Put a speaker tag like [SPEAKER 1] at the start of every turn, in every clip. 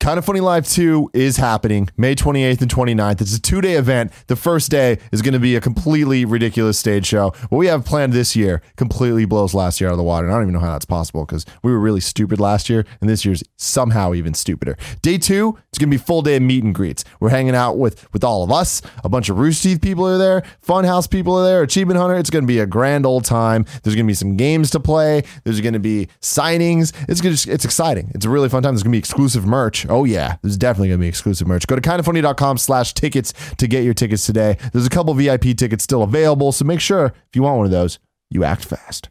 [SPEAKER 1] Kind of Funny Live 2 is happening May 28th and 29th. It's a two day event. The first day is going to be a completely ridiculous stage show. What we have planned this year completely blows last year out of the water. And I don't even know how that's possible because we were really stupid last year, and this year's somehow even stupider. Day two, it's going to be full day of meet and greets. We're hanging out with, with all of us. A bunch of Rooster Teeth people are there, Funhouse people are there, Achievement Hunter. It's going to be a grand old time. There's going to be some games to play. There's going to be signings. It's gonna, it's exciting. It's a really fun time. There's going to be exclusive merch. Oh yeah, there's definitely going to be exclusive merch. Go to kindoffunny.com slash tickets to get your tickets today. There's a couple VIP tickets still available, so make sure if you want one of those, you act fast.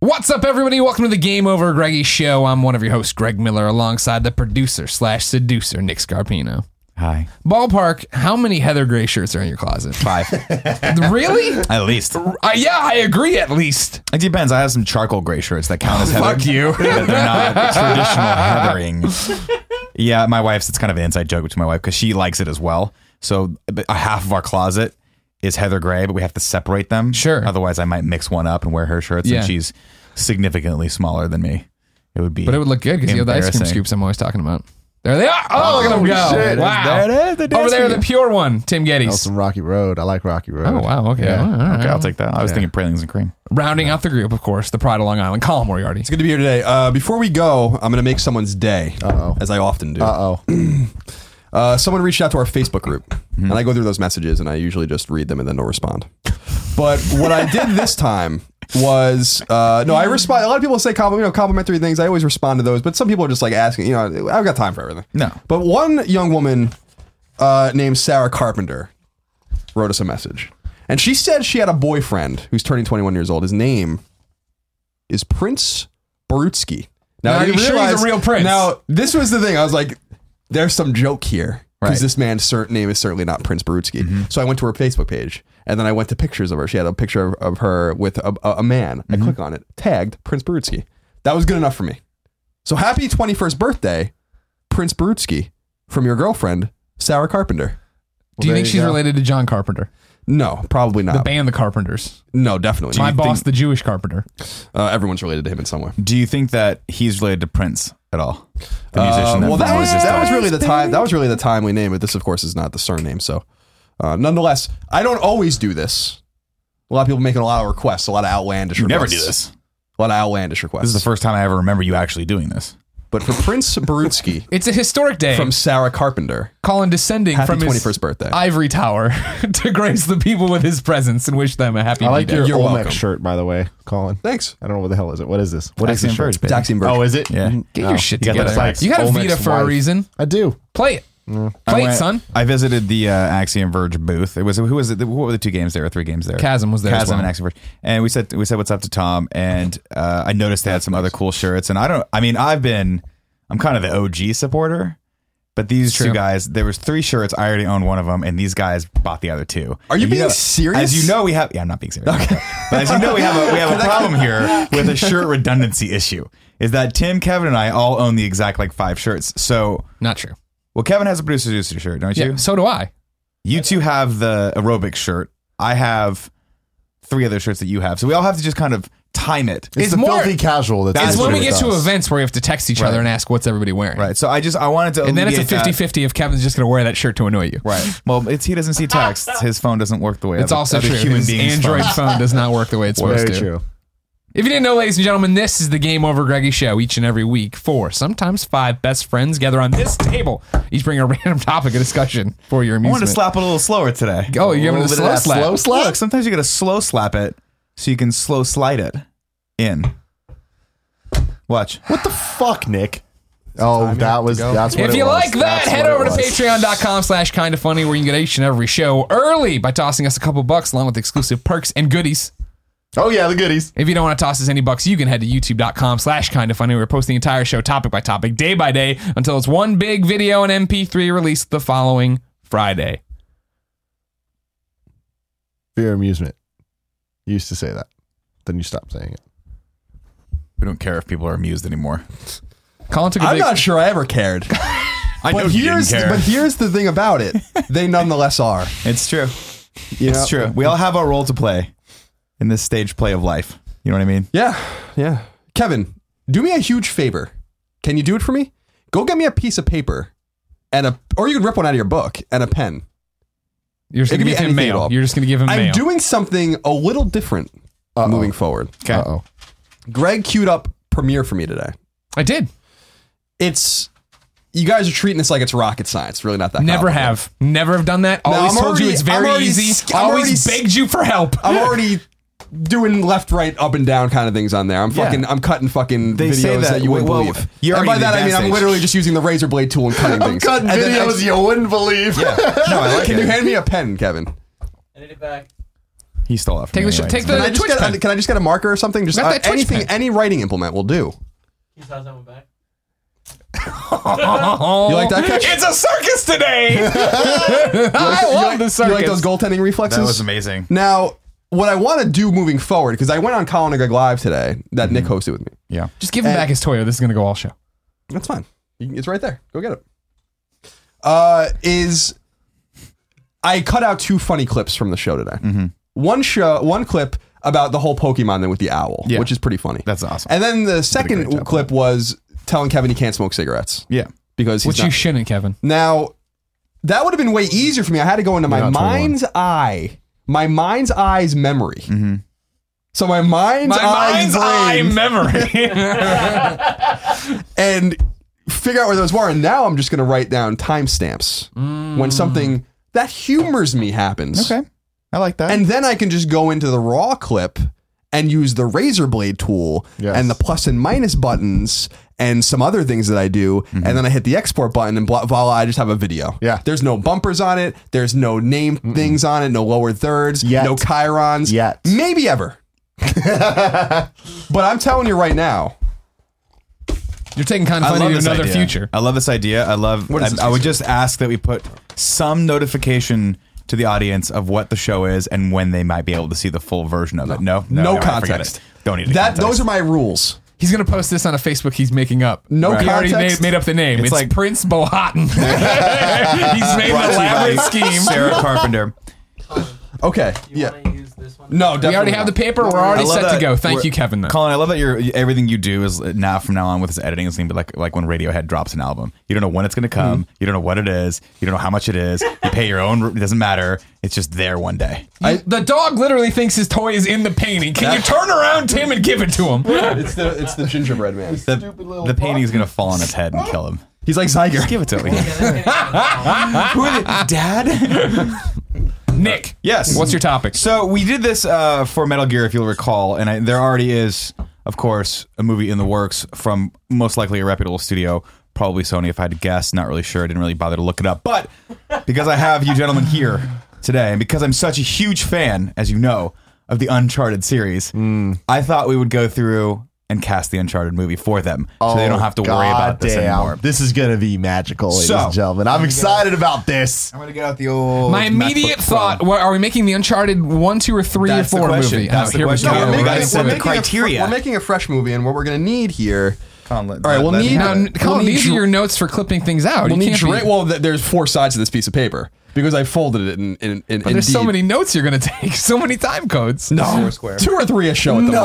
[SPEAKER 2] What's up, everybody? Welcome to the Game Over Greggy Show. I'm one of your hosts, Greg Miller, alongside the producer slash seducer, Nick Scarpino.
[SPEAKER 3] Hi.
[SPEAKER 2] Ballpark, how many Heather Gray shirts are in your closet?
[SPEAKER 3] Five.
[SPEAKER 2] really?
[SPEAKER 3] At least.
[SPEAKER 2] Uh, yeah, I agree at least.
[SPEAKER 3] It depends. I have some charcoal gray shirts that count as heather.
[SPEAKER 2] Oh, Fuck you.
[SPEAKER 3] But they're not traditional heathering. Yeah, my wife's, it's kind of an inside joke between my wife because she likes it as well. So but a half of our closet is heather gray, but we have to separate them.
[SPEAKER 2] Sure.
[SPEAKER 3] Otherwise, I might mix one up and wear her shirts,
[SPEAKER 2] Yeah.
[SPEAKER 3] and she's significantly smaller than me. It would be.
[SPEAKER 2] But it would look good because you have the ice cream
[SPEAKER 3] Embarrassing.
[SPEAKER 2] scoops I'm always talking about. There they are. Oh, look at them go.
[SPEAKER 1] shit.
[SPEAKER 2] Wow.
[SPEAKER 3] There it is, the
[SPEAKER 2] Over there,
[SPEAKER 3] dancing.
[SPEAKER 2] the pure one, Tim Geddes.
[SPEAKER 1] Some Rocky Road. I like Rocky Road.
[SPEAKER 2] Oh, wow. Okay. All right, all right.
[SPEAKER 3] Okay, I'll take that. I was thinking pralines and cream.
[SPEAKER 2] Rounding out the group, of course, the Pride of Long Island, Colin Moriarty.
[SPEAKER 4] It's good to be here today. Uh, before we go, I'm going to make someone's day,
[SPEAKER 1] Uh-oh.
[SPEAKER 4] as I often do.
[SPEAKER 1] Uh oh.
[SPEAKER 4] Uh, someone reached out to our Facebook group,
[SPEAKER 1] Mm-hmm.
[SPEAKER 4] and I go through those messages, and I usually just read them and then don't respond. But what I did this time was uh, no, I respond. A lot of people say compliment, you know, complimentary things. I always respond to those, but some people are just like asking, you know, I've got time for everything.
[SPEAKER 3] No.
[SPEAKER 4] But one young woman uh, named Sarah Carpenter wrote us a message, and she said she had a boyfriend who's turning 21 years old. His name is Prince Barutsky.
[SPEAKER 2] Now,
[SPEAKER 4] I
[SPEAKER 2] are you
[SPEAKER 4] didn't
[SPEAKER 2] sure he's a real prince?
[SPEAKER 4] Now, this was the thing. I was like, there's some joke here because
[SPEAKER 3] Right.
[SPEAKER 4] this man's cer- name is certainly not Prince Barutsky.
[SPEAKER 2] Mm-hmm.
[SPEAKER 4] So I went to her Facebook page and then I went to pictures of her. She had a picture of, of her with a, a, a man.
[SPEAKER 2] Mm-hmm.
[SPEAKER 4] I click on it, tagged Prince Barutsky. That was good enough for me. So happy 21st birthday, Prince Barutsky, from your girlfriend, Sarah Carpenter.
[SPEAKER 2] Do you
[SPEAKER 1] there
[SPEAKER 2] think
[SPEAKER 1] you
[SPEAKER 2] she's
[SPEAKER 1] go.
[SPEAKER 2] related to John Carpenter?
[SPEAKER 4] No, probably
[SPEAKER 2] The
[SPEAKER 3] Uh,
[SPEAKER 4] not.
[SPEAKER 2] band The Carpenters.
[SPEAKER 4] no, definitely.
[SPEAKER 2] My
[SPEAKER 4] not.
[SPEAKER 2] boss, the Jewish carpenter.
[SPEAKER 4] Uh, everyone's related to him in some way.
[SPEAKER 3] Do you think that he's related to Prince at all? The
[SPEAKER 4] Uh,
[SPEAKER 3] musician.
[SPEAKER 4] well, that was
[SPEAKER 3] his
[SPEAKER 4] that was really the time. That was really the timely name. But this, of course, is not the surname. So, uh, nonetheless, I don't always do this. A lot of people making a lot of requests, a lot of outlandish.
[SPEAKER 3] You never
[SPEAKER 4] requests,
[SPEAKER 3] do this.
[SPEAKER 4] A lot of outlandish requests.
[SPEAKER 3] This is the first time I ever remember you actually doing this.
[SPEAKER 4] but for Prince Barutsky
[SPEAKER 2] It's a historic day.
[SPEAKER 4] from Sarah Carpenter,
[SPEAKER 2] Colin descending
[SPEAKER 4] happy
[SPEAKER 2] from
[SPEAKER 4] twenty
[SPEAKER 2] his
[SPEAKER 4] first birthday.
[SPEAKER 2] ivory tower to grace the people with his presence and wish them a happy
[SPEAKER 1] I like
[SPEAKER 2] B-Day.
[SPEAKER 1] your
[SPEAKER 4] You're
[SPEAKER 1] Olmec
[SPEAKER 4] welcome.
[SPEAKER 1] shirt, by the way, Colin.
[SPEAKER 4] Thanks,
[SPEAKER 1] I don't know what the hell is it. What is this? What is
[SPEAKER 3] Axiom
[SPEAKER 1] this shirt?
[SPEAKER 3] Verge, baby.
[SPEAKER 4] Daxian Berg.
[SPEAKER 1] Oh, is it?
[SPEAKER 3] Yeah.
[SPEAKER 2] Get
[SPEAKER 1] No.
[SPEAKER 2] your shit
[SPEAKER 3] You got that
[SPEAKER 2] together.
[SPEAKER 3] sax.
[SPEAKER 2] you got a
[SPEAKER 1] Olmec's
[SPEAKER 2] Vita for a
[SPEAKER 1] wife.
[SPEAKER 2] reason.
[SPEAKER 1] I do.
[SPEAKER 2] Play it. Play it, son.
[SPEAKER 3] I visited the uh, Axiom Verge booth. It was who was it? What were the two games there? Or three games there?
[SPEAKER 2] Chasm was there as
[SPEAKER 3] Chasm
[SPEAKER 2] well.
[SPEAKER 3] and Axiom Verge. And we said we said what's up to Tom. And uh, I noticed they had some other cool shirts. And I don't. I mean, I've been. I'm kind of the OG supporter. But these
[SPEAKER 2] true.
[SPEAKER 3] two guys, there was three shirts. I already own one of them, and these guys bought the other two.
[SPEAKER 4] Are you
[SPEAKER 3] And
[SPEAKER 4] being
[SPEAKER 3] know-
[SPEAKER 4] serious?
[SPEAKER 3] As you know, we have. Yeah, I'm not being serious. But as you know, we have a we have a problem here with a shirt redundancy issue. Is that Tim, Kevin, and I all own the exact like five shirts. So,
[SPEAKER 2] Not true.
[SPEAKER 3] well, Kevin has a producer producer shirt, don't
[SPEAKER 2] Yeah,
[SPEAKER 3] you?
[SPEAKER 2] so do I.
[SPEAKER 3] You two have the aerobic shirt. I have three other shirts that you have. So we all have to just kind of time it.
[SPEAKER 1] It's,
[SPEAKER 2] It's
[SPEAKER 1] the
[SPEAKER 2] more-
[SPEAKER 1] filthy casual. That's
[SPEAKER 2] It's
[SPEAKER 3] That's
[SPEAKER 2] when
[SPEAKER 3] what
[SPEAKER 2] we
[SPEAKER 3] it
[SPEAKER 2] get to
[SPEAKER 1] us.
[SPEAKER 2] events where we have to text each other
[SPEAKER 3] Right.
[SPEAKER 2] and ask what's everybody wearing.
[SPEAKER 3] Right. So I just I wanted to
[SPEAKER 2] And then it's a
[SPEAKER 3] alleviate that.
[SPEAKER 2] 50 50 if Kevin's just going to wear that shirt to annoy you.
[SPEAKER 3] Right. Well, it's he doesn't see texts. His phone doesn't work the way
[SPEAKER 2] It's
[SPEAKER 3] other-
[SPEAKER 2] also
[SPEAKER 3] other
[SPEAKER 2] true.
[SPEAKER 3] human
[SPEAKER 2] His
[SPEAKER 3] beings.
[SPEAKER 2] Android
[SPEAKER 3] phones.
[SPEAKER 2] phone does not work the way it's supposed
[SPEAKER 1] Very
[SPEAKER 2] to.
[SPEAKER 1] true.
[SPEAKER 2] If you didn't know, ladies and gentlemen, this is the Game Over Greggy Show. Each and every week, four, sometimes five best friends gather on this table. Each bring a random topic of discussion for your
[SPEAKER 3] I
[SPEAKER 2] amusement.
[SPEAKER 3] wanted to slap it a little slower today.
[SPEAKER 2] Oh, you're giving it a slow
[SPEAKER 3] little bit of that
[SPEAKER 2] slap.
[SPEAKER 1] Slow slap?
[SPEAKER 3] Look, sometimes you got to slow slap it so you can slow slide it in. Watch.
[SPEAKER 1] What the fuck, Nick? Oh, that was that's what
[SPEAKER 2] If
[SPEAKER 1] it
[SPEAKER 2] you
[SPEAKER 1] was.
[SPEAKER 2] like that,
[SPEAKER 1] That's
[SPEAKER 2] head
[SPEAKER 1] what it
[SPEAKER 2] over to
[SPEAKER 1] was.
[SPEAKER 2] patreon.com slash kind of funny where you can get each and every show early by tossing us a couple bucks along with exclusive perks and goodies.
[SPEAKER 1] Oh yeah, the goodies.
[SPEAKER 2] If you don't want to toss us any bucks, you can head to youtube.com slash kind of funny. We're posting the entire show topic by topic, day by day, until it's one big video and MP3 released the following Friday.
[SPEAKER 1] For your amusement. You used to say that. Then you stopped saying it.
[SPEAKER 3] We don't care if people are amused anymore.
[SPEAKER 2] Colin took a
[SPEAKER 4] I'm
[SPEAKER 2] big
[SPEAKER 4] not sure I ever cared.
[SPEAKER 3] I know
[SPEAKER 4] But
[SPEAKER 3] he didn't
[SPEAKER 4] here's
[SPEAKER 3] care.
[SPEAKER 4] but here's the thing about it. They nonetheless are.
[SPEAKER 3] It's true.
[SPEAKER 4] you know?
[SPEAKER 3] It's true. We all have our role to play in this stage play of life. You know what I mean?
[SPEAKER 4] Yeah, yeah. Kevin, do me a huge favor. Can you do it for me? Go get me a piece of paper and a, or you can rip one out of your book and a pen.
[SPEAKER 2] You're just
[SPEAKER 4] It
[SPEAKER 2] gonna
[SPEAKER 4] could be
[SPEAKER 2] give him
[SPEAKER 4] anything at
[SPEAKER 2] mail.
[SPEAKER 4] all.
[SPEAKER 2] You're just gonna give him
[SPEAKER 4] I'm
[SPEAKER 2] mail.
[SPEAKER 4] doing something a little different moving forward.
[SPEAKER 3] Okay.
[SPEAKER 1] Uh-oh.
[SPEAKER 4] Greg queued up Premiere for me today.
[SPEAKER 2] I did.
[SPEAKER 4] It's you guys are treating this like it's rocket science. Really not that.
[SPEAKER 2] Never
[SPEAKER 4] complicated.
[SPEAKER 2] have. Never have done that. Always
[SPEAKER 4] I'm
[SPEAKER 2] told you
[SPEAKER 4] already-
[SPEAKER 2] it's
[SPEAKER 4] I'm
[SPEAKER 2] very
[SPEAKER 4] already
[SPEAKER 2] easy.
[SPEAKER 4] sc- I'm already
[SPEAKER 2] Always
[SPEAKER 4] s-
[SPEAKER 2] begged you for help.
[SPEAKER 4] I'm already doing left, right, up and down kind of things on there. I'm fucking, I'm cutting fucking
[SPEAKER 3] They
[SPEAKER 4] videos
[SPEAKER 3] say
[SPEAKER 4] that,
[SPEAKER 3] that-
[SPEAKER 4] you wouldn't
[SPEAKER 3] well,
[SPEAKER 4] believe.
[SPEAKER 3] you're
[SPEAKER 4] and by
[SPEAKER 3] already in
[SPEAKER 4] that I mean
[SPEAKER 3] advanced
[SPEAKER 4] I'm
[SPEAKER 3] age.
[SPEAKER 4] literally just using the razor blade tool and cutting things.
[SPEAKER 1] Cutting
[SPEAKER 4] And then
[SPEAKER 1] videos
[SPEAKER 4] ex-
[SPEAKER 1] you wouldn't believe.
[SPEAKER 3] No, I like
[SPEAKER 4] Can
[SPEAKER 3] it.
[SPEAKER 4] you hand me a pen, Kevin?
[SPEAKER 3] He stole off.
[SPEAKER 2] Take the sh- take the-
[SPEAKER 4] Can I, just
[SPEAKER 2] Twitch
[SPEAKER 4] get,
[SPEAKER 2] pen.
[SPEAKER 4] can I just get a marker or something? Just
[SPEAKER 2] Not
[SPEAKER 4] uh,
[SPEAKER 2] that Twitch
[SPEAKER 4] anything,
[SPEAKER 2] pen.
[SPEAKER 4] any writing implement will do.
[SPEAKER 2] Oh,
[SPEAKER 4] You like that catch?
[SPEAKER 2] It's a circus today. I
[SPEAKER 4] you
[SPEAKER 2] love
[SPEAKER 4] like,
[SPEAKER 2] the
[SPEAKER 4] You
[SPEAKER 2] circus.
[SPEAKER 4] like those goaltending reflexes?
[SPEAKER 3] That was amazing.
[SPEAKER 4] Now, what I want to do moving forward, because I went on Colin and Greg Live today that Nick
[SPEAKER 3] Mm-hmm.
[SPEAKER 4] hosted with me.
[SPEAKER 3] Yeah.
[SPEAKER 2] Just give him back his toy, or this is gonna go all show.
[SPEAKER 4] That's fine. You can- It's right there. Go get it. Uh, is I cut out two funny clips from the show today.
[SPEAKER 3] Mm-hmm.
[SPEAKER 4] One show, one clip about the whole Pokemon thing with the owl,
[SPEAKER 3] Yeah.
[SPEAKER 4] which is pretty funny.
[SPEAKER 3] That's awesome.
[SPEAKER 4] And then the
[SPEAKER 3] great
[SPEAKER 4] second
[SPEAKER 3] job.
[SPEAKER 4] clip was telling Kevin he can't smoke cigarettes
[SPEAKER 3] Yeah.
[SPEAKER 4] because he's
[SPEAKER 2] Which
[SPEAKER 4] not,
[SPEAKER 2] you shouldn't, Kevin.
[SPEAKER 4] Now, that would have been way easier for me. I had to go into my
[SPEAKER 1] not 21.
[SPEAKER 4] mind's eye, my mind's eye's memory. So my mind's,
[SPEAKER 2] My mind's eye
[SPEAKER 4] eye's brain
[SPEAKER 2] memory.
[SPEAKER 4] and figure out where those were. And now I'm just going to write down timestamps when something that humors me happens.
[SPEAKER 3] Okay. I like that.
[SPEAKER 4] And then I can just go into the raw clip and use the razor blade tool
[SPEAKER 1] Yes.
[SPEAKER 4] and the plus and minus buttons and some other things that I do. And then I hit the export button and blah, voila, I just have a video.
[SPEAKER 1] Mm-hmm. Yeah.
[SPEAKER 4] There's no bumpers on it. There's no name things on it. No lower thirds.
[SPEAKER 1] Yet.
[SPEAKER 4] No chirons.
[SPEAKER 1] Yet.
[SPEAKER 4] Maybe ever. but I'm telling you right now,
[SPEAKER 2] You're taking kind of
[SPEAKER 3] I
[SPEAKER 2] funny
[SPEAKER 3] love
[SPEAKER 2] to
[SPEAKER 3] this
[SPEAKER 2] another
[SPEAKER 3] idea.
[SPEAKER 2] future.
[SPEAKER 3] I love this idea. I love.
[SPEAKER 4] What is
[SPEAKER 3] I-
[SPEAKER 4] this
[SPEAKER 3] I, would just ask that we put some notification to the audience of what the show is and when they might be able to see the full version of it. No,
[SPEAKER 4] No
[SPEAKER 3] all right, forget
[SPEAKER 4] context.
[SPEAKER 3] it. Don't need any
[SPEAKER 4] that
[SPEAKER 3] context.
[SPEAKER 4] those are my rules.
[SPEAKER 2] He's gonna post this on a Facebook he's making up.
[SPEAKER 4] No
[SPEAKER 2] He already made,
[SPEAKER 4] context.
[SPEAKER 2] made up the name. It's,
[SPEAKER 3] It's
[SPEAKER 2] like
[SPEAKER 3] like-
[SPEAKER 2] Prince Bohatton. he's made an
[SPEAKER 3] Brought to you
[SPEAKER 2] elaborate
[SPEAKER 3] by
[SPEAKER 2] scheme.
[SPEAKER 3] Sarah Carpenter.
[SPEAKER 4] Okay. yeah. No, definitely
[SPEAKER 2] We already have the
[SPEAKER 4] not.
[SPEAKER 2] paper. We're
[SPEAKER 3] I
[SPEAKER 2] already
[SPEAKER 3] love
[SPEAKER 2] set to
[SPEAKER 3] that
[SPEAKER 2] go. Thank
[SPEAKER 3] we're-
[SPEAKER 2] you, Kevin. Though.
[SPEAKER 3] Colin, I love that your everything you do is now from now on with this editing is gonna be like like when Radiohead drops an album. You don't know when it's gonna come.
[SPEAKER 2] Mm-hmm.
[SPEAKER 3] You don't know what it is. You don't know how much it is. You pay your own. It doesn't matter. It's just there one day.
[SPEAKER 2] You- the dog literally thinks his toy is in the painting. Can you turn around, Tim, and give it to him?
[SPEAKER 4] It's the it's the gingerbread man.
[SPEAKER 3] The, the painting's gonna fall on his head and kill him.
[SPEAKER 4] He's like Zyger.
[SPEAKER 3] Give it to him. Dad.
[SPEAKER 2] Nick,
[SPEAKER 3] Yes.
[SPEAKER 2] What's your topic?
[SPEAKER 3] So we did this uh, for Metal Gear, if you'll recall, and I, there already is, of course, a movie in the works from most likely a reputable studio, probably Sony, if I had to guess. Not really sure. I didn't really bother to look it up, but because I have you gentlemen here today, and because I'm such a huge fan, as you know, of the Uncharted series, I thought we would go through and cast the Uncharted movie for them, so
[SPEAKER 4] Oh,
[SPEAKER 3] they don't have to worry about this
[SPEAKER 1] Oh, Goddamn.
[SPEAKER 3] anymore.
[SPEAKER 1] This is gonna be magical, ladies
[SPEAKER 3] So-
[SPEAKER 1] and gentlemen. I'm excited about this.
[SPEAKER 3] I'm gonna get out the old.
[SPEAKER 2] My immediate thought: what, Are we making the Uncharted one, two, or three,
[SPEAKER 3] That's the
[SPEAKER 2] or four
[SPEAKER 3] question.
[SPEAKER 2] movie?
[SPEAKER 3] That's
[SPEAKER 2] Oh,
[SPEAKER 3] the
[SPEAKER 2] here
[SPEAKER 3] question.
[SPEAKER 2] we
[SPEAKER 3] No,
[SPEAKER 2] go.
[SPEAKER 3] we're making-
[SPEAKER 2] Gotta
[SPEAKER 3] we're
[SPEAKER 2] set
[SPEAKER 3] making
[SPEAKER 2] it.
[SPEAKER 3] the criteria.
[SPEAKER 4] A, fr- we're making a fresh movie, and what we're gonna need here.
[SPEAKER 3] All right,
[SPEAKER 4] All right, we'll need-
[SPEAKER 2] Now, n- Colin,
[SPEAKER 4] We'll need
[SPEAKER 2] these are
[SPEAKER 4] dra-
[SPEAKER 2] your notes for clipping things out. You
[SPEAKER 4] We'll need
[SPEAKER 2] can't be-
[SPEAKER 4] dra- well, th- there's four sides to this piece of paper because I folded it in. in, in
[SPEAKER 2] There's so
[SPEAKER 4] Indeed.
[SPEAKER 2] many notes you're gonna take. So many time codes.
[SPEAKER 4] No,
[SPEAKER 3] Foursquare.
[SPEAKER 4] two or three a show at the
[SPEAKER 1] No.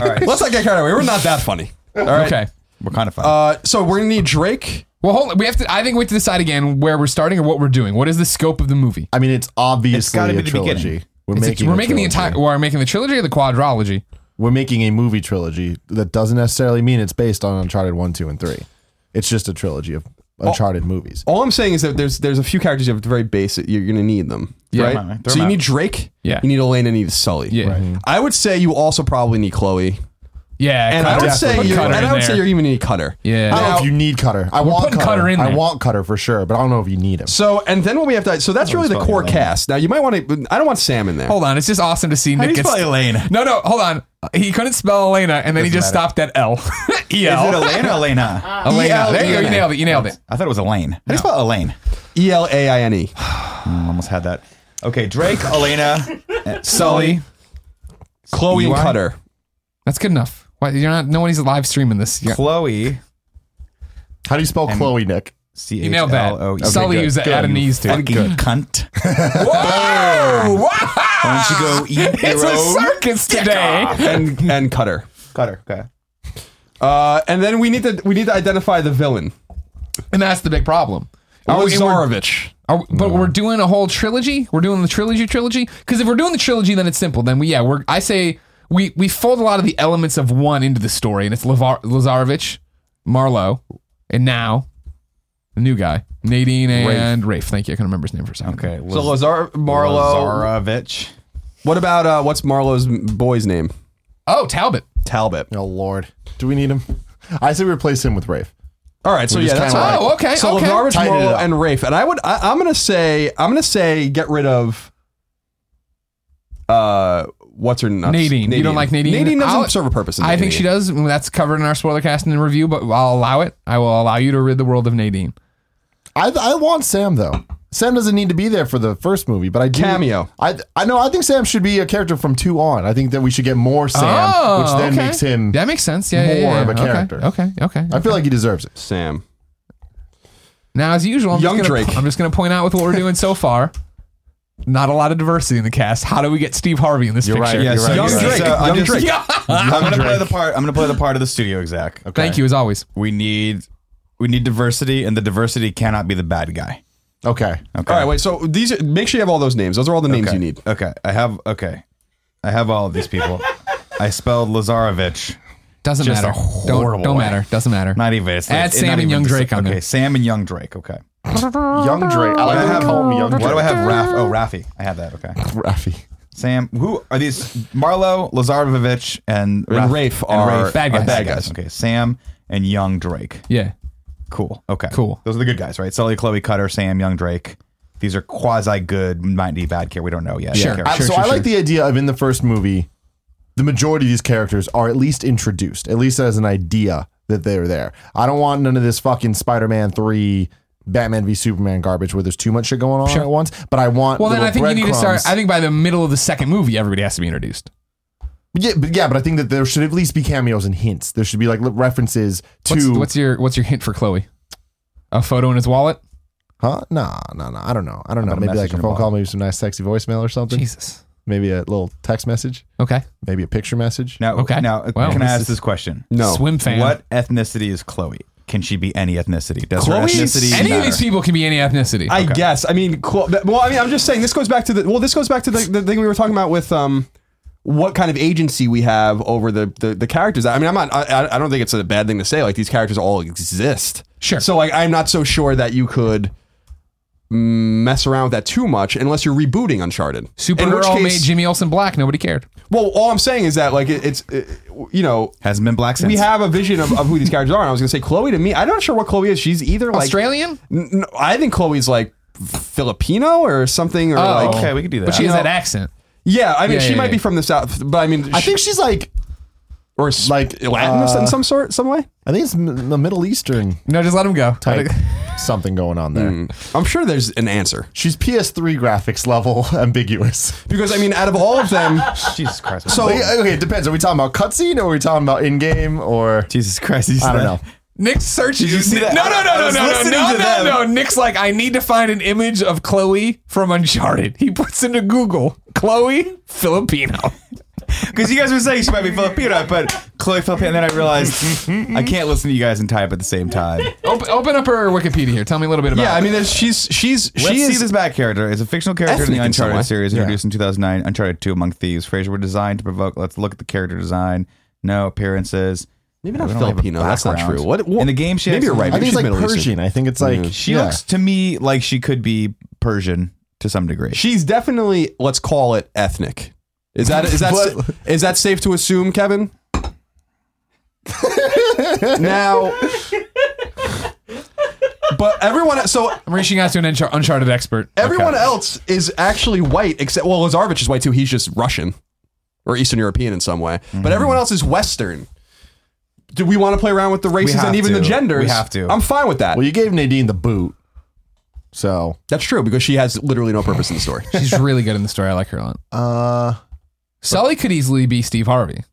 [SPEAKER 3] All right,
[SPEAKER 4] Let's not get carried away. We're not that funny. All right.
[SPEAKER 2] Okay.
[SPEAKER 3] we're kind of fun.
[SPEAKER 4] Uh, so we're gonna need Drake.
[SPEAKER 2] Well, hold. On. We have to. I think we have to decide again where we're starting or what we're doing. What is the scope of the movie?
[SPEAKER 1] I mean, it's
[SPEAKER 3] It's
[SPEAKER 1] obviously
[SPEAKER 3] gotta
[SPEAKER 1] a
[SPEAKER 3] be the beginning.
[SPEAKER 1] trilogy. We're
[SPEAKER 2] It's a-
[SPEAKER 1] making,
[SPEAKER 2] we're
[SPEAKER 1] a
[SPEAKER 2] making the
[SPEAKER 1] trilogy.
[SPEAKER 2] entire. We're making the trilogy or the quadrology.
[SPEAKER 1] We're making a movie trilogy that doesn't necessarily mean it's based on Uncharted one, two, and three. It's just a trilogy of Uncharted movies.
[SPEAKER 4] All I'm saying is that there's there's a few characters you have very basic. You're gonna need them,
[SPEAKER 2] Yeah.
[SPEAKER 4] right?
[SPEAKER 2] Throw
[SPEAKER 3] 'em out, man. Throw
[SPEAKER 4] so you
[SPEAKER 3] 'em
[SPEAKER 4] need
[SPEAKER 3] out.
[SPEAKER 4] Drake.
[SPEAKER 2] Yeah.
[SPEAKER 4] You need Elaine and you need Sully.
[SPEAKER 2] Yeah.
[SPEAKER 4] I would say you also probably need Chloe.
[SPEAKER 2] Yeah.
[SPEAKER 4] And I
[SPEAKER 2] Cutter.
[SPEAKER 4] would say
[SPEAKER 2] Put
[SPEAKER 4] you
[SPEAKER 2] Cutter
[SPEAKER 4] and
[SPEAKER 2] in
[SPEAKER 4] I would
[SPEAKER 2] there.
[SPEAKER 4] say you even need Cutter.
[SPEAKER 2] Yeah.
[SPEAKER 1] I don't know
[SPEAKER 4] Now-
[SPEAKER 1] if you need Cutter. I want
[SPEAKER 2] putting
[SPEAKER 1] Cutter.
[SPEAKER 2] Cutter in
[SPEAKER 1] I
[SPEAKER 2] there.
[SPEAKER 1] want Cutter for sure, but I don't know if you need him.
[SPEAKER 4] So and then what we have to so that's really the core cast. Now you might want to. I don't want Sam in there.
[SPEAKER 2] Hold on, it's just awesome to see Nick
[SPEAKER 3] do you
[SPEAKER 2] gets-
[SPEAKER 3] spell Elena?
[SPEAKER 2] No, no, hold on. He couldn't spell Elena, and then he just stopped at L. E
[SPEAKER 3] Is it
[SPEAKER 2] L.
[SPEAKER 3] Elena? Elena. E
[SPEAKER 2] Elena.
[SPEAKER 4] E-L-
[SPEAKER 2] There you go. You
[SPEAKER 4] Elena.
[SPEAKER 2] nailed it. You nailed it.
[SPEAKER 3] I thought it was Elaine. How do you spell Elaine?
[SPEAKER 4] E L A I N E.
[SPEAKER 3] Mm, almost had that. Okay, Drake, Elena, eh, Sully.
[SPEAKER 4] Chloe and
[SPEAKER 3] EY?
[SPEAKER 4] Cutter.
[SPEAKER 2] That's good enough. Why you're not? Nobody's live streaming this. Yeah.
[SPEAKER 3] Chloe.
[SPEAKER 1] How do you spell Chloe, Nick?
[SPEAKER 3] C
[SPEAKER 2] You nailed that.
[SPEAKER 3] E.
[SPEAKER 2] Sully used that Adonese too.
[SPEAKER 3] Fucking cunt.
[SPEAKER 2] Whoa!
[SPEAKER 3] Why don't you go eat
[SPEAKER 2] Ah. It's
[SPEAKER 3] your
[SPEAKER 2] a
[SPEAKER 3] own?
[SPEAKER 2] circus today.
[SPEAKER 4] and and Cutter.
[SPEAKER 3] Cutter. Okay.
[SPEAKER 4] Uh, and then we need to we need to identify the villain.
[SPEAKER 2] And that's the big problem. Are
[SPEAKER 4] Or
[SPEAKER 2] we- Oh, we're-
[SPEAKER 4] Zarovich.
[SPEAKER 2] Are we- but we're doing a whole trilogy. We're doing the trilogy trilogy because if we're doing the trilogy, then it's simple. Then we yeah we're I say we we fold a lot of the elements of one into the story, and it's Lavar- Lazarevich, Marlowe, and now the new guy Nadine and Rafe. Thank you. I couldn't remember his name for a second.
[SPEAKER 3] Okay.
[SPEAKER 4] So Lazar Marlowe.
[SPEAKER 3] Lazarovich.
[SPEAKER 4] What about uh, what's Marlowe's boy's name?
[SPEAKER 2] Oh Talbot.
[SPEAKER 4] Talbot.
[SPEAKER 1] Oh Lord, do we need him? I say replace him with Rafe.
[SPEAKER 4] All right, so
[SPEAKER 1] We
[SPEAKER 4] yeah,
[SPEAKER 1] just
[SPEAKER 4] that's
[SPEAKER 1] kinda
[SPEAKER 4] all right.
[SPEAKER 2] like- Oh, okay,
[SPEAKER 4] So
[SPEAKER 2] okay.
[SPEAKER 4] Lazarevich,
[SPEAKER 1] Tighten it
[SPEAKER 4] Marlowe,
[SPEAKER 1] up.
[SPEAKER 4] and Rafe, and I would I, I'm gonna say I'm gonna say get rid of. Uh, what's her nuts?
[SPEAKER 2] Nadine. You don't like Nadine?
[SPEAKER 4] Nadine doesn't
[SPEAKER 2] I'll-
[SPEAKER 4] serve a purpose. In
[SPEAKER 2] I think she does. That's covered in our spoiler cast and review, but I'll allow it. I will allow you to rid the world of Nadine.
[SPEAKER 1] I I want Sam though. Sam doesn't need to be there for the first movie, but I do,
[SPEAKER 4] Cameo.
[SPEAKER 1] I I know. I think Sam should be a character from two on. I think that we should get more Sam,
[SPEAKER 2] Oh,
[SPEAKER 1] which then
[SPEAKER 2] okay.
[SPEAKER 1] makes him.
[SPEAKER 2] That makes sense. Yeah, yeah, yeah,
[SPEAKER 1] more
[SPEAKER 2] yeah.
[SPEAKER 1] of a
[SPEAKER 2] Okay,
[SPEAKER 1] character.
[SPEAKER 2] Okay, okay.
[SPEAKER 1] I feel like he deserves it.
[SPEAKER 4] Sam.
[SPEAKER 2] Now, as usual, I'm
[SPEAKER 4] Young
[SPEAKER 2] just gonna,
[SPEAKER 4] Drake.
[SPEAKER 2] I'm just going to point out with what we're doing so far. Not a lot of diversity in the cast. How do we get Steve Harvey in this
[SPEAKER 1] You're right,
[SPEAKER 2] picture?
[SPEAKER 1] you're
[SPEAKER 3] Yes,
[SPEAKER 1] right,
[SPEAKER 3] young
[SPEAKER 1] you're right.
[SPEAKER 3] Drake. I'm
[SPEAKER 4] Young
[SPEAKER 3] just-
[SPEAKER 4] Drake.
[SPEAKER 2] Yeah.
[SPEAKER 3] I'm gonna play the part. I'm gonna play the part of the studio exec. Okay.
[SPEAKER 2] Thank you, as always.
[SPEAKER 3] We need we need diversity, and the diversity cannot be the bad guy.
[SPEAKER 1] Okay.
[SPEAKER 3] Okay.
[SPEAKER 4] All right, wait. So these are- make sure you have all those names. Those are all the names
[SPEAKER 3] okay.
[SPEAKER 4] you need.
[SPEAKER 3] Okay. I have okay. I have all of these people. I spelled Lazarevich.
[SPEAKER 2] Doesn't
[SPEAKER 3] Just
[SPEAKER 2] matter.
[SPEAKER 3] a
[SPEAKER 2] Don't,
[SPEAKER 3] horrible
[SPEAKER 2] don't
[SPEAKER 3] way.
[SPEAKER 2] matter. Doesn't matter.
[SPEAKER 3] Not even. It's
[SPEAKER 2] Add
[SPEAKER 3] it's
[SPEAKER 2] Sam
[SPEAKER 3] not
[SPEAKER 2] and
[SPEAKER 3] even
[SPEAKER 2] Young
[SPEAKER 3] the-
[SPEAKER 2] Drake on
[SPEAKER 3] Okay.
[SPEAKER 2] there.
[SPEAKER 3] Young and Young Drake. Okay.
[SPEAKER 1] Young Drake. I like
[SPEAKER 3] Why do I
[SPEAKER 1] how
[SPEAKER 3] have-
[SPEAKER 1] you call me Young Drake.
[SPEAKER 3] Why do I have Raf? Oh, Rafi. I have that. Okay.
[SPEAKER 1] Rafi?
[SPEAKER 3] Sam. Who are these? Marlowe, Lazarevich, and
[SPEAKER 4] And
[SPEAKER 3] Raf-
[SPEAKER 4] Rafe
[SPEAKER 3] and
[SPEAKER 4] are
[SPEAKER 3] Rafe
[SPEAKER 2] Bad
[SPEAKER 3] are
[SPEAKER 2] guys.
[SPEAKER 3] Bad guys. Okay. Sam and Young Drake.
[SPEAKER 2] yeah.
[SPEAKER 3] Cool. Okay.
[SPEAKER 2] Cool.
[SPEAKER 3] Those are the good guys, right? Sully, Chloe, Cutter, Sam, Young, Drake. These are quasi good, might be bad care. We don't know yet.
[SPEAKER 2] Sure.
[SPEAKER 3] Characters.
[SPEAKER 1] I- so I like the idea of in the first movie, the majority of these characters are at least introduced, at least as an idea that they're there. I don't want none of this fucking Spider-Man three, Batman v Superman garbage where there's too much shit going on at once. But I want
[SPEAKER 2] Well, then
[SPEAKER 1] little
[SPEAKER 2] I think you need to start.
[SPEAKER 1] breadcrumbs.
[SPEAKER 2] I think by the middle of the second movie, everybody has to be introduced.
[SPEAKER 1] yeah, but, yeah, but I think that there should at least be cameos and hints. There should be like li- references to
[SPEAKER 2] What's, what's your What's your hint for Chloe? A photo in his wallet.
[SPEAKER 1] huh? Nah, nah, nah. I don't know. I don't know.
[SPEAKER 3] got a
[SPEAKER 1] Maybe like
[SPEAKER 3] message
[SPEAKER 1] a
[SPEAKER 3] in a
[SPEAKER 1] phone
[SPEAKER 3] bottle.
[SPEAKER 1] call, maybe some nice sexy voicemail or something.
[SPEAKER 2] Jesus.
[SPEAKER 1] Maybe a little text message.
[SPEAKER 2] Okay.
[SPEAKER 1] Maybe a picture message.
[SPEAKER 3] Now,
[SPEAKER 2] Okay.
[SPEAKER 3] now
[SPEAKER 2] Wow.
[SPEAKER 3] can I
[SPEAKER 2] This
[SPEAKER 3] ask
[SPEAKER 2] is-
[SPEAKER 3] this question?
[SPEAKER 4] No.
[SPEAKER 2] Swim fan.
[SPEAKER 3] What ethnicity is Chloe? Can she be any ethnicity? Does her
[SPEAKER 4] Chloe's-
[SPEAKER 3] ethnicity
[SPEAKER 2] Any
[SPEAKER 3] matter?
[SPEAKER 2] of these people can be any ethnicity.
[SPEAKER 4] I guess. I mean, clo- well, I mean, I'm just saying this goes back to the well, this goes back to the, the thing we were talking about with um, what kind of agency we have over the the, the characters. I mean, I'm not. I, I- I don't think it's a bad thing to say. Like these characters all exist.
[SPEAKER 2] Sure.
[SPEAKER 4] So like, I'm not so sure that you could mess around with that too much unless you're rebooting Uncharted. In which
[SPEAKER 2] Supergirl
[SPEAKER 4] case,
[SPEAKER 2] made Jimmy Olsen black. Nobody cared.
[SPEAKER 4] Well, all I'm saying is that like it, it's it, you know.
[SPEAKER 3] Hasn't been black since.
[SPEAKER 4] We have a vision of, of who these characters are. And I was going to say Chloe to me. I'm not sure what Chloe is. She's either like
[SPEAKER 2] Australian,
[SPEAKER 4] N- no, I think Chloe's like Filipino or something, or
[SPEAKER 1] Oh.
[SPEAKER 4] like
[SPEAKER 3] Okay, we could do that.
[SPEAKER 2] Oh. but she
[SPEAKER 3] You
[SPEAKER 2] has
[SPEAKER 3] know,
[SPEAKER 2] that accent.
[SPEAKER 4] yeah. I mean,
[SPEAKER 2] Yeah,
[SPEAKER 4] she
[SPEAKER 2] yeah,
[SPEAKER 4] might
[SPEAKER 2] yeah.
[SPEAKER 4] be from the south, but I mean,
[SPEAKER 1] I think she's like
[SPEAKER 4] or s-
[SPEAKER 1] like,
[SPEAKER 4] Latin
[SPEAKER 1] uh,
[SPEAKER 4] in some sort, some way.
[SPEAKER 1] I think it's m- the Middle Eastern
[SPEAKER 2] No, just let him go.
[SPEAKER 1] type something going on there.
[SPEAKER 4] I'm sure there's an answer
[SPEAKER 1] She's PS3 graphics level ambiguous.
[SPEAKER 4] because I mean, out of all of them,
[SPEAKER 3] Jesus Christ.
[SPEAKER 1] So uh, okay, it depends. Are we talking about cutscene or are we talking about in game or
[SPEAKER 3] Jesus Christ.
[SPEAKER 1] I don't know.
[SPEAKER 2] Nick searches.
[SPEAKER 3] you see that?
[SPEAKER 2] No, no,
[SPEAKER 3] I
[SPEAKER 2] no, no,
[SPEAKER 3] was
[SPEAKER 2] no, no,
[SPEAKER 3] listening
[SPEAKER 2] no,
[SPEAKER 3] to
[SPEAKER 2] no,
[SPEAKER 3] them.
[SPEAKER 2] no. Nick's like, I need to find an image of Chloe from Uncharted. He puts into Google Chloe Filipino.
[SPEAKER 3] Because you guys were saying she might be Filipino, but Chloe Filipino. And then I realized I can't listen to you guys and type at the same time.
[SPEAKER 2] open, open up her Wikipedia here. Tell me a little bit about.
[SPEAKER 4] yeah. I
[SPEAKER 2] it.
[SPEAKER 4] mean, there's she's she's
[SPEAKER 3] Let's
[SPEAKER 4] she
[SPEAKER 3] see
[SPEAKER 4] is
[SPEAKER 3] this back character. It's a fictional character in
[SPEAKER 4] Ethnic
[SPEAKER 3] the
[SPEAKER 4] in some way.
[SPEAKER 3] Uncharted series,
[SPEAKER 1] Yeah.
[SPEAKER 3] introduced in 2009. Uncharted 2 Among Thieves. Fraser were designed to provoke. Let's look at the character design. No appearances.
[SPEAKER 4] maybe
[SPEAKER 3] We
[SPEAKER 4] not
[SPEAKER 3] don't have a
[SPEAKER 4] Filipino. That's not
[SPEAKER 3] background.
[SPEAKER 4] true. What,
[SPEAKER 3] in the game? She has-
[SPEAKER 4] maybe you're right.
[SPEAKER 1] I think
[SPEAKER 4] Maybe
[SPEAKER 1] it's
[SPEAKER 4] she's
[SPEAKER 1] like
[SPEAKER 4] Middle
[SPEAKER 1] Persian.
[SPEAKER 4] Eastern.
[SPEAKER 1] I think it's like
[SPEAKER 3] She
[SPEAKER 1] yeah.
[SPEAKER 3] looks to me like she could be Persian to some degree.
[SPEAKER 4] She's definitely let's call it ethnic. Is that is that
[SPEAKER 1] But-
[SPEAKER 4] is that safe to assume, Kevin? now, but everyone so
[SPEAKER 2] I'm reaching out to an Unchar- Uncharted expert.
[SPEAKER 4] everyone else is actually white except well, Lazarevich is white too. He's just Russian or Eastern European in some way. But everyone else is Western. Do we want to play around with the races
[SPEAKER 3] have
[SPEAKER 4] and even the
[SPEAKER 3] to.
[SPEAKER 4] genders?
[SPEAKER 3] We have to.
[SPEAKER 4] I'm fine with that.
[SPEAKER 1] Well, you gave Nadine the boot. So,
[SPEAKER 4] That's true because she has literally no purpose in the story.
[SPEAKER 2] She's
[SPEAKER 3] Uh,
[SPEAKER 2] really good in the story. I like her a lot.
[SPEAKER 1] uh
[SPEAKER 2] Sully could easily be Steve Harvey.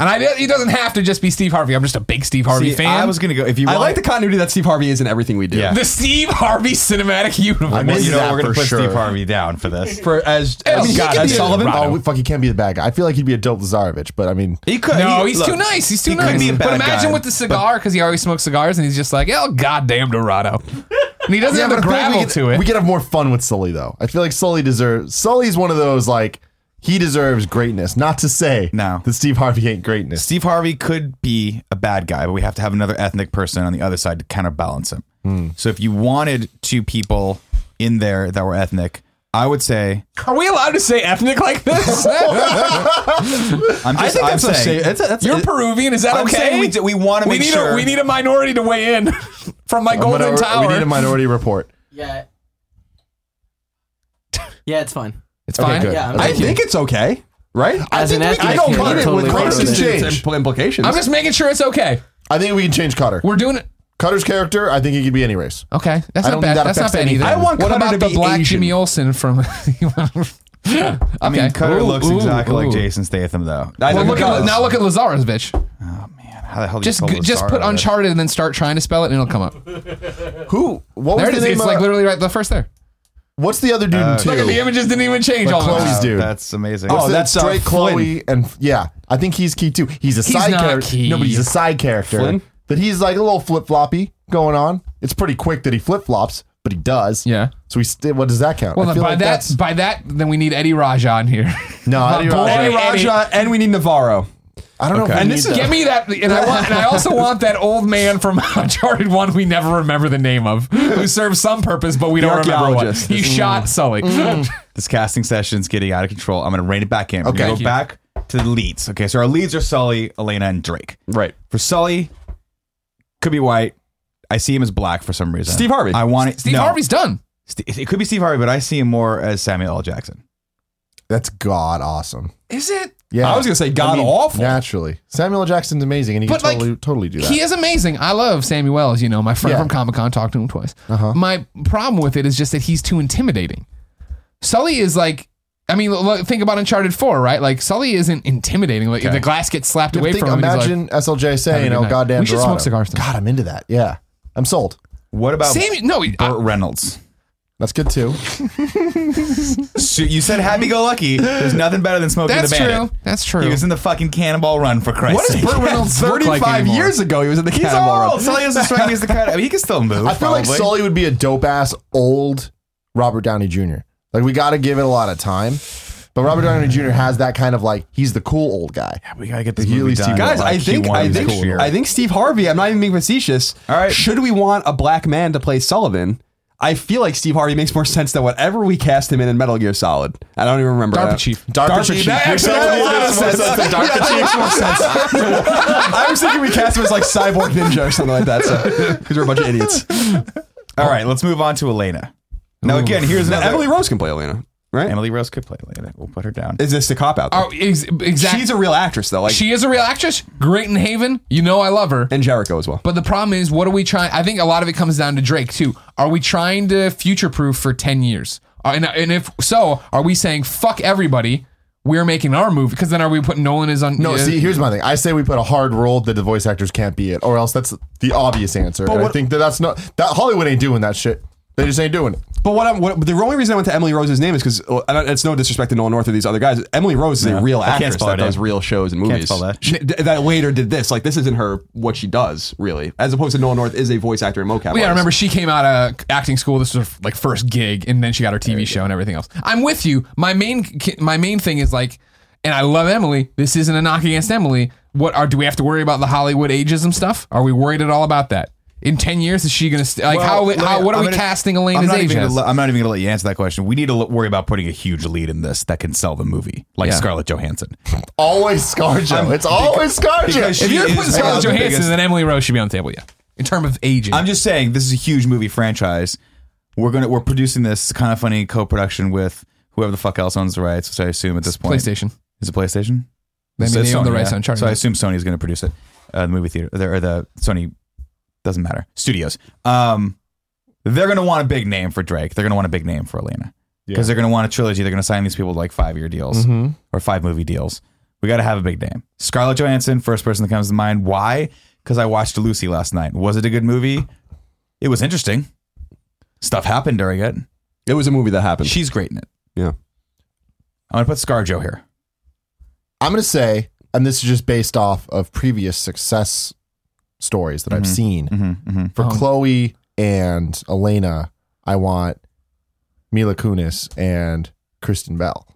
[SPEAKER 2] And I, it doesn't have to just be Steve Harvey. I'm just a big Steve Harvey
[SPEAKER 3] See,
[SPEAKER 2] fan.
[SPEAKER 3] I was gonna go if you.
[SPEAKER 4] I
[SPEAKER 3] want-
[SPEAKER 4] like the continuity that Steve Harvey is in everything we do.
[SPEAKER 3] Yeah.
[SPEAKER 2] the Steve Harvey cinematic universe.
[SPEAKER 1] I
[SPEAKER 3] Well,
[SPEAKER 1] miss
[SPEAKER 3] you know,
[SPEAKER 1] that
[SPEAKER 3] we're gonna
[SPEAKER 1] for
[SPEAKER 3] put
[SPEAKER 1] sure.
[SPEAKER 3] Steve Harvey down for this.
[SPEAKER 4] For as,
[SPEAKER 2] I
[SPEAKER 4] as,
[SPEAKER 2] mean, he
[SPEAKER 4] God,
[SPEAKER 2] could
[SPEAKER 4] as
[SPEAKER 2] be a-
[SPEAKER 4] Sullivan,
[SPEAKER 2] Right.
[SPEAKER 1] Oh, we- fuck, he can't be the bad guy. I feel like he'd be a dope Lazarevich, but I mean,
[SPEAKER 3] He could.
[SPEAKER 2] No,
[SPEAKER 3] he-
[SPEAKER 2] he's
[SPEAKER 3] look,
[SPEAKER 2] too nice. He's too
[SPEAKER 3] he
[SPEAKER 2] nice.
[SPEAKER 3] Could be a
[SPEAKER 2] but
[SPEAKER 3] bad
[SPEAKER 2] imagine
[SPEAKER 3] guy,
[SPEAKER 2] with the cigar because he always smokes cigars and he's just like, oh, goddamn Dorado. And he doesn't have
[SPEAKER 1] I
[SPEAKER 2] the
[SPEAKER 1] feel like
[SPEAKER 2] gravel
[SPEAKER 1] we could,
[SPEAKER 2] to it.
[SPEAKER 1] We could have more fun with Sully though. I feel like Sully deserves. Sully's one of those like he deserves greatness. Not to say
[SPEAKER 3] No.
[SPEAKER 1] that Steve Harvey ain't greatness.
[SPEAKER 3] Steve Harvey could be a bad guy, but we have to have another ethnic person on the other side to counterbalance him. So if you wanted two people in there that were ethnic, I would say
[SPEAKER 2] Are we allowed to say ethnic like this?
[SPEAKER 3] I'm just
[SPEAKER 4] I think
[SPEAKER 3] I'm
[SPEAKER 4] that's a
[SPEAKER 3] saying,
[SPEAKER 4] safe. That's a, that's
[SPEAKER 2] You're
[SPEAKER 4] a,
[SPEAKER 2] Peruvian. Is that
[SPEAKER 3] I'm
[SPEAKER 2] okay?
[SPEAKER 3] saying we, do, we want to
[SPEAKER 2] We
[SPEAKER 3] make
[SPEAKER 2] need
[SPEAKER 3] sure
[SPEAKER 2] a we need a minority to weigh in from my golden
[SPEAKER 1] Minor-
[SPEAKER 2] tower.
[SPEAKER 1] We need a minority report.
[SPEAKER 5] Yeah. Yeah, it's fine.
[SPEAKER 2] it's
[SPEAKER 1] Okay,
[SPEAKER 2] fine.
[SPEAKER 1] good.
[SPEAKER 5] Yeah, I'm
[SPEAKER 4] I
[SPEAKER 1] Thank you.
[SPEAKER 4] think it's okay, right?
[SPEAKER 5] As an
[SPEAKER 1] think we- I
[SPEAKER 5] ethnic,
[SPEAKER 1] don't
[SPEAKER 5] you're
[SPEAKER 1] mind it
[SPEAKER 5] totally
[SPEAKER 1] with
[SPEAKER 5] fine
[SPEAKER 1] races
[SPEAKER 5] with it.
[SPEAKER 1] change.
[SPEAKER 4] implications.
[SPEAKER 2] I'm just making sure it's okay.
[SPEAKER 1] I think we can change Cutter.
[SPEAKER 2] We're doing it.
[SPEAKER 1] Cutter's character. I think he could be any race.
[SPEAKER 2] Okay, that's
[SPEAKER 1] I
[SPEAKER 2] not
[SPEAKER 1] don't
[SPEAKER 2] bad.
[SPEAKER 1] think that
[SPEAKER 2] That's not
[SPEAKER 1] affects
[SPEAKER 2] bad either.
[SPEAKER 1] anything.
[SPEAKER 4] I want
[SPEAKER 2] what
[SPEAKER 4] Cutter
[SPEAKER 2] about
[SPEAKER 4] to
[SPEAKER 2] the
[SPEAKER 4] be
[SPEAKER 2] black
[SPEAKER 4] Asian.
[SPEAKER 2] Jimmy Olsen from? okay.
[SPEAKER 3] I mean, Cutter
[SPEAKER 2] Ooh,
[SPEAKER 3] looks
[SPEAKER 2] ooh,
[SPEAKER 3] exactly like
[SPEAKER 2] ooh.
[SPEAKER 3] Jason Statham, though.
[SPEAKER 4] I
[SPEAKER 2] Well,
[SPEAKER 4] think
[SPEAKER 2] look
[SPEAKER 4] it
[SPEAKER 2] at,
[SPEAKER 4] does.
[SPEAKER 2] now look at Lazarus, bitch.
[SPEAKER 3] How the hell do you
[SPEAKER 2] Just
[SPEAKER 3] spell
[SPEAKER 2] g- just
[SPEAKER 3] Lazaro
[SPEAKER 2] put
[SPEAKER 3] there?
[SPEAKER 2] Uncharted and then start trying to spell it, and it'll come up.
[SPEAKER 1] Who? What
[SPEAKER 2] There
[SPEAKER 1] was
[SPEAKER 2] it
[SPEAKER 1] the
[SPEAKER 2] is.
[SPEAKER 1] name?
[SPEAKER 2] It's
[SPEAKER 1] of,
[SPEAKER 2] like literally right the first there.
[SPEAKER 1] what's the other dude in two?
[SPEAKER 2] Look at the images didn't even change.
[SPEAKER 1] Like
[SPEAKER 2] all of
[SPEAKER 1] Chloe's
[SPEAKER 2] us.
[SPEAKER 1] dude.
[SPEAKER 3] That's amazing.
[SPEAKER 1] So
[SPEAKER 4] Oh,
[SPEAKER 1] that's
[SPEAKER 4] that's, uh,
[SPEAKER 1] Drake, Chloe, and yeah, I think he's key too. He's a side
[SPEAKER 2] not
[SPEAKER 1] character.
[SPEAKER 2] key.
[SPEAKER 1] No, but he's a side character.
[SPEAKER 4] Flynn?
[SPEAKER 1] That he's like a little flip floppy going on. It's pretty quick that he flip flops, but he does.
[SPEAKER 2] Yeah.
[SPEAKER 1] So he st- what does that count?
[SPEAKER 2] Well,
[SPEAKER 1] I
[SPEAKER 2] then
[SPEAKER 1] feel
[SPEAKER 2] by
[SPEAKER 1] like
[SPEAKER 2] that
[SPEAKER 1] that's
[SPEAKER 2] by that, then we need Eddie Raja on here.
[SPEAKER 1] no. I
[SPEAKER 2] my
[SPEAKER 1] don't,
[SPEAKER 2] boy.
[SPEAKER 1] I
[SPEAKER 4] Eddie
[SPEAKER 1] don't-
[SPEAKER 4] Raja, and we need Navarro.
[SPEAKER 1] I don't know. If
[SPEAKER 4] And
[SPEAKER 1] we
[SPEAKER 4] this
[SPEAKER 1] need
[SPEAKER 4] is-
[SPEAKER 1] that.
[SPEAKER 2] Give me that, and I want, and I also want that old man from Uncharted One we never remember the name of, who serves some purpose but we don't remember what.
[SPEAKER 4] archaeologist.
[SPEAKER 2] He
[SPEAKER 1] Mm.
[SPEAKER 2] shot Sully.
[SPEAKER 3] this casting session's getting out of control. I'm going to rein it back in. We're
[SPEAKER 1] Okay.
[SPEAKER 3] going
[SPEAKER 1] Thank
[SPEAKER 3] to
[SPEAKER 2] you.
[SPEAKER 3] go back to the leads. Okay, so our leads are Sully, Elena, and Drake.
[SPEAKER 4] Right.
[SPEAKER 3] For Sully, could be white. I see him as black for some reason.
[SPEAKER 4] Steve Harvey.
[SPEAKER 3] I want it.
[SPEAKER 2] Steve
[SPEAKER 3] no.
[SPEAKER 2] Harvey's done.
[SPEAKER 3] St- It could be Steve Harvey, but I see him more as Samuel L. Jackson.
[SPEAKER 1] That's god awesome.
[SPEAKER 2] Is it?
[SPEAKER 1] Yeah,
[SPEAKER 4] I was gonna say god
[SPEAKER 1] I mean,
[SPEAKER 4] awful.
[SPEAKER 1] Naturally, Samuel L. Jackson's amazing, and he
[SPEAKER 2] But,
[SPEAKER 1] can
[SPEAKER 2] like,
[SPEAKER 1] totally totally do that.
[SPEAKER 2] He is amazing. I love Sammy Wells. You know, my friend
[SPEAKER 1] Yeah. Uh-huh.
[SPEAKER 2] from Comic Con talked to him twice. My problem with it is just that he's too intimidating. Sully is like, I mean, look, think about Uncharted Four, right? Like Sully isn't intimidating. Like the glass gets slapped away
[SPEAKER 1] Think-
[SPEAKER 2] from him. and he's like,
[SPEAKER 1] imagine SLJ saying,
[SPEAKER 2] good
[SPEAKER 1] "Oh
[SPEAKER 2] night."
[SPEAKER 1] goddamn,
[SPEAKER 2] We should
[SPEAKER 1] Dorado."
[SPEAKER 2] smoke cigars then.
[SPEAKER 1] God, I'm into that. Yeah, I'm sold.
[SPEAKER 3] What
[SPEAKER 1] uh,
[SPEAKER 3] about
[SPEAKER 2] Sammy, no, he- I-
[SPEAKER 3] Burt Reynolds?
[SPEAKER 1] That's good too.
[SPEAKER 3] So you said happy go lucky. There's nothing better than smoking
[SPEAKER 2] that's
[SPEAKER 3] the bandit.
[SPEAKER 2] true. That's true.
[SPEAKER 3] He was in the fucking cannonball run for Christ's
[SPEAKER 2] What is
[SPEAKER 3] sake.
[SPEAKER 2] Burt Reynolds look like
[SPEAKER 4] Thirty-five
[SPEAKER 2] anymore?
[SPEAKER 4] years ago, he was in the
[SPEAKER 3] He's
[SPEAKER 4] Cannonball
[SPEAKER 3] old.
[SPEAKER 4] Run.
[SPEAKER 3] Sully doesn't strike me as the kind. I mean, he can still move.
[SPEAKER 1] I feel like
[SPEAKER 3] probably.
[SPEAKER 1] Sully would be a dope ass old Robert Downey Jr. Like we got to give it a lot of time, but Robert Downey Jr. has that kind of like he's the cool old guy.
[SPEAKER 3] We gotta get this
[SPEAKER 1] He at
[SPEAKER 3] movie
[SPEAKER 1] least-
[SPEAKER 3] done.
[SPEAKER 4] Guys,
[SPEAKER 3] by
[SPEAKER 4] I think
[SPEAKER 3] Q1
[SPEAKER 4] I
[SPEAKER 3] this
[SPEAKER 4] think
[SPEAKER 3] year.
[SPEAKER 4] I think Steve Harvey. I'm not even being facetious.
[SPEAKER 3] All right.
[SPEAKER 4] Should we want a black man to play Sullivan? I feel like Steve Harvey makes more sense than whatever we cast him in in Metal Gear Solid. I don't even remember.
[SPEAKER 2] DARPA
[SPEAKER 4] that.
[SPEAKER 2] chief.
[SPEAKER 1] DARPA chief.
[SPEAKER 4] That
[SPEAKER 1] You're
[SPEAKER 4] actually
[SPEAKER 1] telling
[SPEAKER 4] makes
[SPEAKER 1] me
[SPEAKER 4] a lot of
[SPEAKER 1] this makes
[SPEAKER 4] sense.
[SPEAKER 1] more sense than
[SPEAKER 4] Yeah, that makes more sense. I was thinking we cast him as like cyborg ninja or something like that. So because we're a bunch of idiots.
[SPEAKER 3] All right, let's move on to Elena. Now again, here's another.
[SPEAKER 4] Emily Rose can play Elena, right?
[SPEAKER 3] Emily Rose could play Elena. We'll put her down.
[SPEAKER 4] Is this the cop out?
[SPEAKER 2] Oh, ex- exactly.
[SPEAKER 4] She's a real actress though, like
[SPEAKER 2] she is a real actress. Great in Haven. You know I love her.
[SPEAKER 4] and Jericho as well.
[SPEAKER 2] But the problem is, what are we trying? I think a lot of it comes down to Drake too. Are we trying to future proof for ten years? Are- And, and if so, are we saying fuck everybody? We're making our movie because then are we putting Nolan as on?
[SPEAKER 1] No, see, here's my thing. I say we put a hard rule that the voice actors can't be it, or else that's the obvious answer. And I think that that's not that Hollywood ain't doing that shit. They just ain't doing it.
[SPEAKER 4] But what, I'm, what the only reason I went to Emily Rose's name is because it's no disrespect to Nolan North or these other guys. Emily Rose is a real
[SPEAKER 3] I can't
[SPEAKER 4] actress
[SPEAKER 3] spell
[SPEAKER 4] that
[SPEAKER 3] her name.
[SPEAKER 4] does real shows and movies.
[SPEAKER 3] spell that.
[SPEAKER 4] She- th- that later did this. Like this isn't her what she does really, as opposed to Nolan North is a voice actor in mocap.
[SPEAKER 2] yeah, I
[SPEAKER 4] artist.
[SPEAKER 2] remember she came out of acting school. This was her like first gig, and then she got her TV show and everything else. I'm with you. My main my main thing is like, and I love Emily. This isn't a knock against Emily. What are do we have to worry about the Hollywood ageism stuff? Are we worried at all about that? In ten years, is she gonna st- like
[SPEAKER 3] Well,
[SPEAKER 2] how, how?
[SPEAKER 3] Elena-
[SPEAKER 2] What are we
[SPEAKER 3] I'm gonna-
[SPEAKER 2] casting
[SPEAKER 3] I'm
[SPEAKER 2] Elena's
[SPEAKER 3] not,
[SPEAKER 2] age
[SPEAKER 3] even gonna,
[SPEAKER 2] as?
[SPEAKER 3] let- I'm not even gonna let you answer that question. We need to l- worry about putting a huge lead in this that can sell the movie, like
[SPEAKER 2] Yeah.
[SPEAKER 3] Scarlett Johansson.
[SPEAKER 1] Always ScarJo. It's always
[SPEAKER 3] because
[SPEAKER 1] ScarJo.
[SPEAKER 3] she-
[SPEAKER 2] If you're
[SPEAKER 3] is
[SPEAKER 2] putting
[SPEAKER 3] one
[SPEAKER 2] Scarlett
[SPEAKER 3] of the
[SPEAKER 2] Johansson,
[SPEAKER 3] biggest-
[SPEAKER 2] then Emily Rose should be on the table, yeah. In terms of aging.
[SPEAKER 3] I'm just saying this is a huge movie franchise. We're gonna we're producing this kind of funny co-production with whoever the fuck else owns the rights, which I assume at this point
[SPEAKER 2] PlayStation.
[SPEAKER 3] is it PlayStation.
[SPEAKER 2] They,
[SPEAKER 3] So
[SPEAKER 2] mean,
[SPEAKER 3] it's
[SPEAKER 2] they own the
[SPEAKER 3] Sony,
[SPEAKER 2] rights
[SPEAKER 3] yeah.
[SPEAKER 2] on Uncharted.
[SPEAKER 3] So I assume Sony is going to produce it. Uh, the movie theater there- or the Sony doesn't matter. Studios. Um, they're going to want a big name for Drake. They're going to want a big name for Elena because they're going to want a trilogy. They're going to sign these people to like five year deals or five movie deals, We got to have a big name. Scarlett Johansson, first person that comes to mind. Why? Because I watched Lucy last night. Was it a good movie? It was interesting. Stuff happened during it.
[SPEAKER 4] It was a movie that happened.
[SPEAKER 3] She's great in it.
[SPEAKER 4] yeah.
[SPEAKER 3] I'm gonna put ScarJo here.
[SPEAKER 1] I'm going to say, and this is just based off of previous success stories that
[SPEAKER 2] Mm-hmm.
[SPEAKER 1] I've seen for Chloe and Elena. I want Mila Kunis and Kristen Bell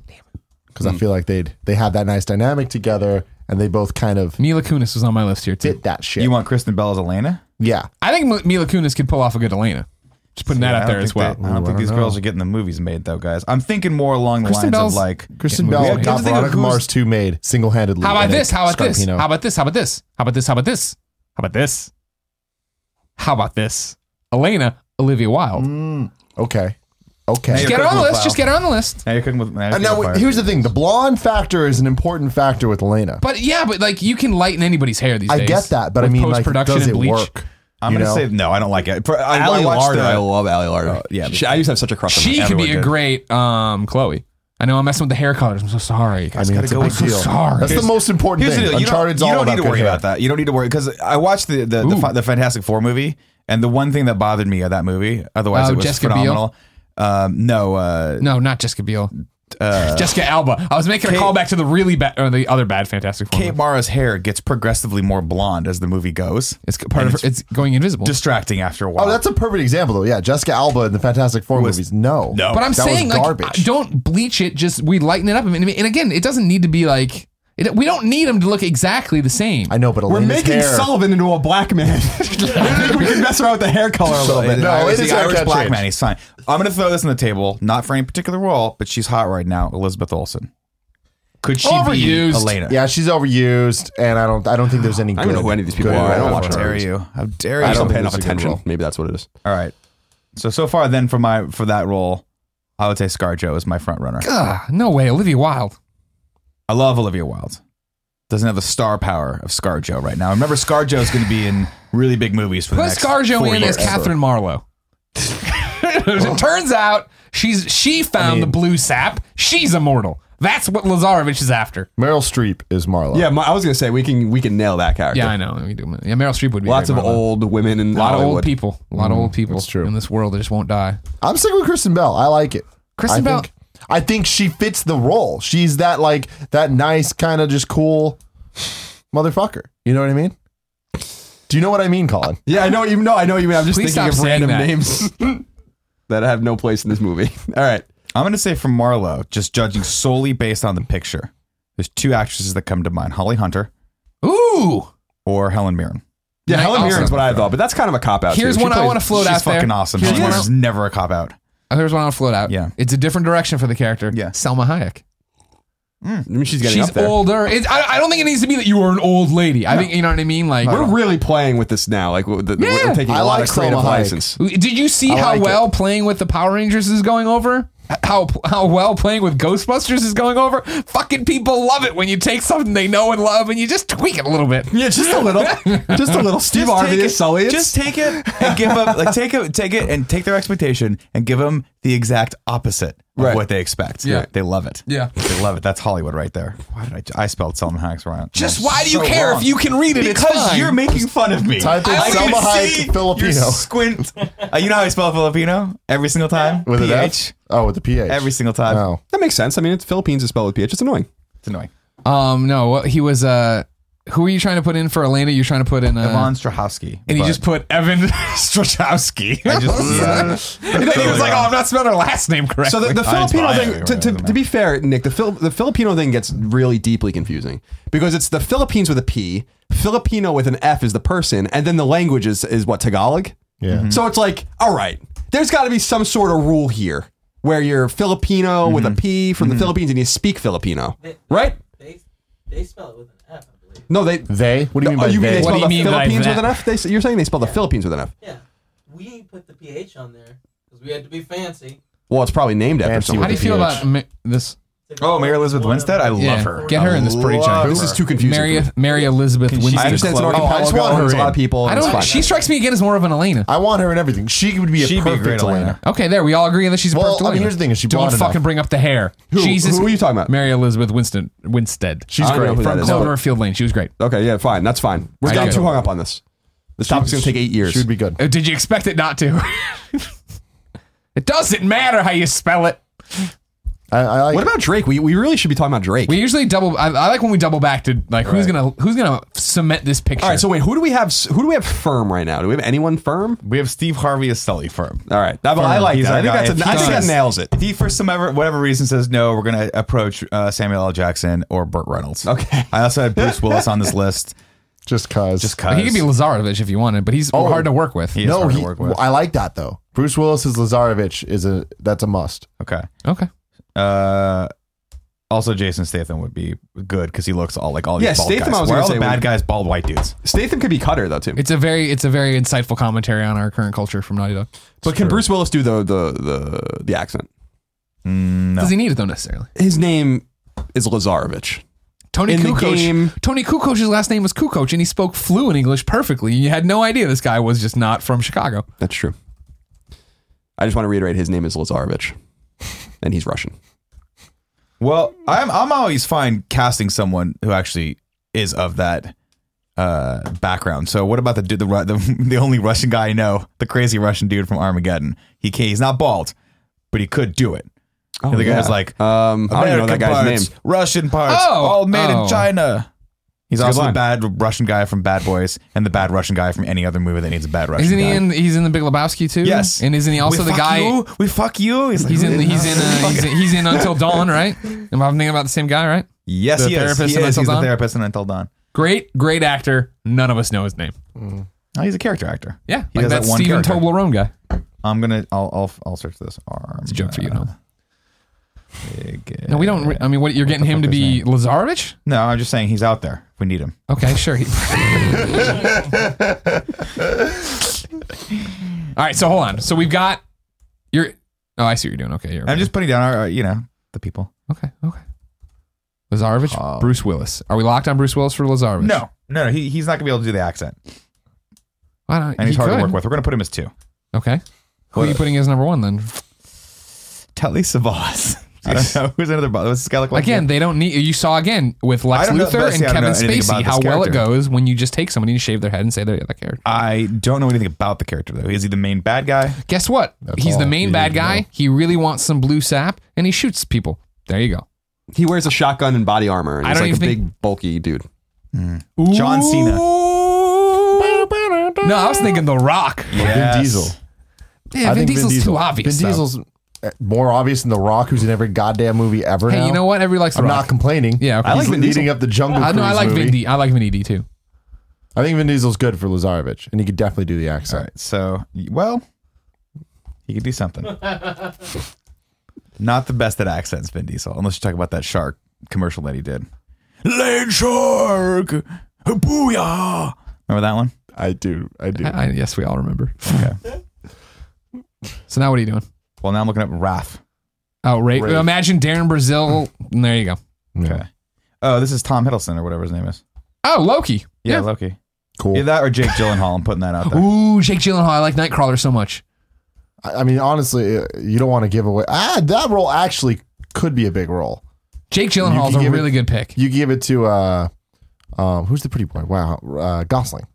[SPEAKER 1] because
[SPEAKER 2] Mm.
[SPEAKER 1] I feel like they'd they have that nice dynamic together, and they both kind of
[SPEAKER 2] Mila Kunis was on my list here too.
[SPEAKER 1] fit that shit.
[SPEAKER 3] You want Kristen Bell as Elena?
[SPEAKER 1] yeah,
[SPEAKER 2] I think M- Mila Kunis could pull off a good Elena. Just putting
[SPEAKER 3] Yeah,
[SPEAKER 2] that
[SPEAKER 3] I
[SPEAKER 2] out there
[SPEAKER 3] don't
[SPEAKER 2] as
[SPEAKER 3] think
[SPEAKER 2] well.
[SPEAKER 3] they- I don't think these girls are getting the movies made though, guys. I'm thinking more along the
[SPEAKER 2] Kristen
[SPEAKER 3] lines
[SPEAKER 2] Bell's-
[SPEAKER 3] of like
[SPEAKER 1] Kristen
[SPEAKER 2] Yeah,
[SPEAKER 1] Bell
[SPEAKER 2] yeah,
[SPEAKER 1] got
[SPEAKER 3] just think of
[SPEAKER 1] Veronica
[SPEAKER 3] who's-
[SPEAKER 1] Mars two made single handedly.
[SPEAKER 2] How about this? How about this? How about this? How about this? How about this? How about this? How about this? How about this? Elena, Olivia Wilde.
[SPEAKER 1] okay, okay.
[SPEAKER 3] Hey,
[SPEAKER 2] Get her on the
[SPEAKER 3] Quick
[SPEAKER 2] list. Just
[SPEAKER 3] profile.
[SPEAKER 2] get her on the list.
[SPEAKER 3] now you're cooking with. Now you're
[SPEAKER 1] And
[SPEAKER 3] cooking
[SPEAKER 1] now
[SPEAKER 3] with fire.
[SPEAKER 1] here's the thing: the blonde factor is an important factor with Elena.
[SPEAKER 2] But yeah, but like you can lighten anybody's hair these
[SPEAKER 1] I
[SPEAKER 2] days.
[SPEAKER 1] get that, but I
[SPEAKER 2] With
[SPEAKER 1] mean, like,
[SPEAKER 2] post-production
[SPEAKER 1] does
[SPEAKER 2] and
[SPEAKER 1] it
[SPEAKER 2] bleach.
[SPEAKER 1] work?
[SPEAKER 3] I'm
[SPEAKER 1] you
[SPEAKER 3] gonna
[SPEAKER 1] know?
[SPEAKER 3] say no. I don't like it. For- I, I
[SPEAKER 4] Ali
[SPEAKER 3] watched
[SPEAKER 4] Larder.
[SPEAKER 3] the-
[SPEAKER 4] I love Ali Larder.
[SPEAKER 3] yeah.
[SPEAKER 4] She- I used to have such a crush on her.
[SPEAKER 2] She could
[SPEAKER 3] Everyone
[SPEAKER 2] be a
[SPEAKER 3] did.
[SPEAKER 2] great um, Chloe. I know I'm messing with the hair colors. I'm so sorry.
[SPEAKER 1] I mean, it's a
[SPEAKER 3] go
[SPEAKER 1] big
[SPEAKER 3] with the
[SPEAKER 1] deal.
[SPEAKER 2] SAR.
[SPEAKER 1] That's
[SPEAKER 2] Here's-
[SPEAKER 1] the most important
[SPEAKER 3] Here's
[SPEAKER 1] thing.
[SPEAKER 3] the deal. You
[SPEAKER 1] Uncharted's
[SPEAKER 3] don't, you
[SPEAKER 1] all
[SPEAKER 3] don't
[SPEAKER 1] about
[SPEAKER 3] need to worry
[SPEAKER 1] good hair.
[SPEAKER 3] about that. You don't need to worry because I watched the the, the, fa- the Fantastic Four movie, and the one thing that bothered me of that movie, otherwise
[SPEAKER 2] Oh,
[SPEAKER 3] it was
[SPEAKER 2] Jessica Biel?
[SPEAKER 3] phenomenal. Um, no, uh,
[SPEAKER 2] No, not Jessica Biel.
[SPEAKER 1] Uh,
[SPEAKER 2] Jessica Alba. I was making a
[SPEAKER 3] Kate-
[SPEAKER 2] callback to the really bad or the other bad Fantastic Four.
[SPEAKER 3] Kate
[SPEAKER 2] movie.
[SPEAKER 3] Mara's hair gets progressively more blonde as the movie goes.
[SPEAKER 2] It's part of her, it's going invisible.
[SPEAKER 3] distracting after a while.
[SPEAKER 1] Oh, that's a perfect example, though. Yeah, Jessica Alba in the Fantastic Four
[SPEAKER 3] Was-
[SPEAKER 1] movies. No,
[SPEAKER 3] No.
[SPEAKER 2] but I'm
[SPEAKER 1] that was
[SPEAKER 2] saying like
[SPEAKER 1] garbage.
[SPEAKER 2] don't bleach it. Just we lighten it up. And, and again, it doesn't need to be like it, we don't need them to look exactly the same.
[SPEAKER 1] I know, but Elena's hair.
[SPEAKER 4] Sullivan into a black man. I think we can mess around with the hair color a little
[SPEAKER 1] bit. No,
[SPEAKER 3] Irish,
[SPEAKER 1] it is
[SPEAKER 3] the
[SPEAKER 1] our
[SPEAKER 3] Irish
[SPEAKER 1] catchphrase.
[SPEAKER 3] black man. He's fine. I'm gonna throw this on the table, not for any particular role, but she's hot right now. Elizabeth Olsen. Could she
[SPEAKER 2] Overused.
[SPEAKER 3] be Elena?
[SPEAKER 1] yeah, she's overused, and I don't. I don't think there's any.
[SPEAKER 4] I don't
[SPEAKER 1] good-
[SPEAKER 4] know who any of these people
[SPEAKER 1] good
[SPEAKER 4] are. I don't
[SPEAKER 1] role
[SPEAKER 3] How
[SPEAKER 4] watch
[SPEAKER 1] for
[SPEAKER 4] her.
[SPEAKER 3] dare you? How dare you?
[SPEAKER 4] I don't
[SPEAKER 1] think
[SPEAKER 4] pay enough
[SPEAKER 1] it's a good
[SPEAKER 4] attention.
[SPEAKER 1] role.
[SPEAKER 4] Maybe that's what it is.
[SPEAKER 3] All right. So so far then for my for that role, I would say ScarJo is my front runner.
[SPEAKER 2] Ugh, no way, Olivia Wilde.
[SPEAKER 3] I love Olivia Wilde. Doesn't have the star power of ScarJo right now. Remember, ScarJo is going to be in really big movies for the
[SPEAKER 2] Put
[SPEAKER 3] next
[SPEAKER 2] ScarJo
[SPEAKER 3] four
[SPEAKER 2] in as
[SPEAKER 3] years.
[SPEAKER 2] Catherine Marlowe. As it turns out she's she found the blue sap. She's immortal. That's what Lazarevich is after.
[SPEAKER 1] Meryl Streep is Marla.
[SPEAKER 4] Yeah, my, I was gonna say we can we can nail that character.
[SPEAKER 2] Yeah, I know. We do. Yeah, Meryl Streep would be
[SPEAKER 4] Lots
[SPEAKER 2] a
[SPEAKER 4] of
[SPEAKER 2] great Marlowe.
[SPEAKER 4] old women and
[SPEAKER 2] a lot of old people, a
[SPEAKER 3] Mm-hmm.
[SPEAKER 2] lot of old people
[SPEAKER 1] true.
[SPEAKER 2] in this world that just won't die.
[SPEAKER 1] I'm sick with Kristen Bell. I like it.
[SPEAKER 2] Kristen
[SPEAKER 1] I
[SPEAKER 2] Bell-
[SPEAKER 1] Think, I think she fits the role. She's that like that nice kind of just cool motherfucker. You know what I mean? Do you know what I mean, Colin?
[SPEAKER 4] Yeah, I know what you know. I know what you mean. I'm just
[SPEAKER 2] Please
[SPEAKER 4] thinking
[SPEAKER 2] stop
[SPEAKER 4] of
[SPEAKER 2] saying
[SPEAKER 4] random
[SPEAKER 2] that.
[SPEAKER 4] names that have no place in this movie. All right,
[SPEAKER 3] I'm going to say for Marlowe, just judging solely based on the picture, there's two actresses that come to mind: Holly Hunter
[SPEAKER 2] Ooh,
[SPEAKER 3] or Helen Mirren.
[SPEAKER 4] yeah,
[SPEAKER 2] Night
[SPEAKER 4] Helen
[SPEAKER 2] Owl.
[SPEAKER 4] Mirren's what I thought, but that's kind of a cop out.
[SPEAKER 2] here's one I want to float
[SPEAKER 3] She's
[SPEAKER 2] out there.
[SPEAKER 3] fucking awesome.
[SPEAKER 2] Here's
[SPEAKER 3] Helen
[SPEAKER 2] one,
[SPEAKER 3] Mirren's
[SPEAKER 2] I,
[SPEAKER 3] never a cop out.
[SPEAKER 2] here's one I want to float out.
[SPEAKER 3] Yeah.
[SPEAKER 2] it's a different direction for the character.
[SPEAKER 3] Yeah.
[SPEAKER 2] Selma Hayek.
[SPEAKER 4] I mean, she's getting
[SPEAKER 2] She's
[SPEAKER 4] up there.
[SPEAKER 2] older. It's, I, I don't think it needs to be that you are an old lady. I think you know what I mean. Like,
[SPEAKER 4] We're really playing with this now. Like we're, the,
[SPEAKER 2] Yeah.
[SPEAKER 4] we're taking a
[SPEAKER 1] I
[SPEAKER 4] lot
[SPEAKER 1] like
[SPEAKER 4] of creative
[SPEAKER 1] Selma Hayek.
[SPEAKER 4] license.
[SPEAKER 2] did you see how
[SPEAKER 1] like
[SPEAKER 2] well playing with the Power Rangers is going over? H- How how well playing with Ghostbusters is going over? Fucking people love it when you take something they know and love and you just tweak it a little bit.
[SPEAKER 4] Yeah, just a little, just a little. Steve
[SPEAKER 3] Just
[SPEAKER 4] Harvey
[SPEAKER 3] take it-
[SPEAKER 4] is Sully. It's-
[SPEAKER 3] Just take it and give them like take it, take it and take their expectation and give them the exact opposite of
[SPEAKER 4] Right.
[SPEAKER 3] what they expect.
[SPEAKER 2] Yeah.
[SPEAKER 3] they love it.
[SPEAKER 2] Yeah.
[SPEAKER 3] they love it. That's Hollywood right there. Why did I? I spelled Selma Hayek's right.
[SPEAKER 2] Just
[SPEAKER 3] I'm
[SPEAKER 2] why do you
[SPEAKER 3] so
[SPEAKER 2] care
[SPEAKER 3] wrong.
[SPEAKER 2] if you can read it? It's
[SPEAKER 3] Because
[SPEAKER 2] fine.
[SPEAKER 3] you're making fun of me.
[SPEAKER 1] Type in
[SPEAKER 3] I can
[SPEAKER 1] Selma Hayek
[SPEAKER 3] see
[SPEAKER 1] Filipino.
[SPEAKER 3] your Squint. Uh, you know how I spell Filipino every single time.
[SPEAKER 1] With an
[SPEAKER 3] PH.
[SPEAKER 1] F? Oh, with the PH.
[SPEAKER 3] Every single time.
[SPEAKER 1] Oh.
[SPEAKER 4] that makes sense. I mean, it's Philippines is spelled with ph. It's annoying.
[SPEAKER 3] It's annoying.
[SPEAKER 2] Um, no, what- he was. Uh, who are you trying to put in for Elena? You're trying to put in uh,
[SPEAKER 3] Von Strahowski.
[SPEAKER 2] and he
[SPEAKER 3] but
[SPEAKER 2] just put Evan Strachowski.
[SPEAKER 3] I just yeah.
[SPEAKER 2] and then he was like, "Oh, I'm not spelling her last name correctly."
[SPEAKER 4] So the, the
[SPEAKER 3] I-
[SPEAKER 4] Filipino
[SPEAKER 3] I-
[SPEAKER 4] thing, to, to, to be fair, Nick, the Phil, the Filipino thing gets really deeply confusing because it's the Philippines with a P, Filipino with an F is the person, and then the language is is what Tagalog.
[SPEAKER 1] Yeah.
[SPEAKER 4] So it's like, all right, there's got to be some sort of rule here where you're Filipino with
[SPEAKER 1] Mm-hmm.
[SPEAKER 4] a P from the Philippines and you speak Filipino, right?
[SPEAKER 5] They they spell it with an F, I believe.
[SPEAKER 4] No, they.
[SPEAKER 1] They? What do you mean
[SPEAKER 4] Oh,
[SPEAKER 1] by
[SPEAKER 4] you mean
[SPEAKER 1] they?
[SPEAKER 4] they
[SPEAKER 2] What
[SPEAKER 4] spell
[SPEAKER 2] do you
[SPEAKER 4] the
[SPEAKER 2] mean by
[SPEAKER 4] Philippines
[SPEAKER 2] that?
[SPEAKER 4] with an F? They, you're saying they spell the Philippines with an F?
[SPEAKER 5] Yeah, we put the PH on there because we had to be fancy.
[SPEAKER 4] Well, it's probably named after
[SPEAKER 1] Fancy
[SPEAKER 4] someone.
[SPEAKER 2] How do you feel
[SPEAKER 1] PH.
[SPEAKER 2] about mi- this?
[SPEAKER 5] It's like
[SPEAKER 3] Oh, Mary Elizabeth
[SPEAKER 5] one of
[SPEAKER 3] Winstead? I love
[SPEAKER 2] Yeah.
[SPEAKER 3] her.
[SPEAKER 2] Get her
[SPEAKER 3] I
[SPEAKER 2] in this pretty
[SPEAKER 3] love
[SPEAKER 2] chick.
[SPEAKER 4] This
[SPEAKER 3] her.
[SPEAKER 4] is too confusing.
[SPEAKER 2] Mary,
[SPEAKER 4] for me.
[SPEAKER 2] Mary Elizabeth
[SPEAKER 3] she-
[SPEAKER 2] Winston.
[SPEAKER 4] I understand it's an
[SPEAKER 3] Oh, I
[SPEAKER 4] archipelago.
[SPEAKER 1] just want her
[SPEAKER 4] there's a lot
[SPEAKER 1] in.
[SPEAKER 4] of people.
[SPEAKER 2] I
[SPEAKER 4] and it's
[SPEAKER 2] don't.
[SPEAKER 4] fine.
[SPEAKER 2] She strikes me again as more of an Elena.
[SPEAKER 1] I want her in everything. She would be a
[SPEAKER 3] She'd be a
[SPEAKER 1] perfect
[SPEAKER 3] great
[SPEAKER 1] Elena.
[SPEAKER 3] Elena.
[SPEAKER 2] Okay, there we all agree that she's
[SPEAKER 1] Well,
[SPEAKER 2] perfect.
[SPEAKER 1] I mean,
[SPEAKER 2] Elena.
[SPEAKER 1] here's the thing, is she
[SPEAKER 2] don't
[SPEAKER 1] blonde enough?
[SPEAKER 2] fucking bring up the hair. Jesus,
[SPEAKER 4] who are you talking about?
[SPEAKER 2] Mary Elizabeth Winston Winstead.
[SPEAKER 1] She's
[SPEAKER 4] I don't
[SPEAKER 1] great.
[SPEAKER 4] know who that
[SPEAKER 2] from
[SPEAKER 4] is,
[SPEAKER 2] Cloverfield Lane. She was great.
[SPEAKER 4] Okay, yeah, fine. That's fine. We're
[SPEAKER 2] I
[SPEAKER 4] not
[SPEAKER 2] do.
[SPEAKER 4] too hung up on this. This topic's going to take eight years.
[SPEAKER 1] She would be good.
[SPEAKER 2] Uh, Did you expect it not to? it doesn't matter how you spell it.
[SPEAKER 1] I, I like
[SPEAKER 4] What about Drake? We, we really should be talking about Drake.
[SPEAKER 2] We usually double. I, I like when we double back to like who's gonna who's gonna cement this picture.
[SPEAKER 4] All right, so wait, who do we have? Who do we have firm right now? Do we have anyone firm?
[SPEAKER 3] We have Steve Harvey as Sully firm.
[SPEAKER 4] All right, that, I like
[SPEAKER 3] He's
[SPEAKER 4] that. I
[SPEAKER 3] our
[SPEAKER 4] think,
[SPEAKER 3] guy.
[SPEAKER 4] that's
[SPEAKER 3] If
[SPEAKER 4] a,
[SPEAKER 3] he
[SPEAKER 4] I think that
[SPEAKER 3] does-
[SPEAKER 4] nails it.
[SPEAKER 3] If he, for some ever, whatever reason, says no, we're going to approach uh, Samuel L. Jackson or Burt Reynolds.
[SPEAKER 4] Okay.
[SPEAKER 3] I also had Bruce Willis on this list.
[SPEAKER 1] just cause? Just
[SPEAKER 3] Cause
[SPEAKER 2] he could be Lazarevich if you wanted, but
[SPEAKER 4] Oh.
[SPEAKER 2] he's hard to work with.
[SPEAKER 3] is
[SPEAKER 1] No,
[SPEAKER 3] hard to
[SPEAKER 1] he,
[SPEAKER 3] work with.
[SPEAKER 1] I like that though. Bruce Willis as Lazarevich is a that's a must.
[SPEAKER 3] okay.
[SPEAKER 2] Okay.
[SPEAKER 3] Uh, also, Jason Statham would be good because he looks all like all these
[SPEAKER 4] Yeah,
[SPEAKER 3] bald
[SPEAKER 4] Statham,
[SPEAKER 3] guys.
[SPEAKER 4] I was
[SPEAKER 3] Where
[SPEAKER 4] gonna
[SPEAKER 3] are all
[SPEAKER 4] say
[SPEAKER 3] the bad
[SPEAKER 4] would-
[SPEAKER 3] guys, bald white dudes.
[SPEAKER 4] Statham could be Cutter though too.
[SPEAKER 2] It's a very it's a very insightful commentary on our current culture from Naughty Dog.
[SPEAKER 4] but can Bruce Willis do the the the the accent?
[SPEAKER 2] Does he need it though necessarily?
[SPEAKER 4] His name is Lazarevich.
[SPEAKER 2] Tony
[SPEAKER 4] In the
[SPEAKER 2] Kukoc.
[SPEAKER 4] game-
[SPEAKER 2] Tony Kukoc's last name was Kukoc, and he spoke fluent English perfectly. You had no idea this guy was just not from Chicago.
[SPEAKER 4] That's true. I just want to reiterate his name is Lazarevich, and he's Russian.
[SPEAKER 3] Well, I'm I'm always fine casting someone who actually is of that uh, background. So what about the dude- the Ru- the the only Russian guy I know, the crazy Russian dude from Armageddon? He can, he's not bald, but he could do it.
[SPEAKER 4] Oh,
[SPEAKER 3] the guy's like,
[SPEAKER 4] um, I don't even know that
[SPEAKER 3] American
[SPEAKER 4] guy's
[SPEAKER 3] parts,
[SPEAKER 4] name.
[SPEAKER 3] Russian parts,
[SPEAKER 2] Oh,
[SPEAKER 3] all made
[SPEAKER 2] oh.
[SPEAKER 3] in China. He's
[SPEAKER 4] It's a good
[SPEAKER 3] also the
[SPEAKER 4] line.
[SPEAKER 3] bad Russian guy from Bad Boys and the bad Russian guy from any other movie that needs a bad Russian
[SPEAKER 2] Isn't
[SPEAKER 3] guy.
[SPEAKER 2] he in? He's in the Big Lebowski too.
[SPEAKER 3] Yes.
[SPEAKER 2] and isn't he also the
[SPEAKER 3] we fuck
[SPEAKER 2] guy?
[SPEAKER 3] You, we fuck you. He's, like,
[SPEAKER 2] He's in.
[SPEAKER 3] "Really?
[SPEAKER 2] He's in. Uh, he's, in he's in Until Dawn, right? Am I thinking about the same guy, right?
[SPEAKER 3] yes,
[SPEAKER 2] the
[SPEAKER 3] he is.
[SPEAKER 2] therapist
[SPEAKER 3] He
[SPEAKER 2] in
[SPEAKER 3] is.
[SPEAKER 2] Until
[SPEAKER 3] He's the
[SPEAKER 2] Dawn?
[SPEAKER 3] therapist in Until Dawn.
[SPEAKER 2] Great, great actor. None of us know his name.
[SPEAKER 3] Oh, he's a character actor.
[SPEAKER 2] Yeah,
[SPEAKER 3] he
[SPEAKER 2] like
[SPEAKER 3] does
[SPEAKER 2] that,
[SPEAKER 3] one
[SPEAKER 2] Stephen
[SPEAKER 3] character.
[SPEAKER 2] Toblerone guy.
[SPEAKER 3] I'm gonna. I'll. I'll. I'll search this. Arm. uh, It's
[SPEAKER 2] a joke for you, no?
[SPEAKER 3] Big,
[SPEAKER 2] No, we don't. Re- I mean, what you're getting him to
[SPEAKER 3] fuck
[SPEAKER 2] be
[SPEAKER 3] is
[SPEAKER 2] Lazarevich?
[SPEAKER 3] No, I'm just saying he's out there. We need him.
[SPEAKER 2] Okay, sure. He- All right, so hold on. So we've got your. Oh, I see what you're doing. Okay, you're
[SPEAKER 3] I'm just putting down our. uh, You know, the people.
[SPEAKER 2] okay. Okay. Lazarevich, Bruce Willis. Are we locked on Bruce Willis for Lazarevich?
[SPEAKER 3] Uh, No, no, no. He, he's not gonna be able to do the accent,
[SPEAKER 2] Why not?
[SPEAKER 3] and he's
[SPEAKER 2] He
[SPEAKER 3] hard to
[SPEAKER 2] could.
[SPEAKER 3] work with. We're gonna put him as two.
[SPEAKER 2] Okay. Who are you putting as number one then?
[SPEAKER 3] Telly Savalas. I don't know who's another. bo- What's this guy look like?
[SPEAKER 2] Again, they don't need. You saw again with
[SPEAKER 3] I
[SPEAKER 2] Lex
[SPEAKER 3] don't know-
[SPEAKER 2] Luthor
[SPEAKER 3] but
[SPEAKER 2] and
[SPEAKER 3] see, I don't
[SPEAKER 2] Kevin
[SPEAKER 3] know anything about
[SPEAKER 2] Spacey
[SPEAKER 3] this
[SPEAKER 2] how well it
[SPEAKER 3] character.
[SPEAKER 2] goes when you just take somebody and shave their head and say they're the character.
[SPEAKER 3] I don't know anything about the character though. Is he the main bad guy?
[SPEAKER 2] Guess what? He's the
[SPEAKER 1] all
[SPEAKER 2] main
[SPEAKER 1] you
[SPEAKER 2] bad
[SPEAKER 1] need to
[SPEAKER 2] guy.
[SPEAKER 1] know.
[SPEAKER 2] He really wants some blue sap and he shoots people. There you go.
[SPEAKER 4] He wears a shotgun and body armor, and
[SPEAKER 2] I
[SPEAKER 4] he's
[SPEAKER 2] don't
[SPEAKER 4] like a
[SPEAKER 2] even
[SPEAKER 4] big
[SPEAKER 2] think-
[SPEAKER 4] bulky dude.
[SPEAKER 3] John Cena.
[SPEAKER 2] No, I was thinking The Rock.
[SPEAKER 3] Yes.
[SPEAKER 1] Vin Diesel.
[SPEAKER 2] Yeah,
[SPEAKER 1] I
[SPEAKER 2] Vin
[SPEAKER 1] think
[SPEAKER 2] Diesel's
[SPEAKER 1] Diesel-
[SPEAKER 2] too obvious.
[SPEAKER 1] Vin
[SPEAKER 2] though.
[SPEAKER 1] Diesel's uh, more obvious than The Rock, who's in every goddamn movie ever.
[SPEAKER 2] Hey,
[SPEAKER 1] now.
[SPEAKER 2] you know what? Everybody likes The
[SPEAKER 1] I'm
[SPEAKER 2] Rock.
[SPEAKER 1] not complaining.
[SPEAKER 2] Yeah, okay. I
[SPEAKER 1] I
[SPEAKER 2] like
[SPEAKER 1] like
[SPEAKER 4] Vin
[SPEAKER 1] leading
[SPEAKER 4] Diesel.
[SPEAKER 1] up the Jungle
[SPEAKER 2] I,
[SPEAKER 1] Cruise
[SPEAKER 2] no, I like
[SPEAKER 1] movie.
[SPEAKER 2] Vin D. I like Vin D too.
[SPEAKER 1] I think Vin Diesel's good for Lazarevich, and he could definitely do the
[SPEAKER 3] All
[SPEAKER 1] accent.
[SPEAKER 3] right. So, well, he could do something. Not the best at accents, Vin Diesel, unless you talk about that shark commercial that he did. Land shark, booyah! Remember that one?
[SPEAKER 1] I do. I do.
[SPEAKER 2] I, I, yes, we all remember. so now what are you doing?
[SPEAKER 3] Well, now I'm looking up Wrath.
[SPEAKER 2] Oh, Ray.
[SPEAKER 1] Ray.
[SPEAKER 2] Imagine Darren Brazil. there you go.
[SPEAKER 1] Yeah.
[SPEAKER 3] Oh, this is Tom Hiddleston or whatever his name is.
[SPEAKER 2] Oh, Loki.
[SPEAKER 3] Yeah, Loki.
[SPEAKER 1] Cool.
[SPEAKER 3] Yeah, that or Jake Gyllenhaal. I'm putting that out there.
[SPEAKER 2] Ooh, Jake Gyllenhaal. I like Nightcrawler so much.
[SPEAKER 1] I I mean, honestly, uh, you don't want to give away. Ah, that role actually could be a big role.
[SPEAKER 2] Jake Gyllenhaal's
[SPEAKER 1] You
[SPEAKER 2] a
[SPEAKER 1] give it-
[SPEAKER 2] really good pick.
[SPEAKER 1] You give it to uh, um, who's the pretty boy? Wow, uh, Gosling.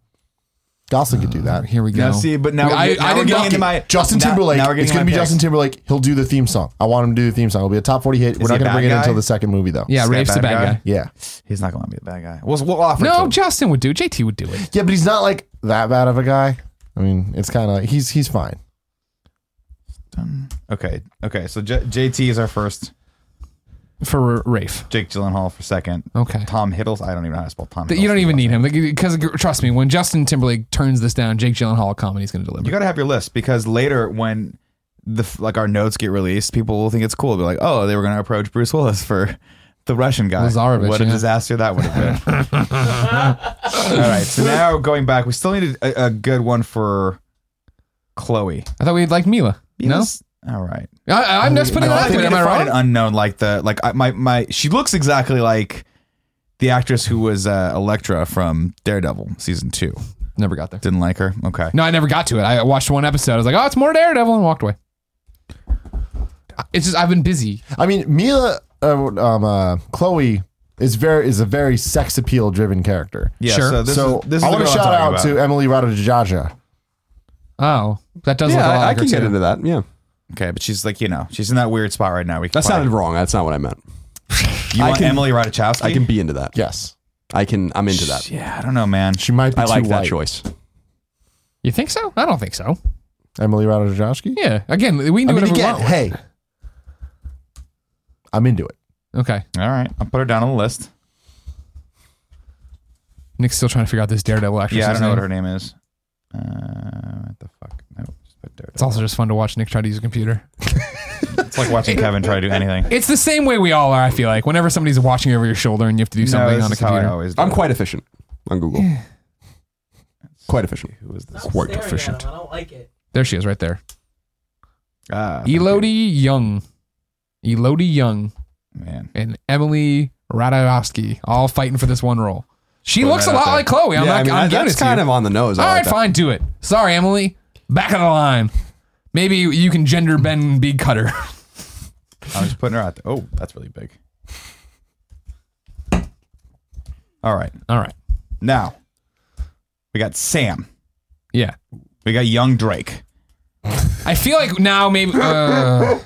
[SPEAKER 1] Gosling could do that.
[SPEAKER 2] Here we go.
[SPEAKER 3] Now, see, but now,
[SPEAKER 2] We-
[SPEAKER 3] we're,
[SPEAKER 2] I-
[SPEAKER 3] get- now
[SPEAKER 2] I
[SPEAKER 3] we're
[SPEAKER 2] didn't
[SPEAKER 3] getting
[SPEAKER 2] look
[SPEAKER 3] into
[SPEAKER 2] at
[SPEAKER 3] my
[SPEAKER 1] Justin
[SPEAKER 3] Uh, now-
[SPEAKER 1] Timberlake.
[SPEAKER 3] now we're getting
[SPEAKER 1] it's going to
[SPEAKER 3] my
[SPEAKER 1] be
[SPEAKER 3] picks.
[SPEAKER 1] Justin Timberlake. He'll do the theme song. I want him to do the theme song. It'll be a top forty hit. We're
[SPEAKER 3] he
[SPEAKER 1] not going
[SPEAKER 3] a
[SPEAKER 1] to
[SPEAKER 3] bad
[SPEAKER 1] bring it
[SPEAKER 3] guy?
[SPEAKER 1] until the second movie though.
[SPEAKER 2] yeah,
[SPEAKER 3] Is he a
[SPEAKER 2] Rafe's the
[SPEAKER 3] bad
[SPEAKER 2] bad guy.
[SPEAKER 3] guy?
[SPEAKER 1] yeah,
[SPEAKER 3] He's not going to be the bad guy. We'll, we'll offer. it to
[SPEAKER 2] No,
[SPEAKER 3] him.
[SPEAKER 2] Justin would do it. JT would do it.
[SPEAKER 1] yeah. But he's not like that bad of a guy. I mean, it's kind of like he's he's fine.
[SPEAKER 3] Okay. Okay. So J- JT is our first.
[SPEAKER 2] for Rafe.
[SPEAKER 3] Jake Gyllenhaal for second.
[SPEAKER 2] Okay.
[SPEAKER 3] Tom Hiddles. I don't even know how to spell Tom.
[SPEAKER 2] That you
[SPEAKER 3] Hiddleston.
[SPEAKER 2] don't even need him because trust me, when Justin Timberlake turns this down, Jake Gyllenhaal comedy is going to deliver.
[SPEAKER 3] You got to have your list because later when the f- like our notes get released, people will think it's cool. They'll be like, oh, they were going to approach Bruce Willis for the Russian guy.
[SPEAKER 2] Lazarevich,
[SPEAKER 3] what a
[SPEAKER 2] yeah.
[SPEAKER 3] disaster that would have been. All right. So now going back, we still needed a, a good one for Chloe.
[SPEAKER 2] I thought we'd like Mila.
[SPEAKER 3] Yes. All right.
[SPEAKER 2] I, I'm just putting it
[SPEAKER 3] I
[SPEAKER 2] out there.
[SPEAKER 3] think we
[SPEAKER 2] Am
[SPEAKER 3] need
[SPEAKER 2] I
[SPEAKER 3] to find
[SPEAKER 2] wrong?
[SPEAKER 3] An unknown, like the like I, my my. She looks exactly like the actress who was uh, Electra from Daredevil season two.
[SPEAKER 2] Never got there.
[SPEAKER 3] Didn't like her. Okay.
[SPEAKER 2] No, I never got to it. I watched one episode. I was like, oh, it's more Daredevil, and walked away. It's just I've been busy.
[SPEAKER 1] I mean, Mila, uh, um, uh, Chloe is very is a very sex appeal driven character.
[SPEAKER 3] Yeah.
[SPEAKER 2] Sure.
[SPEAKER 3] So this
[SPEAKER 1] so
[SPEAKER 3] is, this is
[SPEAKER 1] I
[SPEAKER 3] the
[SPEAKER 1] want to
[SPEAKER 3] girl I'm
[SPEAKER 1] shout
[SPEAKER 3] talking
[SPEAKER 1] out
[SPEAKER 3] about.
[SPEAKER 1] to Emily Ratajkowski.
[SPEAKER 2] Oh, that does look a
[SPEAKER 4] Yeah,
[SPEAKER 2] lot
[SPEAKER 4] I, I
[SPEAKER 2] like her
[SPEAKER 4] can get
[SPEAKER 2] too.
[SPEAKER 4] into that. Yeah,
[SPEAKER 3] Okay, but she's like you know she's in that weird spot right now. We can
[SPEAKER 4] that sounded
[SPEAKER 3] probably-
[SPEAKER 4] wrong. That's not what I meant.
[SPEAKER 3] You
[SPEAKER 4] I
[SPEAKER 3] want
[SPEAKER 4] can-
[SPEAKER 3] Emily Ratajkowski?
[SPEAKER 4] I can be into that.
[SPEAKER 1] Yes,
[SPEAKER 4] I can. I'm into that.
[SPEAKER 3] Yeah, I don't know, man.
[SPEAKER 1] she might be
[SPEAKER 4] I
[SPEAKER 1] too
[SPEAKER 4] like
[SPEAKER 1] white.
[SPEAKER 4] that choice.
[SPEAKER 2] You think so? I don't think so.
[SPEAKER 1] Emily Ratajkowski.
[SPEAKER 2] Yeah. Again, we can
[SPEAKER 1] I
[SPEAKER 2] do
[SPEAKER 1] mean,
[SPEAKER 2] whatever
[SPEAKER 1] again,
[SPEAKER 2] we want.
[SPEAKER 1] hey, I'm into it.
[SPEAKER 2] Okay.
[SPEAKER 3] All right, I'll put her down on the list.
[SPEAKER 2] Nick's still trying to figure out this Daredevil actress.
[SPEAKER 3] Yeah, I don't know what her name is. Uh, what the fuck? No, just put Daredevil.
[SPEAKER 2] It's also just fun to watch Nick try to use a computer.
[SPEAKER 3] It's like watching Kevin try to do anything.
[SPEAKER 2] It's the same way we all are. I feel like whenever somebody's watching over your shoulder and you have to do something
[SPEAKER 3] this
[SPEAKER 2] on a
[SPEAKER 3] is how I
[SPEAKER 2] computer.
[SPEAKER 3] always do
[SPEAKER 4] I'm
[SPEAKER 3] it.
[SPEAKER 4] quite efficient on Google. Quite efficient.
[SPEAKER 3] Who is this?
[SPEAKER 5] Stop
[SPEAKER 4] Quite
[SPEAKER 5] staring at
[SPEAKER 4] efficient.
[SPEAKER 5] him, I don't like it.
[SPEAKER 2] There she is, right there.
[SPEAKER 3] Ah,
[SPEAKER 2] Uh,
[SPEAKER 3] thank you.
[SPEAKER 2] Elodie Young, Elodie Young,
[SPEAKER 3] Man.
[SPEAKER 2] and Emily Radowski all fighting for this one role. She
[SPEAKER 3] Put
[SPEAKER 2] looks
[SPEAKER 3] that
[SPEAKER 2] a
[SPEAKER 3] out
[SPEAKER 2] lot
[SPEAKER 3] there.
[SPEAKER 2] like Chloe. I'm
[SPEAKER 4] yeah,
[SPEAKER 2] not.
[SPEAKER 4] I mean,
[SPEAKER 2] I'm
[SPEAKER 4] I-
[SPEAKER 2] giving
[SPEAKER 4] that's
[SPEAKER 2] it to you.
[SPEAKER 4] kind of on the nose. I
[SPEAKER 2] All
[SPEAKER 4] like
[SPEAKER 2] right,
[SPEAKER 4] that.
[SPEAKER 2] fine, do it. Sorry, Emily. Back of the line. Maybe you can gender Ben Big Cutter.
[SPEAKER 3] I'm just putting her out there. Oh, that's really big. All right.
[SPEAKER 2] All right.
[SPEAKER 3] Now, we got Sam.
[SPEAKER 2] Yeah.
[SPEAKER 3] We got young Drake.
[SPEAKER 2] I feel like now maybe. Uh,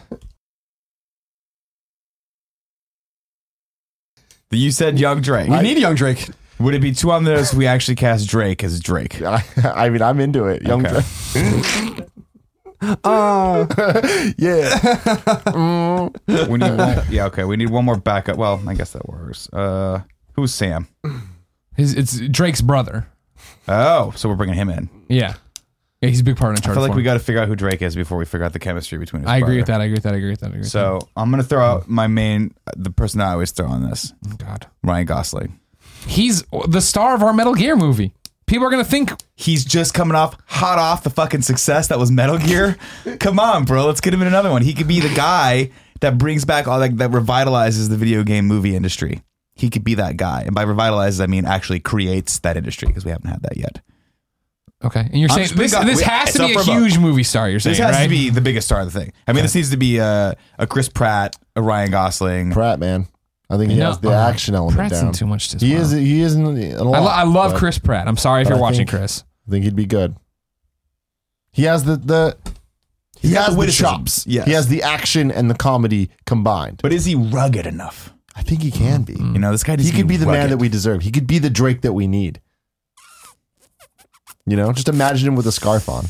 [SPEAKER 3] You said young Drake.
[SPEAKER 4] We need young Drake.
[SPEAKER 3] Would it be two on those if we actually cast Drake as Drake?
[SPEAKER 1] I, I mean, I'm into it. Young,
[SPEAKER 3] Okay.
[SPEAKER 4] Uh,
[SPEAKER 1] yeah.
[SPEAKER 3] We need one, yeah, okay. We need one more backup. Well, I guess that works. Uh, who's Sam?
[SPEAKER 2] his, it's Drake's brother.
[SPEAKER 3] Oh, so we're bringing him in.
[SPEAKER 2] Yeah. Yeah, he's a big part in
[SPEAKER 3] I
[SPEAKER 2] charge.
[SPEAKER 3] feel like we
[SPEAKER 2] got.
[SPEAKER 3] got to figure out who Drake is before we figure out the chemistry between us.
[SPEAKER 2] I agree with that. I agree with that. I agree with that. I agree with
[SPEAKER 3] So I'm gonna throw out my main, the person that I always throw on this,
[SPEAKER 2] that. God.
[SPEAKER 3] Ryan Gosling.
[SPEAKER 2] He's the star of our Metal Gear movie. People are going to think
[SPEAKER 3] He's just coming off, hot off the fucking success that was Metal Gear. Come on, bro, let's get him in another one. He could be the guy that brings back all that, that revitalizes the video game movie industry. He could be that guy, and by revitalizes, I mean actually creates that industry because we haven't had that yet.
[SPEAKER 2] Okay, and you're
[SPEAKER 3] I'm
[SPEAKER 2] saying
[SPEAKER 3] just
[SPEAKER 2] this,
[SPEAKER 3] big on-
[SPEAKER 2] this
[SPEAKER 3] we-
[SPEAKER 2] has
[SPEAKER 3] it's
[SPEAKER 2] to be
[SPEAKER 3] up
[SPEAKER 2] a
[SPEAKER 3] for vote.
[SPEAKER 2] huge movie star. You're saying,
[SPEAKER 3] This has
[SPEAKER 2] right?
[SPEAKER 3] to be the biggest star of the thing. I mean, this needs to be a, a Chris Pratt, a Ryan Gosling.
[SPEAKER 1] Pratt, man. I think he
[SPEAKER 2] No,
[SPEAKER 1] has the
[SPEAKER 3] oh,
[SPEAKER 2] uh,
[SPEAKER 1] action element
[SPEAKER 2] Pratt's
[SPEAKER 1] down.
[SPEAKER 2] in too much. This
[SPEAKER 1] he
[SPEAKER 2] world.
[SPEAKER 1] is. He isn't. A lot,
[SPEAKER 2] I, lo- I love
[SPEAKER 1] but
[SPEAKER 2] Chris Pratt. I'm sorry if
[SPEAKER 1] but
[SPEAKER 2] you're
[SPEAKER 1] I
[SPEAKER 2] watching
[SPEAKER 1] think-
[SPEAKER 2] Chris.
[SPEAKER 1] I think he'd be good. He has the the. He
[SPEAKER 3] got
[SPEAKER 1] has
[SPEAKER 3] the
[SPEAKER 1] the,
[SPEAKER 3] witticism.
[SPEAKER 1] chops.
[SPEAKER 3] Yes.
[SPEAKER 1] He has the action and the comedy combined.
[SPEAKER 3] But is he rugged enough?
[SPEAKER 1] I think he can be.
[SPEAKER 3] You know, this guy.
[SPEAKER 1] He
[SPEAKER 3] needs to
[SPEAKER 1] could be the man
[SPEAKER 3] rugged.
[SPEAKER 1] that we deserve. He could be the Drake that we need. You know, just imagine him with a scarf on,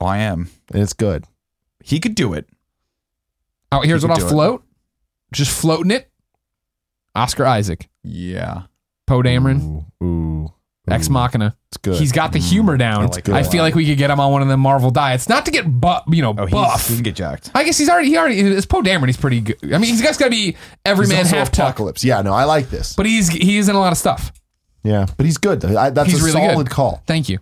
[SPEAKER 3] Oh, I am.
[SPEAKER 1] and it's good.
[SPEAKER 3] He could do it.
[SPEAKER 2] Oh, here's
[SPEAKER 3] could
[SPEAKER 2] what I'll
[SPEAKER 3] do it.
[SPEAKER 2] float. Just floating it. Oscar Isaac,
[SPEAKER 3] Yeah.
[SPEAKER 2] Poe Dameron,
[SPEAKER 1] Ooh, ooh,
[SPEAKER 2] Ex
[SPEAKER 1] ooh.
[SPEAKER 2] Machina.
[SPEAKER 1] It's good.
[SPEAKER 2] He's got the humor down.
[SPEAKER 1] It's good.
[SPEAKER 2] I feel like we could get him on one of the Marvel diets. Not to get buff, you know,
[SPEAKER 3] Oh, he's,
[SPEAKER 2] buff.
[SPEAKER 3] he can get jacked.
[SPEAKER 2] I guess he's already he already is Poe Dameron. He's pretty good. I mean, he's got to be every
[SPEAKER 1] He's
[SPEAKER 2] man
[SPEAKER 1] also
[SPEAKER 2] half tuck,
[SPEAKER 1] apocalypse. Yeah, no, I like this.
[SPEAKER 2] but he's he is in a lot of stuff.
[SPEAKER 1] yeah, but he's good. though. I, that's
[SPEAKER 2] He's
[SPEAKER 1] a
[SPEAKER 2] really
[SPEAKER 1] solid
[SPEAKER 2] good.
[SPEAKER 1] call.
[SPEAKER 2] Thank you.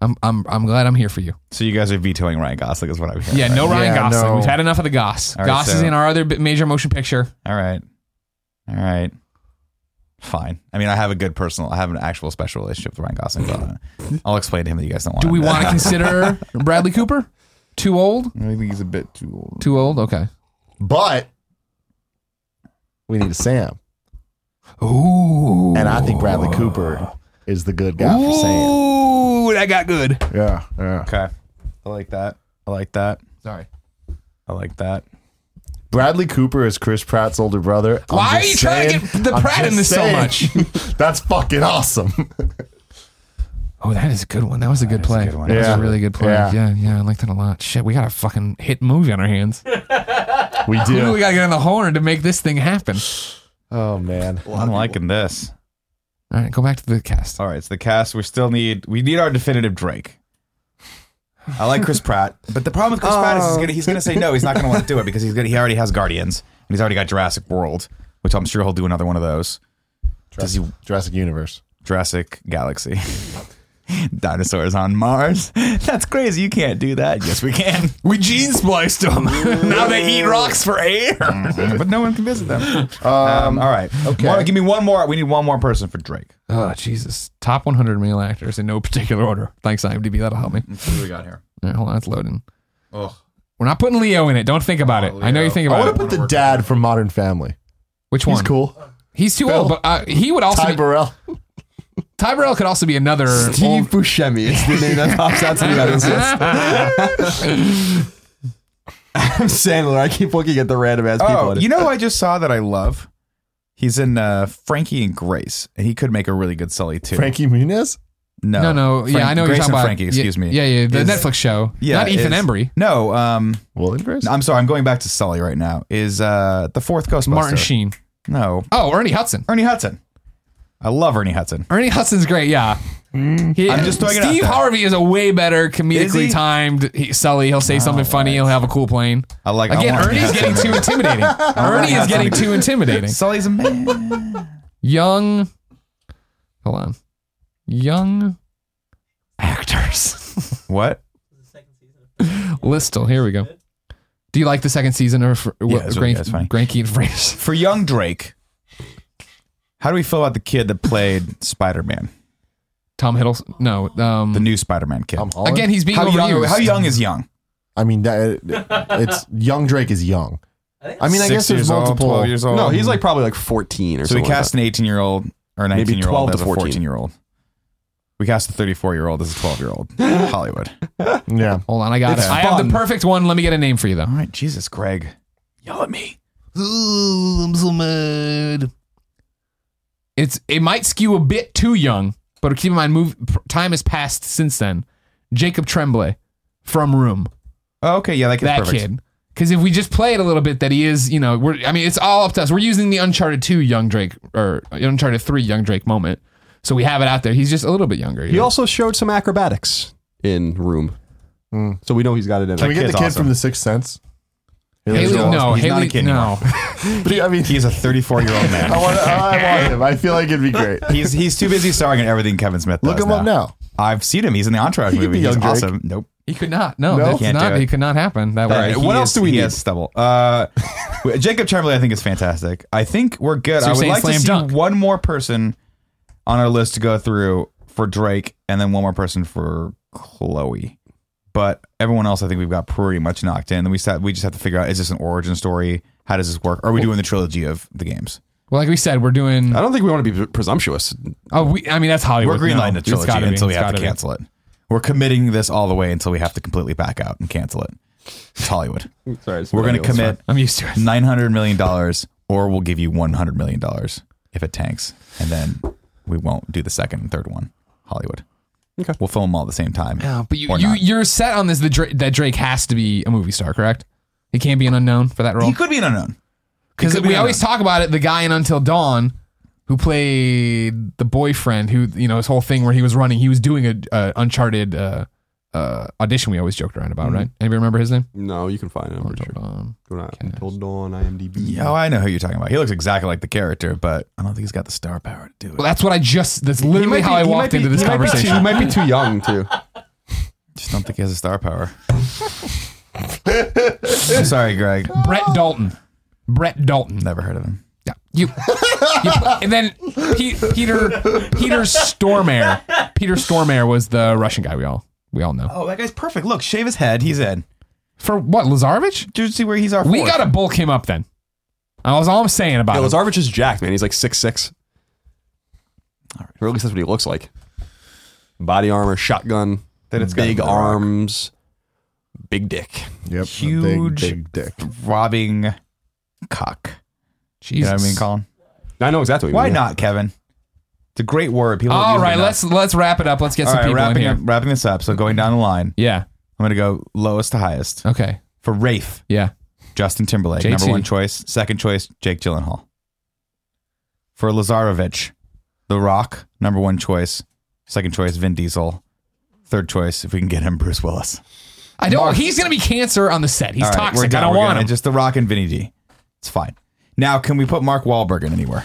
[SPEAKER 2] I'm I'm I'm glad I'm here for you.
[SPEAKER 3] So you guys are vetoing Ryan Gosling, is what I'm hearing.
[SPEAKER 2] Yeah, no
[SPEAKER 1] Right.
[SPEAKER 2] Ryan
[SPEAKER 1] Yeah,
[SPEAKER 2] Gosling.
[SPEAKER 1] no.
[SPEAKER 2] We've had enough of the Goss.
[SPEAKER 3] All right,
[SPEAKER 2] Goss is
[SPEAKER 3] so-
[SPEAKER 2] in our other bi- major motion picture.
[SPEAKER 3] All right. All right. Fine. I mean, I have a good personal, I have an actual special relationship with Ryan Gosling. But I'll explain to him that you guys don't want.
[SPEAKER 2] Do we
[SPEAKER 3] him.
[SPEAKER 2] want to consider Bradley Cooper? Too old?
[SPEAKER 3] I think he's a bit too old.
[SPEAKER 2] Too old? Okay.
[SPEAKER 1] But we need a Sam,
[SPEAKER 2] Ooh.
[SPEAKER 1] and I think Bradley Cooper is the good guy for Sam.
[SPEAKER 2] Ooh, that got good.
[SPEAKER 1] Yeah, yeah.
[SPEAKER 3] Okay. I like that. I like that.
[SPEAKER 2] Sorry.
[SPEAKER 3] I like that.
[SPEAKER 1] Bradley Cooper is Chris Pratt's older brother. I'm
[SPEAKER 2] Why are
[SPEAKER 1] just
[SPEAKER 2] you trying to
[SPEAKER 1] saying-
[SPEAKER 2] get the
[SPEAKER 1] I'm
[SPEAKER 2] Pratt in
[SPEAKER 1] just
[SPEAKER 2] this so
[SPEAKER 1] saying. That's fucking awesome.
[SPEAKER 2] Oh, that is a good one. That was a good
[SPEAKER 3] is a
[SPEAKER 2] play.
[SPEAKER 3] good one.
[SPEAKER 2] That was
[SPEAKER 1] Yeah.
[SPEAKER 2] a really good play.
[SPEAKER 1] Yeah.
[SPEAKER 2] Yeah. yeah, I like that a lot. Shit, we got a fucking hit movie on our hands.
[SPEAKER 1] We
[SPEAKER 2] We
[SPEAKER 1] do.
[SPEAKER 2] got to get on the horn to make this thing happen.
[SPEAKER 1] Oh man.
[SPEAKER 3] I'm liking this.
[SPEAKER 2] All right, go back to the cast.
[SPEAKER 3] All right, so the cast we still need we need our definitive Drake. I like Chris Pratt, but the problem with Chris Pratt is he's gonna, he's gonna say no. He's not gonna want to do it because he's gonna, he already has Guardians and he's already got Jurassic World, which I'm sure he'll do another one of those. Does he
[SPEAKER 1] Jurassic Universe.
[SPEAKER 3] Jurassic Galaxy? Dinosaurs on Mars? That's crazy. You can't do that. Yes, we can.
[SPEAKER 2] We gene spliced them. now they eat rocks for air.
[SPEAKER 3] but no one can visit them. Um, all right. Okay. give me one more. We need one more person for Drake.
[SPEAKER 2] Oh Jesus! Top 100 male actors in no particular order. Thanks IMDb, that'll help me.
[SPEAKER 3] Who do we got here?
[SPEAKER 2] All right, hold on, it's loading.
[SPEAKER 3] Oh,
[SPEAKER 2] We're not putting Leo in it. Don't think about it. I know you think
[SPEAKER 1] I
[SPEAKER 2] about
[SPEAKER 1] want
[SPEAKER 2] it.
[SPEAKER 1] to put the dad from Modern Family.
[SPEAKER 2] Which one?
[SPEAKER 1] He's cool.
[SPEAKER 2] He's too
[SPEAKER 1] Bill.
[SPEAKER 2] old, but uh, he would also.
[SPEAKER 1] Ty
[SPEAKER 2] Ty, be,
[SPEAKER 1] Burrell.
[SPEAKER 2] Ty Burrell could also be another.
[SPEAKER 4] Steve Buscemi is the name that pops out to me. That is I'm Sandler. I keep looking at the random ass people.
[SPEAKER 3] oh
[SPEAKER 4] in it.
[SPEAKER 3] you know who I just saw that I love? He's in uh, Frankie and Grace, and he could make a really good Sully too.
[SPEAKER 1] Frankie Muniz.
[SPEAKER 3] no,
[SPEAKER 2] no, no. yeah,
[SPEAKER 3] Frank-
[SPEAKER 2] I know what
[SPEAKER 3] Grace
[SPEAKER 2] you're talking
[SPEAKER 3] and
[SPEAKER 2] about.
[SPEAKER 3] Frankie. Excuse
[SPEAKER 2] yeah,
[SPEAKER 3] me.
[SPEAKER 2] Yeah, yeah. The
[SPEAKER 3] Is-
[SPEAKER 2] Netflix show.
[SPEAKER 3] Yeah,
[SPEAKER 2] not Ethan
[SPEAKER 3] is-
[SPEAKER 2] Embry.
[SPEAKER 3] No, um,
[SPEAKER 1] Will and Grace.
[SPEAKER 3] I'm sorry. I'm going back to Sully right now. Is uh, the fourth Ghostbuster?
[SPEAKER 2] Martin Sheen.
[SPEAKER 3] No,
[SPEAKER 2] Oh, Ernie Hudson.
[SPEAKER 3] Ernie Hudson. I love Ernie Hudson.
[SPEAKER 2] Ernie Hudson's great. Yeah. He-
[SPEAKER 3] I'm just throwing it out
[SPEAKER 2] Steve
[SPEAKER 3] there.
[SPEAKER 2] Harvey is a way better
[SPEAKER 3] Mm-hmm. Is he?
[SPEAKER 2] comedically timed he, Sully. He'll say something funny. He'll have a cool plane.
[SPEAKER 3] I like I
[SPEAKER 2] Again,
[SPEAKER 3] want
[SPEAKER 2] Ernie's
[SPEAKER 3] Hudson.
[SPEAKER 2] getting too intimidating. Ernie is
[SPEAKER 3] Hudson.
[SPEAKER 2] getting too intimidating.
[SPEAKER 3] Sully's a man.
[SPEAKER 2] young hold on young actors
[SPEAKER 3] what?
[SPEAKER 5] The second season. of
[SPEAKER 2] listel here we go do you like the second season or for,
[SPEAKER 3] Yeah, it's really- it's fine.
[SPEAKER 2] Granky and Fraser?
[SPEAKER 3] for young Drake, how do we feel about the kid that played Spider Man,
[SPEAKER 2] Tom Hiddleston? No.
[SPEAKER 3] the
[SPEAKER 2] Um,
[SPEAKER 3] new Spider Man kid?
[SPEAKER 1] Tom Holland.
[SPEAKER 2] again, he's being
[SPEAKER 3] how young?
[SPEAKER 2] overused.
[SPEAKER 3] How young is young?
[SPEAKER 1] I mean, that, it's young Drake is young.
[SPEAKER 5] think
[SPEAKER 1] I mean, I
[SPEAKER 3] Six
[SPEAKER 1] guess there's
[SPEAKER 3] years old,
[SPEAKER 1] multiple.
[SPEAKER 3] Twelve years old.
[SPEAKER 4] no, he's like probably like 14 or
[SPEAKER 3] um, so we
[SPEAKER 4] something.
[SPEAKER 3] cast an eighteen year old or
[SPEAKER 4] Maybe
[SPEAKER 3] nineteen year
[SPEAKER 4] 12
[SPEAKER 3] old
[SPEAKER 4] to
[SPEAKER 3] as a
[SPEAKER 4] 14.
[SPEAKER 3] fourteen year old. We cast a thirty four year old as a twelve year old. Hollywood.
[SPEAKER 1] Yeah.
[SPEAKER 2] Hold on, I got
[SPEAKER 3] It's
[SPEAKER 2] it. I have
[SPEAKER 3] fun.
[SPEAKER 2] the perfect one. Let me get a name for you, though.
[SPEAKER 3] All right, Jesus, Greg, yell at me.
[SPEAKER 2] Ooh, I'm so mad. It's it might skew a bit too young, but keep in mind, move time has passed since then. Jacob Tremblay from Room.
[SPEAKER 3] Oh, okay, yeah, that kid's
[SPEAKER 2] that
[SPEAKER 3] perfect.
[SPEAKER 2] kid. Because if we just play it a little bit, that he is, you know, we're. I mean, it's all up to us. We're using the Uncharted two Young Drake or Uncharted three Young Drake moment, so we have it out there. He's just a little bit younger.
[SPEAKER 4] He also showed some acrobatics in Room. So we know he's got it in
[SPEAKER 1] Can
[SPEAKER 4] him.
[SPEAKER 1] we get the
[SPEAKER 3] kid's
[SPEAKER 1] kid
[SPEAKER 3] awesome.
[SPEAKER 1] from The Sixth Sense?
[SPEAKER 2] Haley,
[SPEAKER 3] He's
[SPEAKER 2] no,
[SPEAKER 3] he's
[SPEAKER 2] Haley,
[SPEAKER 3] not a kid
[SPEAKER 2] no.
[SPEAKER 1] But, I mean,
[SPEAKER 3] He's a thirty four year old man.
[SPEAKER 1] I want, I want him. I feel like it'd be great.
[SPEAKER 3] He's he's too busy starring in everything Kevin Smith.
[SPEAKER 1] Look
[SPEAKER 3] does
[SPEAKER 1] him up now.
[SPEAKER 3] I've seen him. He's in the Entourage
[SPEAKER 1] He could
[SPEAKER 3] movie.
[SPEAKER 1] be
[SPEAKER 3] He's
[SPEAKER 1] young Drake.
[SPEAKER 3] awesome. Nope.
[SPEAKER 2] he could not. No,
[SPEAKER 1] No?
[SPEAKER 2] that's
[SPEAKER 3] Can't
[SPEAKER 2] not.
[SPEAKER 3] do it.
[SPEAKER 2] He could not happen. That
[SPEAKER 3] All
[SPEAKER 2] way.
[SPEAKER 3] right,
[SPEAKER 4] what
[SPEAKER 3] he
[SPEAKER 4] else
[SPEAKER 3] is-
[SPEAKER 4] do we
[SPEAKER 3] he
[SPEAKER 4] need?
[SPEAKER 3] has stubble. Uh, Jacob Tremblay, I think, is fantastic. I think we're good.
[SPEAKER 2] So
[SPEAKER 3] I
[SPEAKER 2] you're
[SPEAKER 3] would
[SPEAKER 2] saying
[SPEAKER 3] like to
[SPEAKER 2] slam
[SPEAKER 3] see
[SPEAKER 2] dunk.
[SPEAKER 3] one more person on our list to go through for Drake, and then one more person for Chloe. But everyone else, I think we've got pretty much knocked in. Then we sat, we just have to figure out: is this an origin story? How does this work? Are we doing the trilogy of the games?
[SPEAKER 2] Well, like we said, we're doing.
[SPEAKER 4] I don't think we want to be presumptuous.
[SPEAKER 2] Oh, we. I mean, that's
[SPEAKER 3] Uh, We're
[SPEAKER 2] Hollywood.
[SPEAKER 3] greenlighting
[SPEAKER 2] No,
[SPEAKER 3] the trilogy
[SPEAKER 2] it's gotta be.
[SPEAKER 3] until we
[SPEAKER 2] It's
[SPEAKER 3] have to
[SPEAKER 2] gotta be.
[SPEAKER 3] cancel it. We're committing this all the way until we have to completely back out and cancel it. It's Hollywood.
[SPEAKER 4] Sorry,
[SPEAKER 3] We're going to commit
[SPEAKER 2] I'm used to it.
[SPEAKER 3] nine hundred million dollars, or we'll give you one hundred million dollars if it tanks, and then we won't do the second and third one. Hollywood.
[SPEAKER 4] Okay.
[SPEAKER 3] We'll film them all at the same time.
[SPEAKER 2] No, but you,
[SPEAKER 3] Or
[SPEAKER 2] you
[SPEAKER 3] not.
[SPEAKER 2] you're set on this. The Drake, that Drake has to be a movie star, correct? He can't be an unknown for that role.
[SPEAKER 3] He could be an unknown.
[SPEAKER 2] Because
[SPEAKER 3] could be
[SPEAKER 2] we
[SPEAKER 3] on
[SPEAKER 2] always talk about it, the guy in Until Dawn who played the boyfriend who, you know, his whole thing where he was running, he was doing a uh, Uncharted uh, uh, audition we always joked around about, right? Anybody remember his name?
[SPEAKER 4] No, you can find it. I'm pretty sure.
[SPEAKER 2] Until Dawn.
[SPEAKER 4] Go to Until Dawn, IMDb.
[SPEAKER 3] Yeah, oh, I know who you're talking about. He looks exactly like the character, but I don't think he's got the star power to do it.
[SPEAKER 2] Well, that's what I just, that's literally how I walked into this
[SPEAKER 4] He
[SPEAKER 2] conversation.
[SPEAKER 4] might be too young too.
[SPEAKER 3] Just don't think he has a star power. I'm sorry, Greg.
[SPEAKER 2] Brett Dalton. Brett Dalton.
[SPEAKER 3] Never heard of him.
[SPEAKER 2] Yeah. You, you and then Pe- Peter Peter Stormare. Peter Stormare was the Russian guy we all we all know.
[SPEAKER 3] Oh, that guy's perfect. Look, shave his head. He's in.
[SPEAKER 2] For what, Lazarevich?
[SPEAKER 3] Did you see where he's our?
[SPEAKER 2] We
[SPEAKER 3] fourth?
[SPEAKER 2] gotta bulk him up then. That was all I'm saying about
[SPEAKER 4] Yeah,
[SPEAKER 2] him.
[SPEAKER 4] Lazarevich is jacked, man. He's like six six. Or at least that's what he looks like. Body armor, shotgun,
[SPEAKER 3] Then it's gotta
[SPEAKER 4] big
[SPEAKER 3] be The Rock.
[SPEAKER 4] arms, big dick.
[SPEAKER 1] Yep.
[SPEAKER 3] Huge.
[SPEAKER 1] Big, big dick.
[SPEAKER 3] throbbing cock. You
[SPEAKER 2] Jesus.
[SPEAKER 3] know what I mean, Colin?
[SPEAKER 4] I know exactly. What you
[SPEAKER 3] Why
[SPEAKER 4] mean, yeah.
[SPEAKER 3] not, Kevin? It's a great word. People don't
[SPEAKER 2] All
[SPEAKER 3] use it
[SPEAKER 2] right,
[SPEAKER 3] enough.
[SPEAKER 2] let's let's wrap it up. Let's get
[SPEAKER 3] All
[SPEAKER 2] some
[SPEAKER 3] right,
[SPEAKER 2] people in
[SPEAKER 3] wrapping
[SPEAKER 2] here.
[SPEAKER 3] up, wrapping this up. So going down the line,
[SPEAKER 2] Yeah.
[SPEAKER 3] I'm gonna go lowest to highest
[SPEAKER 2] Okay.
[SPEAKER 3] for Rafe,
[SPEAKER 2] Yeah.
[SPEAKER 3] Justin Timberlake,
[SPEAKER 2] JT.
[SPEAKER 3] number one choice. Second choice, Jake Gyllenhaal. For Lazarevich, The Rock, number one choice. Second choice, Vin Diesel. Third choice, if we can get him, Bruce Willis.
[SPEAKER 2] I don't. He's gonna be cancer on the set. He's
[SPEAKER 3] All right, we're
[SPEAKER 2] toxic. I
[SPEAKER 3] done.
[SPEAKER 2] don't
[SPEAKER 3] We're
[SPEAKER 2] want
[SPEAKER 3] gonna-
[SPEAKER 2] him.
[SPEAKER 3] Just The Rock and Vinny D. It's fine. Now, can we put Mark Wahlberg in anywhere?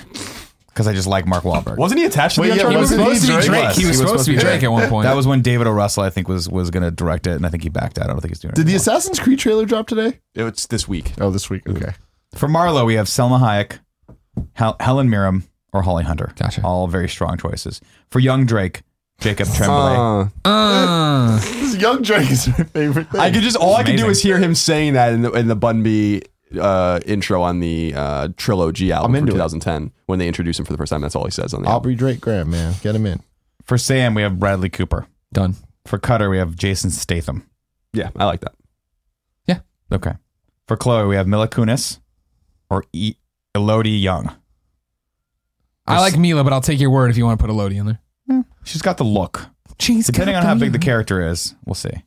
[SPEAKER 3] because I just like Mark Wahlberg.
[SPEAKER 4] Wasn't he attached to
[SPEAKER 1] Wait,
[SPEAKER 4] the
[SPEAKER 1] yeah,
[SPEAKER 4] Uncharted
[SPEAKER 2] He was
[SPEAKER 1] Wasn't
[SPEAKER 2] supposed
[SPEAKER 1] he
[SPEAKER 2] to be
[SPEAKER 1] Drake?
[SPEAKER 2] Drake. He was supposed to be Drake at one point.
[SPEAKER 3] That was when David O. Russell, I think, was was going to direct it, and I think he backed out. I don't think he's doing it.
[SPEAKER 1] Did the
[SPEAKER 3] anymore.
[SPEAKER 1] Assassin's Creed trailer drop today?
[SPEAKER 4] It's this week.
[SPEAKER 1] Oh, this week. Okay.
[SPEAKER 3] For Marlowe, we have Selma Hayek, Hel- Helen Mirren, or Holly Hunter.
[SPEAKER 2] Gotcha.
[SPEAKER 3] All very strong choices. For young Drake, Jacob Tremblay.
[SPEAKER 4] Uh,
[SPEAKER 2] Uh,
[SPEAKER 1] This Young Drake is my favorite thing.
[SPEAKER 4] I could just all I could do
[SPEAKER 3] Amazing.
[SPEAKER 4] is hear him saying that in the, in the Bun B uh, intro on the uh, trilogy album from
[SPEAKER 1] into it.
[SPEAKER 4] 2010 when they introduced him for the first time. That's all he says on the album.
[SPEAKER 1] Aubrey Drake Graham, man, get him in.
[SPEAKER 3] For Sam, we have Bradley Cooper.
[SPEAKER 2] done.
[SPEAKER 3] For Cutter, we have Jason Statham.
[SPEAKER 4] Yeah, I like that.
[SPEAKER 3] Okay. For Chloe, we have Mila Kunis or e- Elodie Young.
[SPEAKER 2] I like Mila, but I'll take your word if you want to put a Lodi in there.
[SPEAKER 3] She's got the look.
[SPEAKER 2] Jeez,
[SPEAKER 3] Depending on how big the character is, we'll see.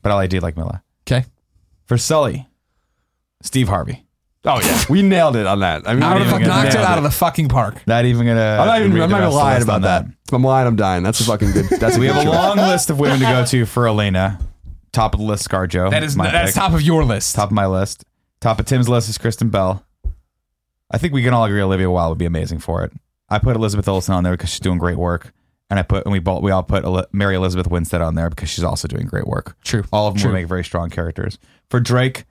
[SPEAKER 3] But I do like Mila.
[SPEAKER 2] Okay.
[SPEAKER 3] For Sully, Steve Harvey.
[SPEAKER 4] Oh yeah, we nailed it on that. I mean,
[SPEAKER 2] Out of the,
[SPEAKER 3] even
[SPEAKER 2] fuck-
[SPEAKER 3] gonna
[SPEAKER 2] knocked it
[SPEAKER 3] nail
[SPEAKER 2] out
[SPEAKER 3] it.
[SPEAKER 2] of the fucking park.
[SPEAKER 3] Not even gonna.
[SPEAKER 4] I'm not even.
[SPEAKER 3] read
[SPEAKER 4] I'm
[SPEAKER 3] the
[SPEAKER 4] not even
[SPEAKER 3] rest of the
[SPEAKER 4] lying
[SPEAKER 3] list on
[SPEAKER 4] about that. If I'm lying, I'm dying. That's a fucking good. That's a
[SPEAKER 3] We
[SPEAKER 4] good
[SPEAKER 3] have a
[SPEAKER 4] choice.
[SPEAKER 3] long list of women to go to for Elena. Top of the list, ScarJo.
[SPEAKER 2] That is that's
[SPEAKER 3] pick.
[SPEAKER 2] top of your list.
[SPEAKER 3] Top of my list. Top of Tim's list is Kristen Bell. I think we can all agree Olivia Wilde would be amazing for it. I put Elizabeth Olsen on there because she's doing great work, and I put and we both we all put Eli- Mary Elizabeth Winstead on there because she's also doing great work.
[SPEAKER 2] True.
[SPEAKER 3] All of them
[SPEAKER 2] True.
[SPEAKER 3] will make very strong characters. For Drake,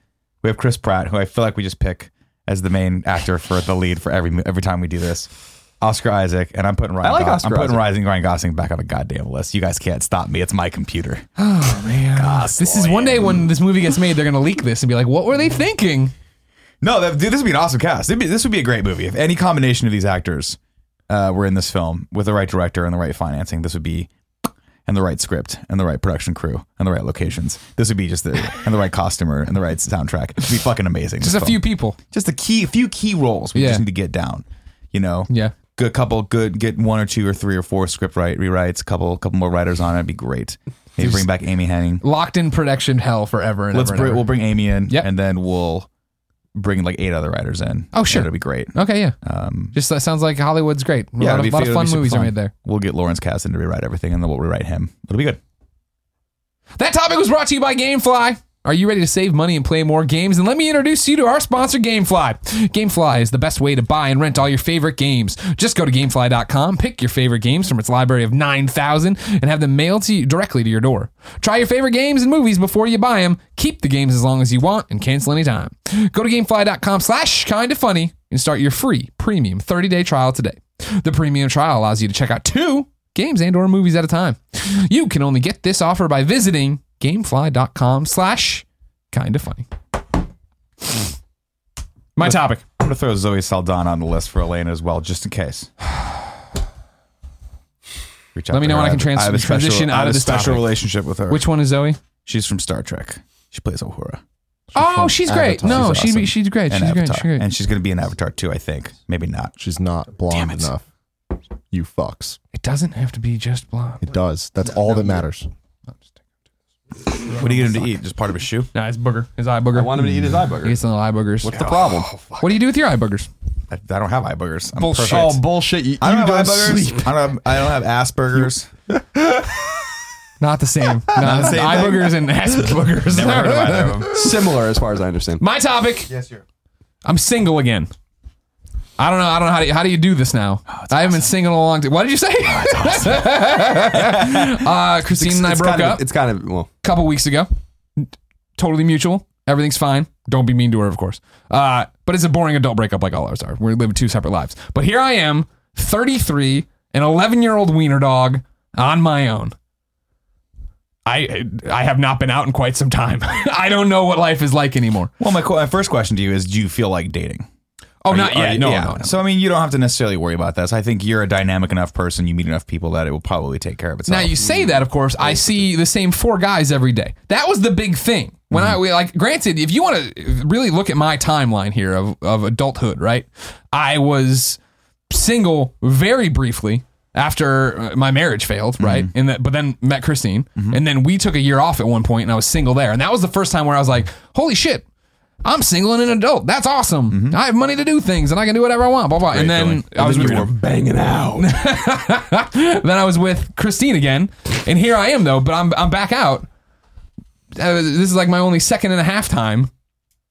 [SPEAKER 3] we have Chris Pratt, who I feel like we just pick as the main actor for the lead for every every time we do this. Oscar Isaac, and I'm putting Ryan.
[SPEAKER 4] I like
[SPEAKER 3] Gos-
[SPEAKER 4] Oscar
[SPEAKER 3] I'm putting
[SPEAKER 4] Isaac.
[SPEAKER 3] Rising Ryan Gosling back on the goddamn list. You guys can't stop me. It's my computer.
[SPEAKER 2] Oh man, this is one day when this movie gets made, they're gonna leak this and be like, "What were they thinking?"
[SPEAKER 3] No, that, dude, this would be an awesome cast. It'd be, this would be a great movie if any combination of these actors uh, were in this film with the right director and the right financing. This would be and the right script and the right production crew and the right locations. This would be just the and the right costumer and the right soundtrack. It'd be fucking amazing.
[SPEAKER 2] Just a few people.
[SPEAKER 3] just a key, few key roles we
[SPEAKER 2] Yeah.
[SPEAKER 3] just need to get down. You know,
[SPEAKER 2] Yeah.
[SPEAKER 3] good couple, good get one or two or three or four script right rewrites, couple, couple more writers on it. It'd be great. Maybe bring back Amy Henning.
[SPEAKER 2] Locked in production hell forever and
[SPEAKER 3] Let's
[SPEAKER 2] ever. and
[SPEAKER 3] bring,
[SPEAKER 2] ever.
[SPEAKER 3] we'll bring Amy in,
[SPEAKER 2] Yep.
[SPEAKER 3] and then we'll bring like eight other writers in.
[SPEAKER 2] Oh, sure.
[SPEAKER 3] it'll be great.
[SPEAKER 2] okay, yeah.
[SPEAKER 3] Um,
[SPEAKER 2] Just that sounds like Hollywood's great. A lot,
[SPEAKER 3] it'll
[SPEAKER 2] of,
[SPEAKER 3] be-
[SPEAKER 2] lot of
[SPEAKER 3] it'll be
[SPEAKER 2] fun
[SPEAKER 3] super
[SPEAKER 2] movies are made there.
[SPEAKER 3] We'll get Lawrence Kasdan to rewrite everything, and then we'll rewrite him. It'll be good.
[SPEAKER 2] That topic was brought to you by Gamefly. Are you ready to save money and play more games? And let me introduce you to our sponsor, Gamefly. Gamefly is the best way to buy and rent all your favorite games. Just go to gamefly.com, pick your favorite games from its library of 9,000, and have them mailed to you directly to your door. Try your favorite games and movies before you buy them. Keep the games as long as you want and cancel anytime. Go to gamefly.com slash kinda funny and start your free premium 30-day trial today. The premium trial allows you to check out two games and or movies at a time. You can only get this offer by visiting gamefly.com slash kinda funny. My topic.
[SPEAKER 3] I'm gonna throw Zoe Saldana on the list for Elena as well, just in case. Reach out
[SPEAKER 2] Let me
[SPEAKER 3] to
[SPEAKER 2] know
[SPEAKER 3] her.
[SPEAKER 2] when I can
[SPEAKER 3] have-
[SPEAKER 2] trans-
[SPEAKER 3] have a special-
[SPEAKER 2] transition
[SPEAKER 3] I
[SPEAKER 2] out
[SPEAKER 3] have
[SPEAKER 2] of
[SPEAKER 3] a
[SPEAKER 2] this
[SPEAKER 3] special
[SPEAKER 2] topic.
[SPEAKER 3] relationship with her.
[SPEAKER 2] Which one is Zoe?
[SPEAKER 3] she's from Star Trek. She plays Uhura.
[SPEAKER 2] oh, she's great.
[SPEAKER 1] Avatar.
[SPEAKER 2] No,
[SPEAKER 1] She's
[SPEAKER 2] she's,
[SPEAKER 1] awesome.
[SPEAKER 2] she's great.
[SPEAKER 3] and
[SPEAKER 2] She's
[SPEAKER 3] Avatar,
[SPEAKER 2] great. She's great.
[SPEAKER 3] and she's gonna be an Avatar too. I think maybe not.
[SPEAKER 1] She's not blonde enough. You fucks.
[SPEAKER 2] It doesn't have to be just blonde.
[SPEAKER 1] It does. That's all that matters.
[SPEAKER 3] What do you get him to eat? Just part of his shoe.
[SPEAKER 2] Nah, it's booger. His eye booger.
[SPEAKER 4] I want him to eat his eye
[SPEAKER 2] He
[SPEAKER 4] burger.
[SPEAKER 2] gets on the eye boogers.
[SPEAKER 4] What's the problem?
[SPEAKER 2] What do you do with your eye boogers?
[SPEAKER 3] I, I don't have eye boogers. I'm
[SPEAKER 2] Bullshit.
[SPEAKER 3] Oh, perfect.
[SPEAKER 4] Oh bullshit! You,
[SPEAKER 3] I don't
[SPEAKER 4] you
[SPEAKER 3] have
[SPEAKER 4] don't
[SPEAKER 3] eye boogers.
[SPEAKER 4] sleep.
[SPEAKER 3] I don't have, I don't have Asperger's.
[SPEAKER 2] Not the same. No,
[SPEAKER 3] the same
[SPEAKER 2] eye
[SPEAKER 3] thing.
[SPEAKER 2] boogers and ass boogers.
[SPEAKER 3] Never heard of either of them.
[SPEAKER 4] Similar as far as I understand.
[SPEAKER 2] My topic. Yes, sir. I'm single again. I don't know. I don't know how do you, how do you do this now. I haven't been single in a long time. What did you say? uh, Christine and I
[SPEAKER 4] it's
[SPEAKER 2] broke
[SPEAKER 4] kind
[SPEAKER 2] up
[SPEAKER 4] Of, it's kind of well.
[SPEAKER 2] couple weeks ago. Totally mutual. Everything's fine. Don't be mean to her, of course. Uh, but it's a boring adult breakup like all ours are. We're living two separate lives. But here I am, 33, an 11 year old wiener dog on my own. I I have not been out in quite some time. I don't know what life is like anymore.
[SPEAKER 3] Well, my, qu- my first question to you is: Do you feel like dating?
[SPEAKER 2] Oh,
[SPEAKER 3] Are
[SPEAKER 2] not
[SPEAKER 3] you- are
[SPEAKER 2] yet.
[SPEAKER 3] you-
[SPEAKER 2] No,
[SPEAKER 3] yeah.
[SPEAKER 2] no, no.
[SPEAKER 3] So I mean, you don't have to necessarily worry about this. I think you're a dynamic enough person. You meet enough people that it will probably take care of itself.
[SPEAKER 2] Now you say that, of course, I see the same four guys every day. That was the big thing. When I we, like, granted, if you want to really look at my timeline here of of adulthood, right? I was single very briefly after uh, my marriage failed, right? And that, but then met Christine, and then we took a year off at one point, and I was single there, and that was the first time where I was like, "Holy shit." I'm single and an adult. That's awesome. I have money to do things, and I can do whatever I want. Blah blah. and then I was with
[SPEAKER 4] You were banging out.
[SPEAKER 2] then I was with Christine again, and here I am though, but I'm I'm back out. Uh, this is like my only second and a half time,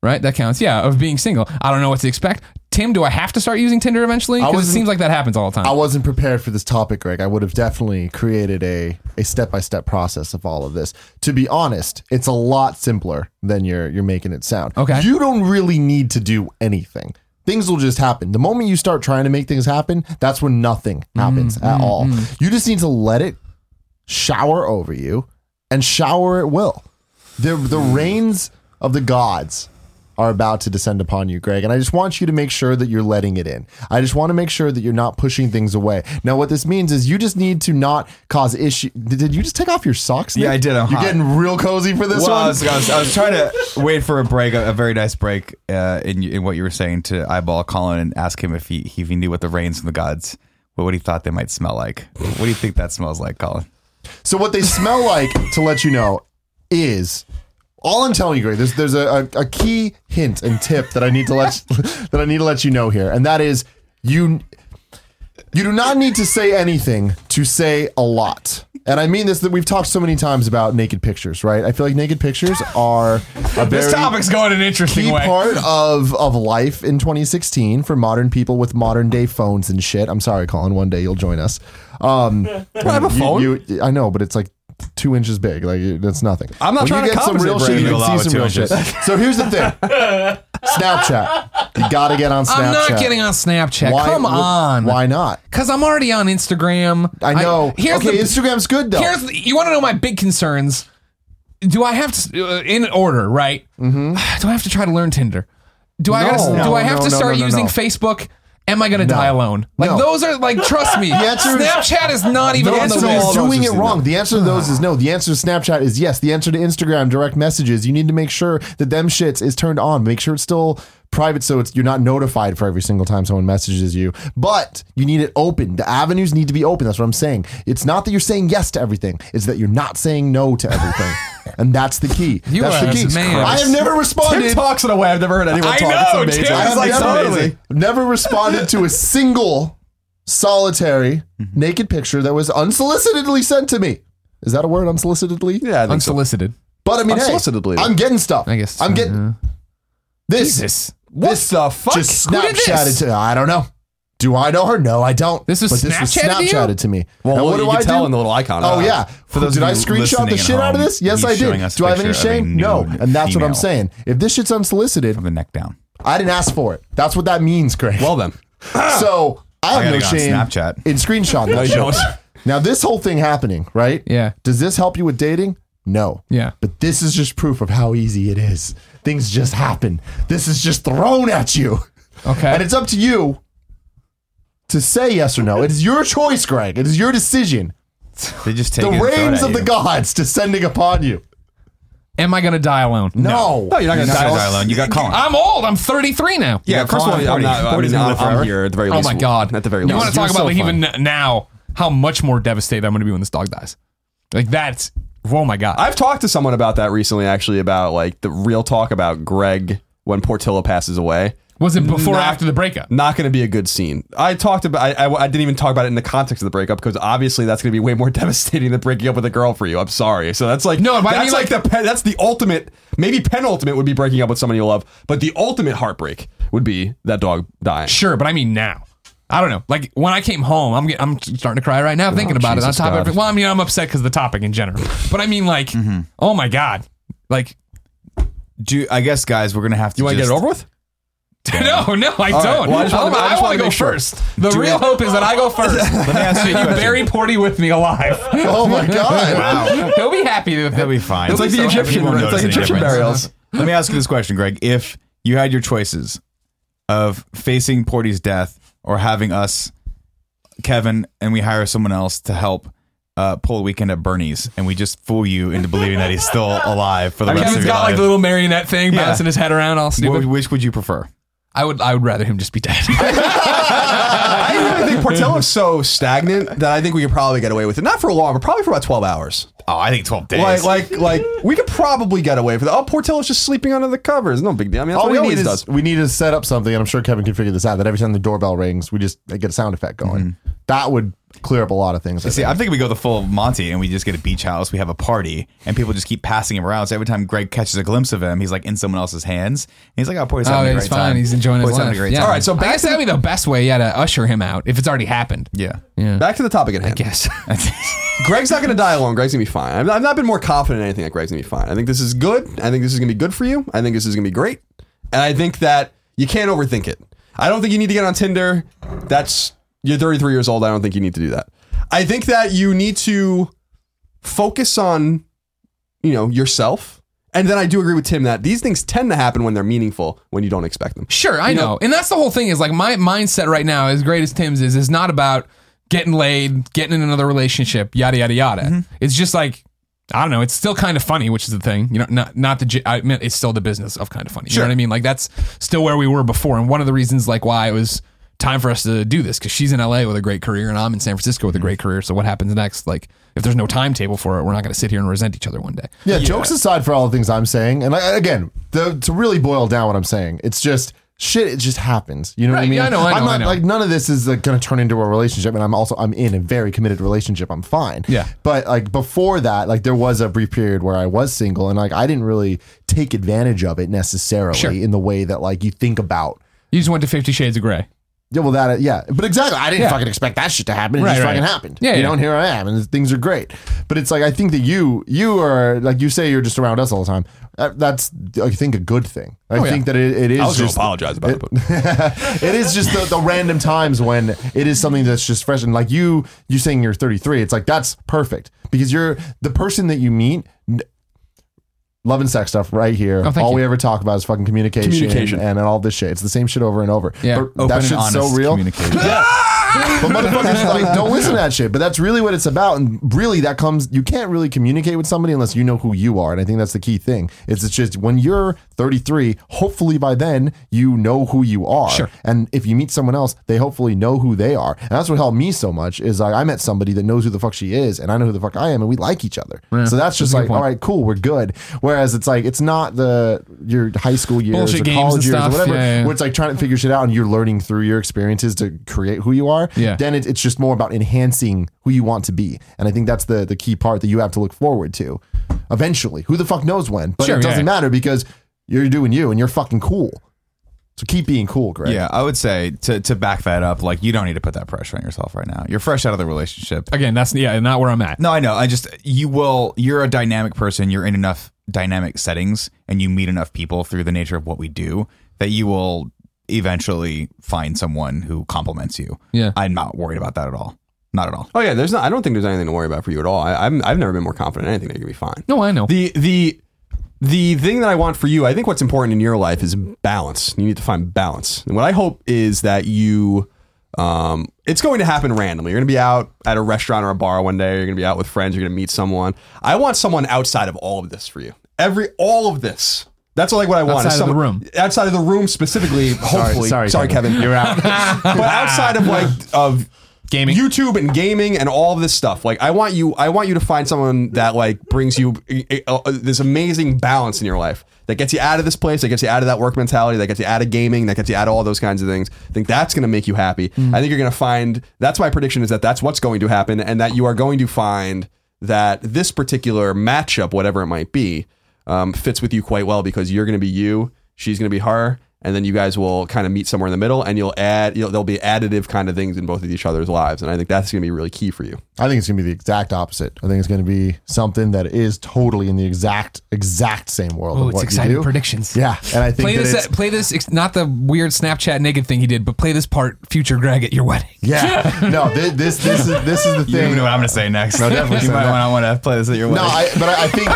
[SPEAKER 2] right? That counts, yeah, of being single. I don't know what to expect. Ti- Tim, do I have to start using Tinder eventually? Because it
[SPEAKER 1] wasn't-
[SPEAKER 2] seems like that happens all the time.
[SPEAKER 1] I wasn't prepared for this topic, Greg. I would have definitely created a a step by step process of all of this. To be honest, it's a lot simpler than you're you're making it sound.
[SPEAKER 2] Okay.
[SPEAKER 1] You don't really need to do anything. Things will just happen. The moment you start trying to make things happen, that's when nothing happens at all. You just need to let it shower over you and shower at will. The the
[SPEAKER 3] Hmm.
[SPEAKER 1] rains of the gods are about to descend upon you, Greg. And I just want you to make sure that you're letting it in. I just want to make sure that you're not pushing things away. Now, what this means is you just need to not cause issue. Did, did you just take off your socks? Nick?
[SPEAKER 3] Yeah, I did. I'm
[SPEAKER 1] you're
[SPEAKER 3] hot.
[SPEAKER 1] getting real cozy for this
[SPEAKER 3] Well, I
[SPEAKER 1] one.
[SPEAKER 3] was, I, was, I was trying to wait for a break, a, a very nice break uh, in, in what you were saying to eyeball Colin and ask him if he if he knew what the rains from the gods, what, what he thought they might smell like. What do you think that smells like, Colin?
[SPEAKER 1] So what they smell like, to let you know, is all I'm telling you, Greg. There's there's a, a, a key hint and tip that I need to let that I need to let you know here, and that is you you do not need to say anything to say a lot. And I mean this that we've talked so many times about naked pictures, right? I feel like naked pictures are a very
[SPEAKER 2] this topic's going an interesting
[SPEAKER 1] key
[SPEAKER 2] way.
[SPEAKER 1] part of of life in 2016 for modern people with modern day phones and shit. I'm sorry, Colin. One day you'll join us. Um, I have a phone. I know, but it's like two inches big. Like it- that's nothing.
[SPEAKER 4] I'm not
[SPEAKER 1] when
[SPEAKER 4] trying
[SPEAKER 1] you
[SPEAKER 4] to
[SPEAKER 1] get some
[SPEAKER 4] compensate,
[SPEAKER 1] real
[SPEAKER 4] Brandon.
[SPEAKER 1] shit. You
[SPEAKER 3] You'll allow
[SPEAKER 1] can
[SPEAKER 3] it
[SPEAKER 1] see
[SPEAKER 3] two
[SPEAKER 1] some real shit.
[SPEAKER 3] inches.
[SPEAKER 1] So here's the thing. Snapchat. You got to get on Snapchat.
[SPEAKER 2] I'm not getting on Snapchat. Come on.
[SPEAKER 1] Why not?
[SPEAKER 2] Because I'm already on Instagram.
[SPEAKER 1] I know.
[SPEAKER 2] here's
[SPEAKER 1] okay,
[SPEAKER 2] the,
[SPEAKER 1] Instagram's good though.
[SPEAKER 2] here's the, you want to know my big concerns. Do I have to uh, in order right? Mm-hmm. Do I have to try to learn Tinder? Do I gotta,
[SPEAKER 1] No.
[SPEAKER 2] do I
[SPEAKER 1] No,
[SPEAKER 2] have
[SPEAKER 1] no,
[SPEAKER 2] to
[SPEAKER 1] no,
[SPEAKER 2] start
[SPEAKER 1] no, no,
[SPEAKER 2] using
[SPEAKER 1] no.
[SPEAKER 2] Facebook? Am I gonna die alone? Like
[SPEAKER 1] No.
[SPEAKER 2] those are like trust me.
[SPEAKER 1] answer is-
[SPEAKER 2] Snapchat is not even
[SPEAKER 1] The
[SPEAKER 2] on the
[SPEAKER 1] answer
[SPEAKER 2] list.
[SPEAKER 1] is
[SPEAKER 4] all those
[SPEAKER 1] doing
[SPEAKER 4] is
[SPEAKER 1] it
[SPEAKER 4] no.
[SPEAKER 1] wrong. The answer to those is no. The answer to Snapchat is yes. The answer to Instagram direct messages, you need to make sure that them shits is turned on. Make sure it's still private so it's you're not notified for every single time someone messages you. But you need it open. The avenues need to be open. That's what I'm saying. It's not that you're saying yes to everything. It's that you're not saying no to everything. and that's the key.
[SPEAKER 2] You
[SPEAKER 1] that's
[SPEAKER 2] are
[SPEAKER 1] the key.
[SPEAKER 2] man.
[SPEAKER 1] I have never responded.
[SPEAKER 4] Tim talks in a way I've never heard anyone
[SPEAKER 2] I
[SPEAKER 4] talk.
[SPEAKER 2] know,
[SPEAKER 4] it's amazing.
[SPEAKER 2] Tim.
[SPEAKER 1] I have
[SPEAKER 4] It's like
[SPEAKER 1] never,
[SPEAKER 4] so amazing.
[SPEAKER 1] never responded to a single solitary naked picture that was unsolicitedly sent to me. Is that a word? Unsolicitedly?
[SPEAKER 4] Yeah, I think so.
[SPEAKER 2] Unsolicited.
[SPEAKER 1] But I mean, hey,
[SPEAKER 4] Unsolicitedly.
[SPEAKER 1] I'm getting stuff.
[SPEAKER 2] I guess.
[SPEAKER 1] I'm getting
[SPEAKER 2] uh,
[SPEAKER 1] this.
[SPEAKER 2] Jesus.
[SPEAKER 4] What
[SPEAKER 1] This
[SPEAKER 4] the fuck?
[SPEAKER 1] Just
[SPEAKER 2] Who did
[SPEAKER 1] Snapchatted
[SPEAKER 2] this?
[SPEAKER 1] to. I don't know. Do I know her? No, I don't.
[SPEAKER 2] This was
[SPEAKER 1] but this was
[SPEAKER 2] Snapchatted to you?
[SPEAKER 1] Snapchatted to, me.
[SPEAKER 4] well,
[SPEAKER 1] and
[SPEAKER 4] what
[SPEAKER 1] what
[SPEAKER 4] you
[SPEAKER 1] do
[SPEAKER 4] can
[SPEAKER 1] I
[SPEAKER 4] tell
[SPEAKER 1] do?
[SPEAKER 4] in the little icon.
[SPEAKER 1] Oh
[SPEAKER 4] uh,
[SPEAKER 1] yeah.
[SPEAKER 3] For those
[SPEAKER 1] did
[SPEAKER 3] of
[SPEAKER 1] I
[SPEAKER 3] you
[SPEAKER 1] screenshot the
[SPEAKER 3] listening at
[SPEAKER 1] shit out of
[SPEAKER 3] home,
[SPEAKER 1] this? Yes,
[SPEAKER 3] he's
[SPEAKER 1] I
[SPEAKER 3] showing
[SPEAKER 1] did.
[SPEAKER 3] us a
[SPEAKER 1] Do I have any
[SPEAKER 3] picture of a
[SPEAKER 1] shame? No.
[SPEAKER 3] nude
[SPEAKER 1] And that's what I'm
[SPEAKER 3] female.
[SPEAKER 1] saying. If this shit's unsolicited,
[SPEAKER 3] From the neck down.
[SPEAKER 1] I didn't ask for it. That's what that means, Craig.
[SPEAKER 4] Well then,
[SPEAKER 1] So I have
[SPEAKER 3] I gotta
[SPEAKER 1] no
[SPEAKER 3] get on
[SPEAKER 1] shame
[SPEAKER 3] Snapchat.
[SPEAKER 1] in screenshot. no,
[SPEAKER 4] you don't.
[SPEAKER 1] Now this whole thing happening, right?
[SPEAKER 2] Yeah.
[SPEAKER 1] Does this help you with dating? No.
[SPEAKER 2] Yeah.
[SPEAKER 1] But this is just proof of how easy it is. Things just happen. This is just thrown at you,
[SPEAKER 2] Okay.
[SPEAKER 1] and it's up to you to say yes or no. It is your choice, Greg. It is your decision.
[SPEAKER 3] They just take
[SPEAKER 1] The
[SPEAKER 3] it and throw it
[SPEAKER 1] rains
[SPEAKER 3] at
[SPEAKER 1] of the
[SPEAKER 3] you.
[SPEAKER 1] gods descending upon you.
[SPEAKER 2] Am I gonna die alone?
[SPEAKER 1] No.
[SPEAKER 4] no, you're
[SPEAKER 3] You're
[SPEAKER 4] not going to
[SPEAKER 3] not gonna
[SPEAKER 4] die
[SPEAKER 3] die alone. You got Colin.
[SPEAKER 2] I'm old. I'm 33 now.
[SPEAKER 4] Yeah, first of all,
[SPEAKER 3] Colin,
[SPEAKER 4] I'm not. I
[SPEAKER 3] 40
[SPEAKER 4] mean,
[SPEAKER 3] is gonna
[SPEAKER 4] I'm,
[SPEAKER 3] live
[SPEAKER 4] I'm
[SPEAKER 3] forever.
[SPEAKER 4] here at the very
[SPEAKER 2] Oh
[SPEAKER 4] least.
[SPEAKER 2] my god.
[SPEAKER 4] At the very
[SPEAKER 2] You
[SPEAKER 4] least.
[SPEAKER 2] want to talk
[SPEAKER 1] You're
[SPEAKER 2] about
[SPEAKER 1] so
[SPEAKER 2] like
[SPEAKER 1] fun.
[SPEAKER 2] even n- now how much more devastated I'm going to be when this dog dies. Like that's oh my god.
[SPEAKER 4] I've talked to someone about that recently, actually, about like the real talk about Greg when Portillo passes away.
[SPEAKER 2] was it before or
[SPEAKER 4] Not-
[SPEAKER 2] after the breakup?
[SPEAKER 4] Not going to be a good scene. I talked about. I, I, I didn't even talk about it in the context of the breakup because obviously that's going to be way more devastating than breaking up with a girl for you. I'm sorry. So that's like
[SPEAKER 2] No, but I
[SPEAKER 4] that's
[SPEAKER 2] mean,
[SPEAKER 4] like,
[SPEAKER 2] like-
[SPEAKER 4] the pe- that's the ultimate. Maybe penultimate would be breaking up with someone you love, but the ultimate heartbreak would be that dog dying.
[SPEAKER 2] Sure, but I mean now. I don't know. Like when I came home, I'm get, I'm starting to cry right now thinking about
[SPEAKER 4] Jesus
[SPEAKER 2] it. On top
[SPEAKER 4] God.
[SPEAKER 2] of everything. Well, I mean, I'm upset because the topic in general. But I mean, like, oh my god, like.
[SPEAKER 3] Do you- I guess, guys, we're gonna have to.
[SPEAKER 4] You want to
[SPEAKER 3] just-
[SPEAKER 4] get it over with?
[SPEAKER 2] No, no, I
[SPEAKER 4] right.
[SPEAKER 2] don't.
[SPEAKER 4] Well, I just wanted-
[SPEAKER 2] Oh,
[SPEAKER 4] I
[SPEAKER 2] I, want
[SPEAKER 4] just wanted to
[SPEAKER 2] to go
[SPEAKER 4] make sure.
[SPEAKER 2] first. The real hope is that I go first.
[SPEAKER 3] Let me ask you. a
[SPEAKER 2] you
[SPEAKER 3] question.
[SPEAKER 2] bury Porty with me alive.
[SPEAKER 1] Oh my god.
[SPEAKER 3] Wow.
[SPEAKER 2] He'll be happy with
[SPEAKER 3] That'll
[SPEAKER 2] it.
[SPEAKER 3] be fine.
[SPEAKER 4] It's like the Egyptian.
[SPEAKER 3] People
[SPEAKER 4] It's
[SPEAKER 3] notice
[SPEAKER 4] like
[SPEAKER 3] any
[SPEAKER 4] Egyptian
[SPEAKER 3] difference.
[SPEAKER 4] burials.
[SPEAKER 3] Let me ask you this question, Greg. If you had your choices of facing Porty's death or having us, Kevin, and we hire someone else to help uh, pull a weekend at Bernie's, and we just fool you into believing that he's still alive for the rest of
[SPEAKER 2] Kevin's
[SPEAKER 3] your
[SPEAKER 2] got like
[SPEAKER 3] life.
[SPEAKER 2] the little marionette thing
[SPEAKER 3] Yeah.
[SPEAKER 2] bouncing his head around all
[SPEAKER 3] Wh-
[SPEAKER 2] stupid.
[SPEAKER 3] which would you prefer?
[SPEAKER 2] I would I would rather him just be dead.
[SPEAKER 4] I really think Portillo's so stagnant that I think we could probably get away with it. Not for long, but probably for about twelve hours.
[SPEAKER 3] Oh, I think twelve days.
[SPEAKER 4] Like, like, like, we could probably get away with it. Oh, Portillo's just sleeping under the covers. No big deal. I mean, that's
[SPEAKER 1] All
[SPEAKER 4] what
[SPEAKER 1] we
[SPEAKER 4] he
[SPEAKER 1] need
[SPEAKER 4] always
[SPEAKER 1] is
[SPEAKER 4] does.
[SPEAKER 1] we need to set up something, and I'm sure Kevin can figure this out. That every time the doorbell rings, we just get a sound effect going. That would clear up a lot of things. I
[SPEAKER 3] See,
[SPEAKER 1] think.
[SPEAKER 3] I think we go the full Monty and we just get a beach house. We have a party and people just keep passing him around. So every time Greg catches a glimpse of him, he's like in someone else's hands. And he's like, "Oh, boy, he's
[SPEAKER 2] Oh,
[SPEAKER 3] having a
[SPEAKER 2] he's
[SPEAKER 3] great
[SPEAKER 2] fine.
[SPEAKER 3] time.
[SPEAKER 2] He's enjoying
[SPEAKER 3] boy,
[SPEAKER 2] his
[SPEAKER 3] he's having
[SPEAKER 2] life.
[SPEAKER 3] a great
[SPEAKER 2] yeah.
[SPEAKER 3] time."
[SPEAKER 4] All right, so
[SPEAKER 2] I
[SPEAKER 4] back
[SPEAKER 2] guess
[SPEAKER 4] to
[SPEAKER 2] that'd be the best way, yeah, to usher him out if it's already happened.
[SPEAKER 3] Yeah.
[SPEAKER 4] Back to the topic at hand.
[SPEAKER 2] Yes.
[SPEAKER 4] Greg's not going to die alone. Greg's going to be fine. I've, I've not been more confident in anything that Greg's going to be fine. I think this is good. I think this is going to be good for you. I think this is going to be great. And I think that you can't overthink it. I don't think you need to get on Tinder. That's you're 33 years old. I don't think you need to do that. I think that you need to focus on you know yourself. And then I do agree with Tim that these things tend to happen when they're meaningful when you don't expect them.
[SPEAKER 2] Sure, I know. And that's the whole thing is like my mindset right now, as great as Tim's is, is not about getting laid, getting in another relationship, yada yada yada. It's just like I don't know. It's still kind of funny, which is the thing. You know, not not the. j- I meant it's still the business of kind of funny. You know what I mean? Like that's still where we were before, and one of the reasons like why it was time for us to do this because she's in LA with a great career and I'm in San Francisco with a great career. So what happens next? Like if there's no timetable for it, we're not going to sit here and resent each other one day.
[SPEAKER 1] Yeah, jokes aside for all the things I'm saying, and I, again, the, to really boil down what I'm saying, it's just shit. It just happens. You know what I
[SPEAKER 2] Right,
[SPEAKER 1] mean?
[SPEAKER 2] yeah, I know, I
[SPEAKER 1] am
[SPEAKER 2] know, I
[SPEAKER 1] not
[SPEAKER 2] know.
[SPEAKER 1] like none of this is like, going to turn into a relationship, and I'm also I'm in a very committed relationship. I'm fine.
[SPEAKER 2] Yeah.
[SPEAKER 1] But like before that, like there was a brief period where I was single, and like I didn't really take advantage of it necessarily
[SPEAKER 2] Sure.
[SPEAKER 1] in the way that like you think about.
[SPEAKER 2] You just went to Fifty Shades of Grey.
[SPEAKER 1] Yeah, well, that uh, yeah, but exactly. I didn't fucking expect that shit to happen. It
[SPEAKER 2] Right,
[SPEAKER 1] just
[SPEAKER 2] right.
[SPEAKER 1] fucking happened.
[SPEAKER 2] Yeah,
[SPEAKER 1] you
[SPEAKER 2] yeah.
[SPEAKER 1] know, and here I am, and things are great. But it's like I think that you, you are like you say, you're just around us all the time. That- That's I think a good thing. I
[SPEAKER 2] Oh, yeah.
[SPEAKER 1] think that it, it is.
[SPEAKER 4] I was going to
[SPEAKER 1] just,
[SPEAKER 4] apologize about it. but-
[SPEAKER 1] it is just the, the random times when it is something that's just fresh and like you you saying you're 33 it's like that's perfect because you're the person that you meet n- love and sex stuff right here
[SPEAKER 2] Oh, thank
[SPEAKER 1] all
[SPEAKER 2] you.
[SPEAKER 1] we ever talk about is fucking communication,
[SPEAKER 4] Communication.
[SPEAKER 1] and, and all this shit it's the same shit over and over
[SPEAKER 2] Yeah.
[SPEAKER 1] but that shit's so real
[SPEAKER 3] communication.
[SPEAKER 1] but motherfuckers like don't listen to that shit. But that's really what it's about. And really that comes you can't really communicate with somebody unless you know who you are. And I think that's the key thing. Is it's just when you're 33, hopefully by then you know who you are.
[SPEAKER 2] Sure.
[SPEAKER 1] And if you meet someone else, they hopefully know who they are. And that's what helped me so much is like I met somebody that knows who the fuck she is and I know who the fuck I am and we like each other. so that's just like, all right, cool, we're good. Whereas it's like it's not the your high school years
[SPEAKER 2] Bullshit
[SPEAKER 1] or
[SPEAKER 2] games and
[SPEAKER 1] college years
[SPEAKER 2] stuff.
[SPEAKER 1] or whatever
[SPEAKER 2] Yeah, yeah, yeah.
[SPEAKER 1] where it's like trying to figure shit out and you're learning through your experiences to create who you are
[SPEAKER 2] Yeah.
[SPEAKER 1] then it, it's just more about enhancing who you want to be and i think that's the the key part that you have to look forward to eventually who the fuck knows when but
[SPEAKER 2] Sure,
[SPEAKER 1] it doesn't
[SPEAKER 2] yeah.
[SPEAKER 1] matter because you're doing you and you're fucking cool so keep being cool greg
[SPEAKER 3] Yeah, I would say to to back that up, like you don't need to put that pressure on yourself right now. You're fresh out of the relationship.
[SPEAKER 2] Again, that's yeah, not where I'm at.
[SPEAKER 3] No, I know. I just you will. You're a dynamic person. You're in enough dynamic settings, and you meet enough people through the nature of what we do that you will eventually find someone who compliments you.
[SPEAKER 2] Yeah.
[SPEAKER 3] I'm not worried about that at all. Not at all.
[SPEAKER 4] oh yeah, there's not. I don't think there's anything to worry about for you at all. I, I'm, I've never been more confident in anything that you're going to be fine.
[SPEAKER 2] No, I know.
[SPEAKER 4] the the the thing that I want for you, I think what's important in your life is balance. You need to find balance. And what I hope is that you um it's going to happen randomly. You're going to be out at a restaurant or a bar one day, you're going to be out with friends, you're going to meet someone. I want someone outside of all of this for you. Every all of this. That's like what I want. is
[SPEAKER 2] Outside of the
[SPEAKER 4] someone-
[SPEAKER 2] room.
[SPEAKER 4] Outside of the room specifically, hopefully.
[SPEAKER 1] sorry,
[SPEAKER 4] Kevin.
[SPEAKER 1] Kevin.
[SPEAKER 4] You're out. but outside of like of
[SPEAKER 2] Gaming.
[SPEAKER 4] YouTube and gaming and all of this stuff. Like I want you, I want you to find someone that like brings you eh, a, a- a- uh, this amazing balance in your life that gets you out of this place, that gets you out of that work mentality, that gets you out of gaming, that gets you out of all those kinds of things. I think that's going to make you happy. I think you're going to find. That's my prediction is that that's what's going to happen, and that you are going to find that this particular matchup, whatever it might be, um, fits with you quite well because you're going to be you, she's going to be her, and then you guys will kind of meet somewhere in the middle, and you'll add, you'll, there'll be additive kind of things in both of each other's lives, and I think that's going to be really key for you.
[SPEAKER 1] I think it's going to be the exact opposite. I think it's going to be something that is totally in the exact exact same world.
[SPEAKER 2] Oh,
[SPEAKER 1] of
[SPEAKER 2] it's
[SPEAKER 1] what you
[SPEAKER 2] exciting
[SPEAKER 1] do.
[SPEAKER 2] predictions.
[SPEAKER 1] Yeah, and I think
[SPEAKER 2] Play
[SPEAKER 1] that
[SPEAKER 2] this. uh,
[SPEAKER 1] it's-
[SPEAKER 2] Play this. ex- Not the weird Snapchat naked thing he did, but play this part, future Greg at your wedding.
[SPEAKER 1] Yeah, no, thi- this this is this is the
[SPEAKER 3] You don't
[SPEAKER 1] thing.
[SPEAKER 3] even know what I'm going to say next. No,
[SPEAKER 1] definitely
[SPEAKER 3] you
[SPEAKER 1] say
[SPEAKER 3] might
[SPEAKER 1] that.
[SPEAKER 3] want to play this at your
[SPEAKER 1] No,
[SPEAKER 3] wedding.
[SPEAKER 1] I, but I, I think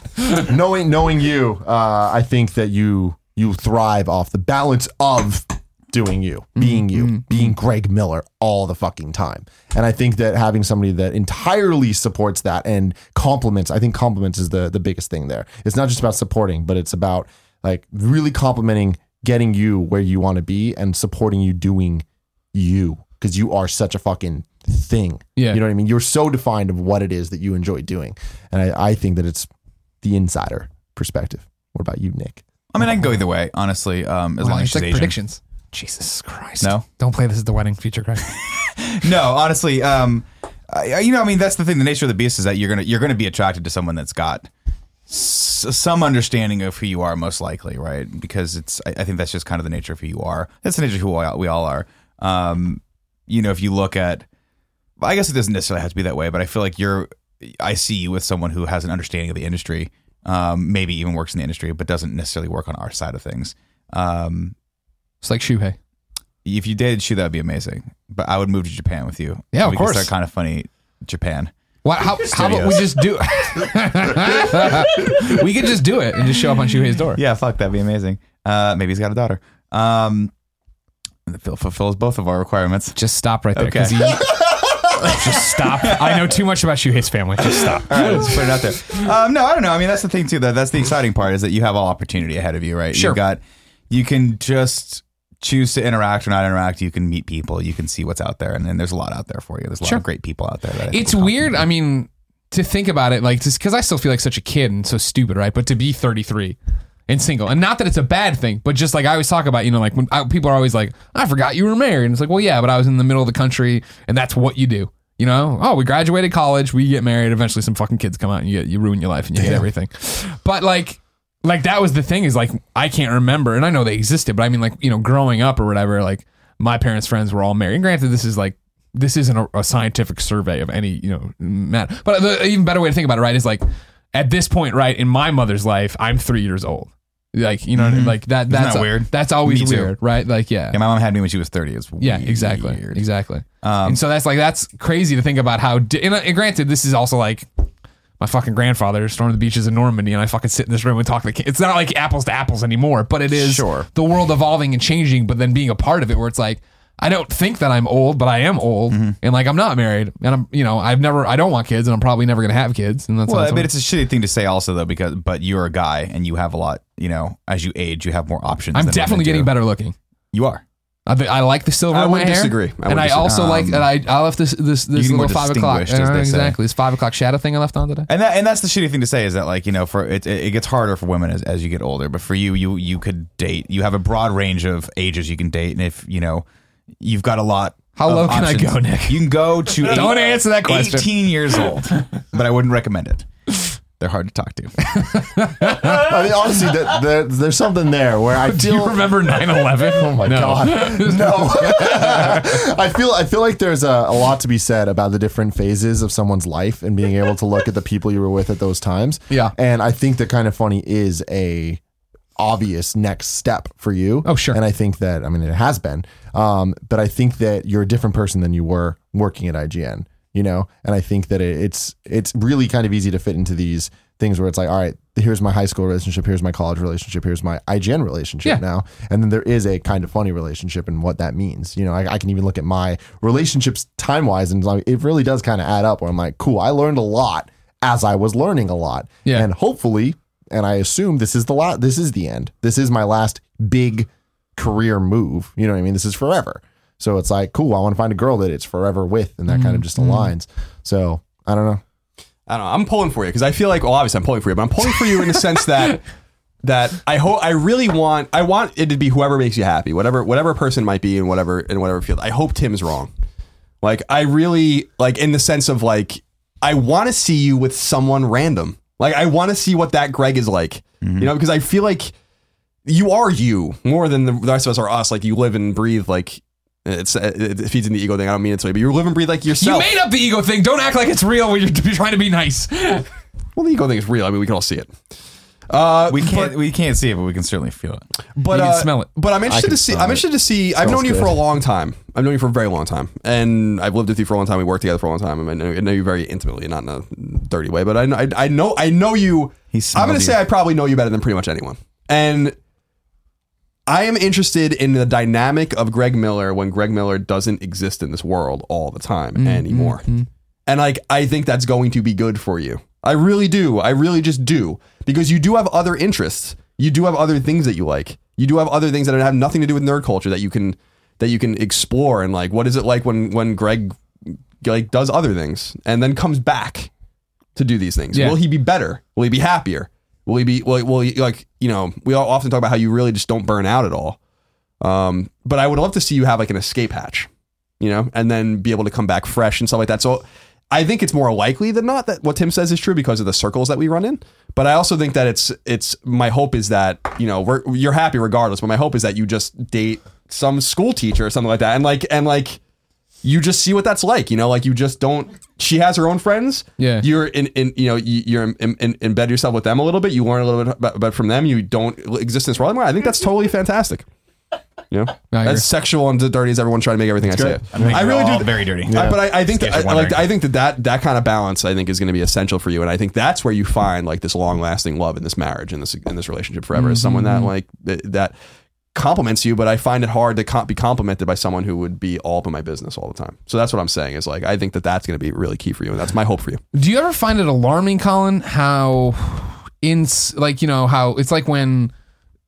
[SPEAKER 1] knowing knowing you, uh, I think that you you thrive off the balance of doing you, being you, being Greg Miller all the fucking time. And I think that having somebody that entirely supports that and compliments, I think compliments is the the biggest thing there. It's not just about supporting, but it's about like really complimenting getting you where you want to be and supporting you doing you because you are such a fucking thing.
[SPEAKER 2] Yeah.
[SPEAKER 1] You know what I mean? You're so defined of what it is that you enjoy doing. And I, I think that it's the insider perspective. What about you, Nick?
[SPEAKER 3] I mean, I can go either way, honestly. Um, as
[SPEAKER 2] Wow,
[SPEAKER 3] long as
[SPEAKER 2] it's
[SPEAKER 3] she's
[SPEAKER 2] like
[SPEAKER 3] Asian.
[SPEAKER 2] predictions. Jesus Christ.
[SPEAKER 3] No?
[SPEAKER 2] Don't play this at the wedding, future Greg.
[SPEAKER 3] no, honestly, um, I, I- you know, I mean, that's the thing. The nature of the beast is that you're gonna you're gonna be attracted to someone that's got s- some understanding of who you are, most likely, right? Because it's I, I think that's just kind of the nature of who you are. That's the nature of who we all, we all are. Um, you know, if you look at, I guess it doesn't necessarily have to be that way, but I feel like you're. I see you with someone who has an understanding of the industry, um, maybe even works in the industry, but doesn't necessarily work on our side of things. Um,
[SPEAKER 2] it's like Shuhei.
[SPEAKER 3] if you dated Shu, that would be amazing. But I would move to Japan with you.
[SPEAKER 2] Yeah, of
[SPEAKER 3] we could
[SPEAKER 2] course.
[SPEAKER 3] Start kind of funny Japan.
[SPEAKER 2] What, how, how about we just do we could just do it and just show up on Shuhei's door.
[SPEAKER 3] Yeah, fuck, that'd be amazing. Uh, maybe he's got a daughter. Um, that fill- fulfills both of our requirements.
[SPEAKER 2] Just stop right there.
[SPEAKER 3] Okay.
[SPEAKER 2] 'cause he- just stop. I know too much about Shuhei's family. Just stop.
[SPEAKER 3] All right, let's put it out there. Um, no, I don't know. I mean, that's the thing too. That that's the exciting part is that you have all opportunity ahead of you, right?
[SPEAKER 2] Sure.
[SPEAKER 3] You got. You can just choose to interact or not interact. You can meet people. You can see what's out there, and then there's a lot out there for you. There's a lot
[SPEAKER 2] Sure.
[SPEAKER 3] of great people out there. That I think
[SPEAKER 2] It's weird. I mean, to think about it, like, just because I still feel like such a kid and so stupid, right? But to be 33 and single, and not that it's a bad thing, but just like I always talk about, you know, like when I, people are always like, I forgot you were married. And it's like, well, yeah, but I was in the middle of the country and that's what you do. You know, oh, we graduated college, we get married, eventually some fucking kids come out and you, get, you ruin your life and you hate everything. But like, like that was the thing is like I can't remember, and I know they existed, but I mean like you know growing up or whatever, like my parents' friends were all married. And granted, this is like this isn't a, a scientific survey of any you know matter, but the even better way to think about it, right, is like at this point, right, in my mother's life, I'm three years old. Like you know, what I mean? like that. That's
[SPEAKER 3] that weird?
[SPEAKER 2] That's always
[SPEAKER 3] Me too.
[SPEAKER 2] weird, right? Like yeah,
[SPEAKER 3] Yeah, my mom had me when she was 30. It's
[SPEAKER 2] yeah, exactly,
[SPEAKER 3] weird.
[SPEAKER 2] exactly.
[SPEAKER 3] Um,
[SPEAKER 2] and so that's like that's crazy to think about how. Di- and, uh, and granted, this is also like my fucking grandfather stormed the beaches in Normandy, and I fucking sit in this room and talk to the kids. It's not like apples to apples anymore, but it is
[SPEAKER 3] Sure.
[SPEAKER 2] the world evolving and changing. But then being a part of it, where it's like I don't think that I'm old, but I am old,
[SPEAKER 3] Mm-hmm.
[SPEAKER 2] and like I'm not married, and I'm you know I've never I don't want kids, and I'm probably never gonna have kids, and that's
[SPEAKER 3] Well,
[SPEAKER 2] that's
[SPEAKER 3] I
[SPEAKER 2] what-
[SPEAKER 3] mean, it's a shitty thing to say, also, though, because but you're a guy and you have a lot. You know, as you age, you have more options.
[SPEAKER 2] I'm
[SPEAKER 3] than women
[SPEAKER 2] definitely getting
[SPEAKER 3] do.
[SPEAKER 2] better looking.
[SPEAKER 3] You are.
[SPEAKER 2] I, th- I like the silver.
[SPEAKER 4] I
[SPEAKER 2] in my
[SPEAKER 4] wouldn't
[SPEAKER 2] hair,
[SPEAKER 4] disagree. I
[SPEAKER 2] and
[SPEAKER 4] wouldn't
[SPEAKER 2] I
[SPEAKER 4] disagree.
[SPEAKER 2] also like, and I, I left this this this
[SPEAKER 3] get um, more
[SPEAKER 2] little five o'clock.
[SPEAKER 3] distinguished, as
[SPEAKER 2] Uh,
[SPEAKER 3] they say.
[SPEAKER 2] exactly, this five o'clock shadow thing I left on today.
[SPEAKER 3] And that and that's the shitty thing to say is that like you know for it it, it gets harder for women as, as you get older, but for you you you could date. You have a broad range of ages you can date, and if you know you've got a lot.
[SPEAKER 2] How
[SPEAKER 3] of
[SPEAKER 2] low can I
[SPEAKER 3] options.
[SPEAKER 2] go, Nick?
[SPEAKER 3] You can go to
[SPEAKER 2] Don't answer that question.
[SPEAKER 3] 18 years old, but I wouldn't recommend it. They're hard to talk to.
[SPEAKER 1] I mean, honestly, that, there, there's something there where I
[SPEAKER 2] Do you
[SPEAKER 1] feel
[SPEAKER 2] remember 9 11? Oh my
[SPEAKER 1] God. no. I feel I feel like there's a, a lot to be said about the different phases of someone's life and being able to look at the people you were with at those times.
[SPEAKER 2] Yeah.
[SPEAKER 1] And I think that kind of funny is a obvious next step for you.
[SPEAKER 2] Oh, sure.
[SPEAKER 1] And I think that I mean it has been. Um, but I think that you're a different person than you were working at IGN, you know? And I think that it, it's it's really kind of easy to fit into these things where it's like, all right, here's my high school relationship, here's my college relationship, here's my IGN relationship
[SPEAKER 2] Yeah.
[SPEAKER 1] now now. And then there is a kind of funny relationship and what that means. You know, I, I can even look at my relationships time wise and like, it really does kind of add up where I'm like, cool, I learned a lot as I was learning a lot.
[SPEAKER 2] Yeah.
[SPEAKER 1] And hopefully, and I assume this is the lot, this is the end. This is my last big career move. You know what I mean? This is forever. So it's like, cool, I want to find a girl that it's forever with. And that kind of
[SPEAKER 3] Mm-hmm.
[SPEAKER 1] just aligns. So I don't know.
[SPEAKER 4] I don't know. I'm pulling for you because I feel like, well, obviously I'm pulling for you, but I'm pulling for you in the sense that that I hope I really want I want it to be whoever makes you happy, whatever whatever person it might be in whatever in whatever field. I hope Tim's wrong. Like I really like in the sense of like I want to see you with someone random. Like I want to see what that Greg is like. You
[SPEAKER 2] Mm-hmm.
[SPEAKER 4] know, because I feel like you are you more than the rest of us are us. Like you live and breathe like it's it feeds in the ego thing. I don't mean it's way, but you live and breathe like
[SPEAKER 2] You
[SPEAKER 4] yourself.
[SPEAKER 2] made up the ego thing. Don't act like it's real when you're, you're trying to be nice.
[SPEAKER 4] well, the ego thing is real. I mean, we can all see it. Uh,
[SPEAKER 3] We can't we can't see it, but we can certainly feel it.
[SPEAKER 4] But
[SPEAKER 2] You can
[SPEAKER 4] uh,
[SPEAKER 2] smell it.
[SPEAKER 4] But I'm interested
[SPEAKER 1] can
[SPEAKER 4] to see.
[SPEAKER 1] smell
[SPEAKER 4] I'm
[SPEAKER 1] it.
[SPEAKER 4] interested to see. I've
[SPEAKER 1] Smells
[SPEAKER 4] known you for
[SPEAKER 1] good.
[SPEAKER 4] a long time. I've known you for a very long time, and I've lived with you for a long time. We worked together for a long time. I know, I know you very intimately, not in a dirty way, but I know. I, I know. I know you.
[SPEAKER 3] He
[SPEAKER 4] I'm
[SPEAKER 3] smelled
[SPEAKER 4] going
[SPEAKER 3] you.
[SPEAKER 4] to say I probably know you better than pretty much anyone, and I am interested in the dynamic of Greg Miller when Greg Miller doesn't exist in this world all the time anymore. And like I think that's going to be good for you. I really do. I really just do because you do have other interests. You do have other things that you like. You do have other things that have nothing to do with nerd culture that you can that you can explore and like what is it like when when Greg like does other things and then comes back to do these things?
[SPEAKER 2] Yeah.
[SPEAKER 4] Will he be better? Will he be happier? Will he be will, will he, like you know we all often talk about how you really just don't burn out at all. Um, but I would love to see you have like an escape hatch, you know, and then be able to come back fresh and stuff like that. So I think it's more likely than not that what Tim says is true because of the circles that we run in. But I also think that it's it's my hope is that you know we're, you're happy regardless. But my hope is that you just date some school teacher or something like that, and like and like you just see what that's like. You know, like you just don't. She has her own friends.
[SPEAKER 2] Yeah.
[SPEAKER 4] you're in, in you know you- you're in, in, embed yourself with them a little bit. You learn a little bit about, about from them. You don't exist in this world anymore. I think that's totally fantastic. You know,
[SPEAKER 2] I agree.
[SPEAKER 4] as sexual and dirty as everyone's trying to make everything I say.
[SPEAKER 3] I oh, think
[SPEAKER 4] I
[SPEAKER 3] we're
[SPEAKER 4] really
[SPEAKER 3] all
[SPEAKER 4] do.
[SPEAKER 3] very dirty.
[SPEAKER 4] I- but I, I think
[SPEAKER 3] In case
[SPEAKER 4] that, I,
[SPEAKER 3] you're
[SPEAKER 4] like
[SPEAKER 3] wondering.
[SPEAKER 4] I think that, that that kind of balance I think is going to be essential for you, and I think that's where you find like this long lasting love in this marriage and this in this relationship forever is someone
[SPEAKER 3] Mm-hmm.
[SPEAKER 4] that like th- that compliments you, but I find it hard to com- be complimented by someone who would be all up in my business all the time. So that's what I'm saying is like I think that that's going to be really key for you, and that's my hope for you.
[SPEAKER 2] Do you ever find it alarming, Colin, how in like you know how it's like when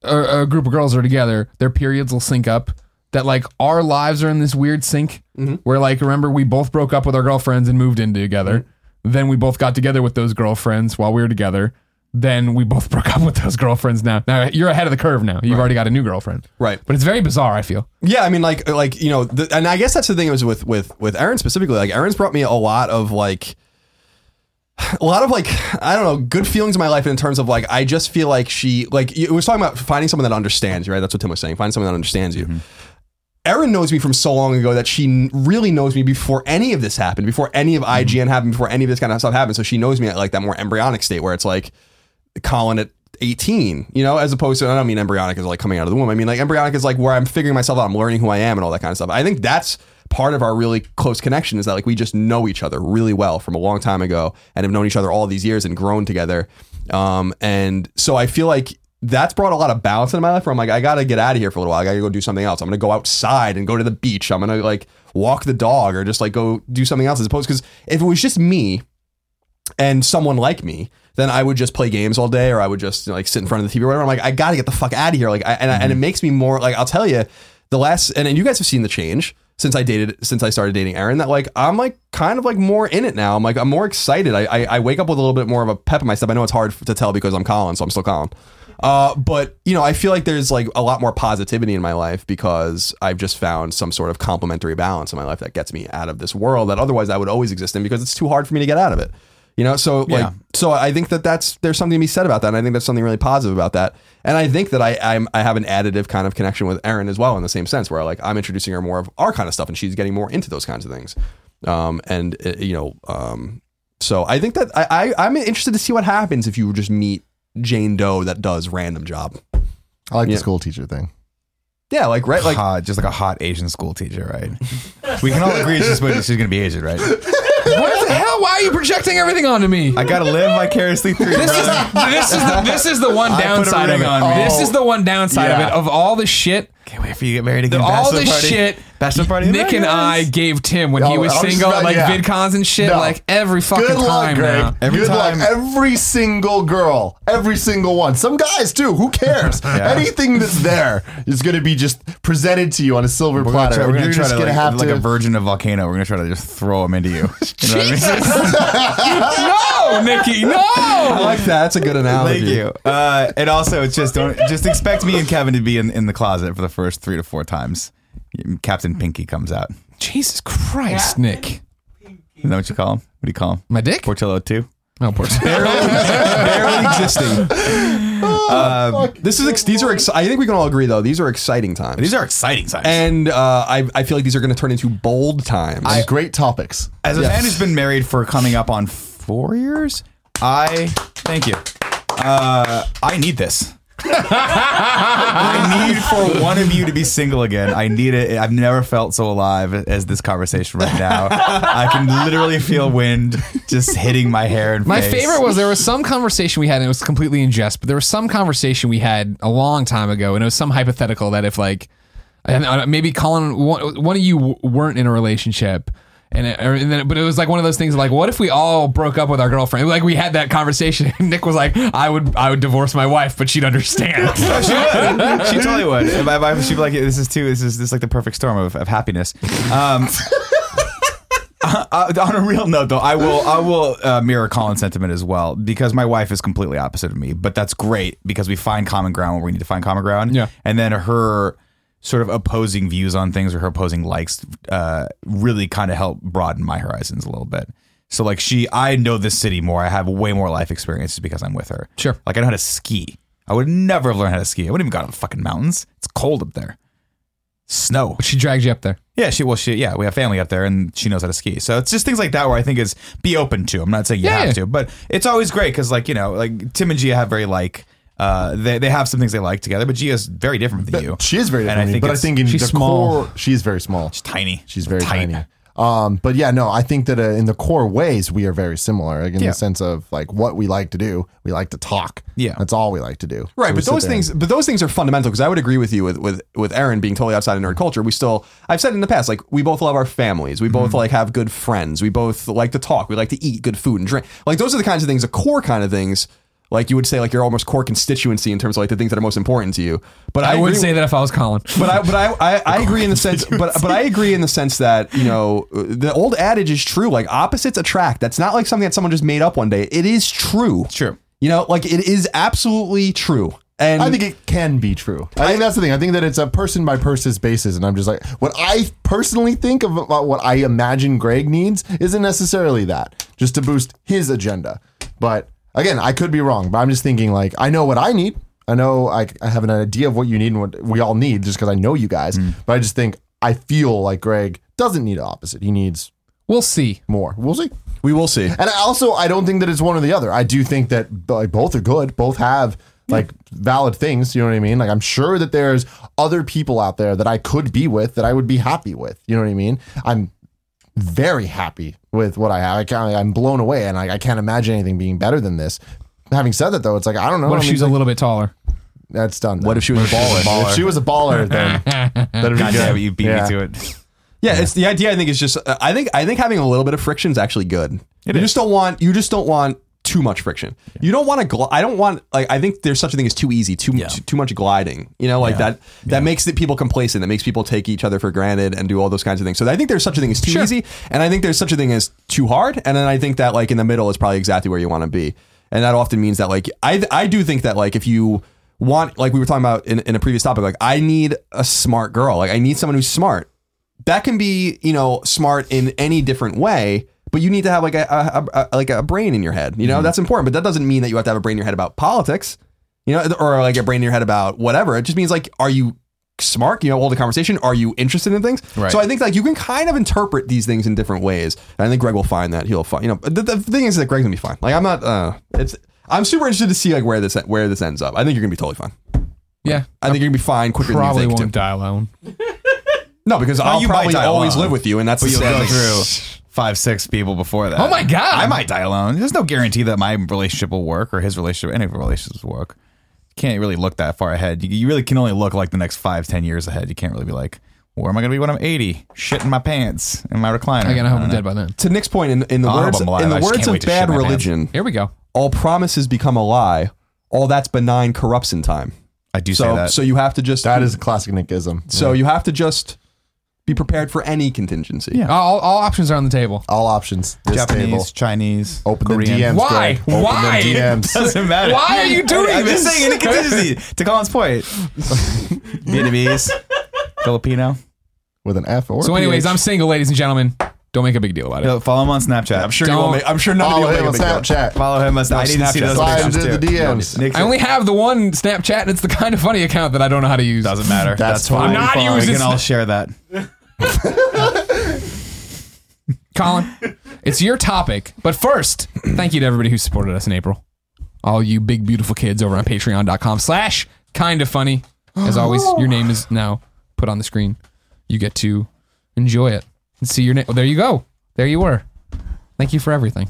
[SPEAKER 2] a, a group of girls are together, their periods will sync up. That like our lives are in this weird sync where like remember we both broke up with our girlfriends and moved in together. Then we both got together with those girlfriends while we were together. Then we both broke up with those girlfriends. Now, now you're ahead of the curve. Now you've already got a new girlfriend,
[SPEAKER 4] Right.
[SPEAKER 2] But it's very bizarre. I feel.
[SPEAKER 4] Yeah, I mean, like, uh, like you know, the, and I guess that's the thing was with with with Aaron specifically. Like, Aaron's brought me a lot of like, a lot of like, I don't know, good feelings in my life in terms of like, I just feel like she like it was talking about finding someone that understands you, right? That's what Tim was saying. Find someone that understands you. Erin knows me from so long ago that she kn- really knows me before any of this happened, before any of IGN happened, before any of this kind of stuff happened. So she knows me at like that more embryonic state where it's like Colin at 18, you know, as opposed to, and I don't mean embryonic is like coming out of the womb. I mean, like embryonic is like where I'm figuring myself out, I'm learning who I am and all that kind of stuff. I think that's part of our really close connection is that like we just know each other really well from a long time ago and have known each other all these years and grown together. Um, and so I feel like that's brought a lot of balance into my life where I'm like, I gotta get out of here for a little while. I gotta go do something else. I'm gonna go outside and go to the beach. I'm gonna like walk the dog or just like go do something else as opposed because if it was just me, and someone like me, then I would just play games all day or I would just you know, like sit in front of the TV or whatever. I'm like, I gotta get the fuck out of here. Like, I, and, I, and it makes me more like, I'll tell you the last, and, and you guys have seen the change since I dated, since I started dating Aaron that like, I'm like kind of like more in it now. I'm like, I'm more excited. I, I, I wake up with a little bit more of a pep in my step. I know it's hard to tell because I'm Colin, so I'm still Colin. Uh, but you know, I feel like there's like a lot more positivity in my life because I've just found some sort of complementary balance in my life that gets me out of this world that otherwise I would always exist in because it's too hard for me to get out of it. You know, so like,
[SPEAKER 3] Yeah.
[SPEAKER 4] so I think that that's there's something to be said about that, and I think that's something really positive about that, and I think that I I'm, I have an additive kind of connection with Erin as well in the same sense where like I'm introducing her more of our kind of stuff, and she's getting more into those kinds of things, um, and uh, you know, um, so I think that I, I I'm interested to see what happens if you just meet Jane Doe that does random job,
[SPEAKER 1] I like
[SPEAKER 4] Yeah.
[SPEAKER 1] the school teacher thing.
[SPEAKER 4] yeah, like right, like
[SPEAKER 3] hot, just like a hot Asian school teacher, right? we can all agree she's supposed- she's going to be Asian, right?
[SPEAKER 2] What the hell? Why are you projecting everything onto me?
[SPEAKER 3] I got to live vicariously through
[SPEAKER 2] This is, this is the this is the one
[SPEAKER 3] put a
[SPEAKER 2] downside of it.
[SPEAKER 3] ring on me.
[SPEAKER 2] This is the one downside of
[SPEAKER 3] Yeah.
[SPEAKER 2] it. Of all the shit,
[SPEAKER 3] Can't wait for you to get married again.
[SPEAKER 2] all
[SPEAKER 3] Bachelor
[SPEAKER 2] the
[SPEAKER 3] party.
[SPEAKER 2] shit,
[SPEAKER 3] Bachelor party.
[SPEAKER 2] Nick and I gave Tim when he
[SPEAKER 1] Oh,
[SPEAKER 2] was
[SPEAKER 1] I was
[SPEAKER 2] single,
[SPEAKER 1] about-
[SPEAKER 2] like
[SPEAKER 1] yeah.
[SPEAKER 2] VidCons and shit,
[SPEAKER 1] No.
[SPEAKER 2] like every fucking
[SPEAKER 1] Good luck,
[SPEAKER 2] time now.
[SPEAKER 1] Greg.
[SPEAKER 3] Every
[SPEAKER 1] Good
[SPEAKER 3] time-
[SPEAKER 1] luck. Every single girl, every single one. Some guys too. Who cares? Anything that's there is going to be just presented to you on a silver
[SPEAKER 3] We're gonna
[SPEAKER 1] platter.
[SPEAKER 3] try, we're
[SPEAKER 1] and
[SPEAKER 3] gonna
[SPEAKER 1] you're
[SPEAKER 3] try
[SPEAKER 1] just
[SPEAKER 3] to,
[SPEAKER 1] going
[SPEAKER 3] like,
[SPEAKER 1] to have
[SPEAKER 3] like
[SPEAKER 1] to
[SPEAKER 3] a virgin of volcano. We're gonna try to just throw them into you. You know what I mean?
[SPEAKER 2] No, Nikki,
[SPEAKER 4] I
[SPEAKER 2] no.
[SPEAKER 4] like that. That's a good analogy.
[SPEAKER 3] Thank you. Uh, and also, it's just don't just expect me and Kevin to be in, in the closet for the first three to four times. Captain Pinky comes out.
[SPEAKER 2] Jesus Christ, Nick.
[SPEAKER 3] Is that what you call him? What do you call him?
[SPEAKER 2] My dick?
[SPEAKER 3] Portillo two.
[SPEAKER 2] No, poor.
[SPEAKER 3] Barely existing.
[SPEAKER 4] Uh, This is ex- these are. Ex- I think we can all agree though. These are exciting times.
[SPEAKER 3] These are exciting times.
[SPEAKER 4] and uh, I I feel like these are going to turn into bold times.
[SPEAKER 1] I, great topics.
[SPEAKER 3] As a man who's been married for coming up on four years, I thank you. Uh, I need this. I need for one of you to be single again. I need it. I've never felt so alive as this conversation right now. I can literally feel wind just hitting my hair and
[SPEAKER 2] My
[SPEAKER 3] face.
[SPEAKER 2] favorite was there was some conversation we had, and it was completely in jest, but there was some conversation we had a long time ago, and it was some hypothetical that if, like, and uh, maybe Colin, one, one of you w- weren't in a relationship. And, it, or, and then, but it was like one of those things. Like, what if we all broke up with our girlfriend? Like, we had that conversation. And Nick was like, "I would, I would divorce my wife, but she'd understand."
[SPEAKER 3] Oh, she would. She totally would. If I- if I- she'd be like, "This is too. This is this is like the perfect storm of, of happiness." Um, uh, uh, on a real note, though, I will I will uh, mirror Colin's sentiment as well because my wife is completely opposite of me, but that's great because we find common ground where we need to find common ground.
[SPEAKER 2] Yeah.
[SPEAKER 3] and then her sort of opposing views on things or her opposing likes uh, really kind of helped broaden my horizons a little bit. So like she, I know this city more. I have way more life experiences because I'm with her.
[SPEAKER 2] Sure.
[SPEAKER 3] Like I know how to ski. I would never have learned how to ski. I wouldn't even got up the fucking mountains. It's cold up there. Snow.
[SPEAKER 2] But she dragged you up there.
[SPEAKER 3] Yeah, she well, she yeah, we have family up there, and she knows how to ski. So it's just things like that where I think is be open to. I'm not saying you
[SPEAKER 2] Yeah,
[SPEAKER 3] have
[SPEAKER 2] yeah.
[SPEAKER 3] to, but it's always great because like you know, like Tim and Gia have very like uh, they they have some things they like together, but Gia's very different than you.
[SPEAKER 1] She is very
[SPEAKER 3] And
[SPEAKER 1] different.
[SPEAKER 3] I
[SPEAKER 1] than me,
[SPEAKER 3] think
[SPEAKER 1] but I
[SPEAKER 3] it's-
[SPEAKER 1] think in
[SPEAKER 2] she's
[SPEAKER 1] the
[SPEAKER 2] small.
[SPEAKER 1] core, she's very small.
[SPEAKER 3] She's tiny.
[SPEAKER 1] She's very tiny. Um, but yeah, no, I think that uh, in the core ways we are very similar, like in
[SPEAKER 3] Yeah.
[SPEAKER 1] the sense of like what we like to do. We like to talk.
[SPEAKER 3] Yeah.
[SPEAKER 1] that's all we like to do.
[SPEAKER 4] Right,
[SPEAKER 1] So we
[SPEAKER 4] but
[SPEAKER 1] sit
[SPEAKER 4] those
[SPEAKER 1] there
[SPEAKER 4] things, but those things are fundamental because I would agree with you with with with Aaron being totally outside of nerd culture. We still, I've said in the past, like we both love our families, we
[SPEAKER 1] Mm-hmm.
[SPEAKER 4] both like have good friends, we both like to talk, we like to eat good food and drink. Like those are the kinds of things, the core kind of things. Like you would say, like your almost core constituency in terms of like the things that are most important to you. But I,
[SPEAKER 2] I, would
[SPEAKER 4] agree
[SPEAKER 2] say that if I was Colin.
[SPEAKER 4] but I, but I, I, I agree in the sense, but but I agree in the sense that you know the old adage is true. Like opposites attract. That's not like something that someone just made up one day. It is true.
[SPEAKER 3] True.
[SPEAKER 4] You know, like it is absolutely true. And
[SPEAKER 1] I think it can be true. I, think that's the thing. I think that it's a person by person basis, and I'm just like, what I personally think of about what I imagine Greg needs isn't necessarily that, just to boost his agenda. But again, I could be wrong. But I'm just thinking like, I know what I need. I know I, I have an idea of what you need and what we all need, just because I know you guys. But I just think I feel like Greg doesn't need an opposite. He needs
[SPEAKER 2] we'll see.
[SPEAKER 1] more. We'll see.
[SPEAKER 4] we will see.
[SPEAKER 1] And I also, I don't think that it's one or the other. I do think that like, both are good. Both have like valid things. You know what I mean? Like I'm sure that there's other people out there that I could be with that I would be happy with. You know what I mean? I'm very happy with what I have. I can't, I'm blown away, and I, I can't imagine anything being better than this. Having said that, though, it's like I don't know.
[SPEAKER 2] What
[SPEAKER 1] I
[SPEAKER 2] if
[SPEAKER 1] mean,
[SPEAKER 2] she's a little bit taller?
[SPEAKER 1] that's done.
[SPEAKER 4] What if she was a baller?
[SPEAKER 1] If she was a baller, then that'd be
[SPEAKER 3] God
[SPEAKER 1] good.
[SPEAKER 3] damn it, you beat
[SPEAKER 1] Yeah.
[SPEAKER 3] me to it.
[SPEAKER 4] Yeah, it's the idea. I think is just. uh, I think I think having a little bit of friction is actually good. you just don't want. You just don't want too much friction. You don't want to. Gl- I don't want. Like I think there's such a thing as too easy, too too, too much gliding. You know, like that. That makes the people complacent. That makes people take each other for granted and do all those kinds of things. So I think there's such a thing as too easy, and I think there's such a thing as too hard. And then I think that like in the middle is probably exactly where you want to be. And that often means that like I I do think that like if you want like we were talking about in, in a previous topic like I need a smart girl like I need someone who's smart that can be you know smart in any different way but you need to have like a, a, a- like a brain in your head you know
[SPEAKER 3] Mm-hmm.
[SPEAKER 4] that's important but that doesn't mean that you have to have a brain in your head about politics you know or like a brain in your head about whatever it just means like are you smart you know hold a conversation are you interested in things
[SPEAKER 3] Right.
[SPEAKER 4] so i think like you can kind of interpret these things in different ways and i think greg will find that he'll find you know but the, the thing is that greg's gonna be fine like i'm not uh it's i'm super interested to see like where this where this ends up i think you're gonna be totally fine
[SPEAKER 2] Yeah.
[SPEAKER 4] i think you're gonna be fine quicker
[SPEAKER 2] Probably
[SPEAKER 4] than you think
[SPEAKER 2] won't
[SPEAKER 4] too.
[SPEAKER 2] die alone.
[SPEAKER 4] no because i'll
[SPEAKER 3] you might
[SPEAKER 4] probably
[SPEAKER 3] die
[SPEAKER 4] always
[SPEAKER 3] alone.
[SPEAKER 4] live with you and that's
[SPEAKER 3] But
[SPEAKER 4] the
[SPEAKER 3] you'll go
[SPEAKER 4] sad thing.
[SPEAKER 3] through five, six people before that.
[SPEAKER 2] Oh my God.
[SPEAKER 3] I might die alone. There's no guarantee that my relationship will work or his relationship, any of our relationships will work. You can't really look that far ahead. You, you really can only look like the next five, ten years ahead. You can't really be like, where am I going to be when I'm 80? Shit in my pants, in my recliner.
[SPEAKER 2] I gotta hope
[SPEAKER 3] don't
[SPEAKER 2] I'm
[SPEAKER 3] know.
[SPEAKER 2] dead by then.
[SPEAKER 4] to Nick's point, in, in the
[SPEAKER 3] I hope
[SPEAKER 4] words,
[SPEAKER 3] I'm alive.
[SPEAKER 4] in the
[SPEAKER 3] I just
[SPEAKER 4] words
[SPEAKER 3] can't
[SPEAKER 4] of
[SPEAKER 3] wait to shit
[SPEAKER 4] bad
[SPEAKER 3] my pants.
[SPEAKER 4] religion,
[SPEAKER 2] Here we go.
[SPEAKER 4] all promises become a lie. All that's benign corrupts in time.
[SPEAKER 3] I do say
[SPEAKER 4] So,
[SPEAKER 3] that.
[SPEAKER 4] so you have to just
[SPEAKER 1] That is a classic Nickism.
[SPEAKER 4] so you have to just be prepared for any contingency.
[SPEAKER 3] Yeah.
[SPEAKER 2] All, all options are on the table.
[SPEAKER 1] all options. This
[SPEAKER 3] Japanese,
[SPEAKER 1] table.
[SPEAKER 3] Chinese,
[SPEAKER 1] Open
[SPEAKER 3] Korean.
[SPEAKER 1] the DMs.
[SPEAKER 2] Why?
[SPEAKER 1] Greg. Open
[SPEAKER 2] Why?
[SPEAKER 1] the DMs.
[SPEAKER 3] Doesn't matter.
[SPEAKER 2] Why are you doing
[SPEAKER 3] I'm
[SPEAKER 2] this?
[SPEAKER 3] just saying, any contingency. to Colin's point, Vietnamese, Filipino.
[SPEAKER 1] with an F or
[SPEAKER 2] So,
[SPEAKER 1] a
[SPEAKER 2] anyways,
[SPEAKER 1] PH.
[SPEAKER 2] I'm single, ladies and gentlemen. Don't make a big deal about it.
[SPEAKER 3] Yo, Follow him on Snapchat.
[SPEAKER 4] I'm sure you
[SPEAKER 2] Don't-
[SPEAKER 4] won't make, I'm sure none
[SPEAKER 1] follow
[SPEAKER 4] of you
[SPEAKER 1] him
[SPEAKER 4] will
[SPEAKER 1] on
[SPEAKER 4] make a big deal.
[SPEAKER 1] Snapchat.
[SPEAKER 3] Follow him on Snapchat. I didn't see
[SPEAKER 4] Snapchat.
[SPEAKER 3] those
[SPEAKER 1] Slide
[SPEAKER 3] pictures,
[SPEAKER 1] into the
[SPEAKER 3] too.
[SPEAKER 1] DMs.
[SPEAKER 3] Nick's-
[SPEAKER 2] I only have the one Snapchat. It's the kind of funny account that I don't know how to use.
[SPEAKER 3] doesn't matter.
[SPEAKER 1] That's
[SPEAKER 3] fine.
[SPEAKER 1] totally
[SPEAKER 2] I'm not
[SPEAKER 3] We
[SPEAKER 2] using
[SPEAKER 3] can all share that.
[SPEAKER 2] Colin, it's your topic. But first, thank you to everybody who supported us in April. All you big, beautiful kids over on patreon.com slash kind of funny. As always, your name is now put on the screen. You get to enjoy it and see your name. there you go. There you were. Thank you for everything.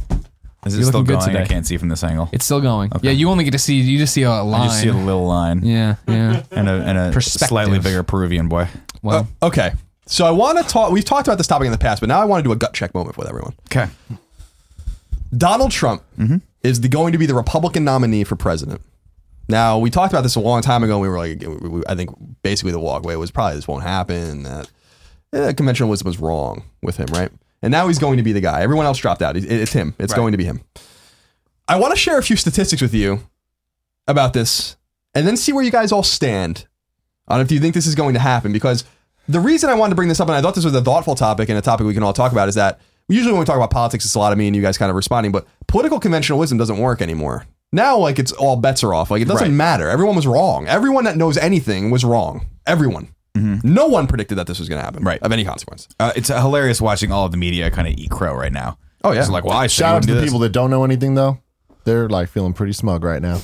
[SPEAKER 3] Is it
[SPEAKER 2] You're
[SPEAKER 3] still
[SPEAKER 2] looking good
[SPEAKER 3] going? I
[SPEAKER 2] today.
[SPEAKER 3] can't see from this angle.
[SPEAKER 2] It's still going. Yeah, you only get to see, you just see a line.
[SPEAKER 3] I just see a little line
[SPEAKER 2] yeah, yeah.
[SPEAKER 3] and a, and a
[SPEAKER 2] Perspective.
[SPEAKER 3] slightly bigger Peruvian boy.
[SPEAKER 2] Well,
[SPEAKER 4] Uh, okay. So I want to talk. We've talked about this topic in the past, but now I want to do a gut check moment with everyone.
[SPEAKER 3] Okay.
[SPEAKER 4] Donald Trump is the, going to be the Republican nominee for president. Now we talked about this a long time ago. And we were like, we- we- I think basically the walkway was probably this won't happen. That eh, conventional wisdom was wrong with him, right? And now he's going to be the guy. Everyone else dropped out. It- It's him. It's going to be him. I want to share a few statistics with you about this, and then see where you guys all stand on if you think this is going to happen. Because the reason I wanted to bring this up, and I thought this was a thoughtful topic and a topic we can all talk about, is that usually when we talk about politics, it's a lot of me and you guys kind of responding, but political conventional wisdom doesn't work anymore. Now, like, it's all bets are off. Like, it doesn't
[SPEAKER 1] Right.
[SPEAKER 4] matter. Everyone was wrong. Everyone that knows anything was wrong. Everyone. No one predicted that this was going to happen
[SPEAKER 3] Right.
[SPEAKER 4] of any consequence.
[SPEAKER 3] Uh, it's hilarious watching all of the media kind of eat crow right now.
[SPEAKER 4] Oh, yeah.
[SPEAKER 3] It's like, well, I
[SPEAKER 1] Shout out to the
[SPEAKER 3] people.
[SPEAKER 1] people that don't know anything though. They're like feeling pretty smug right now.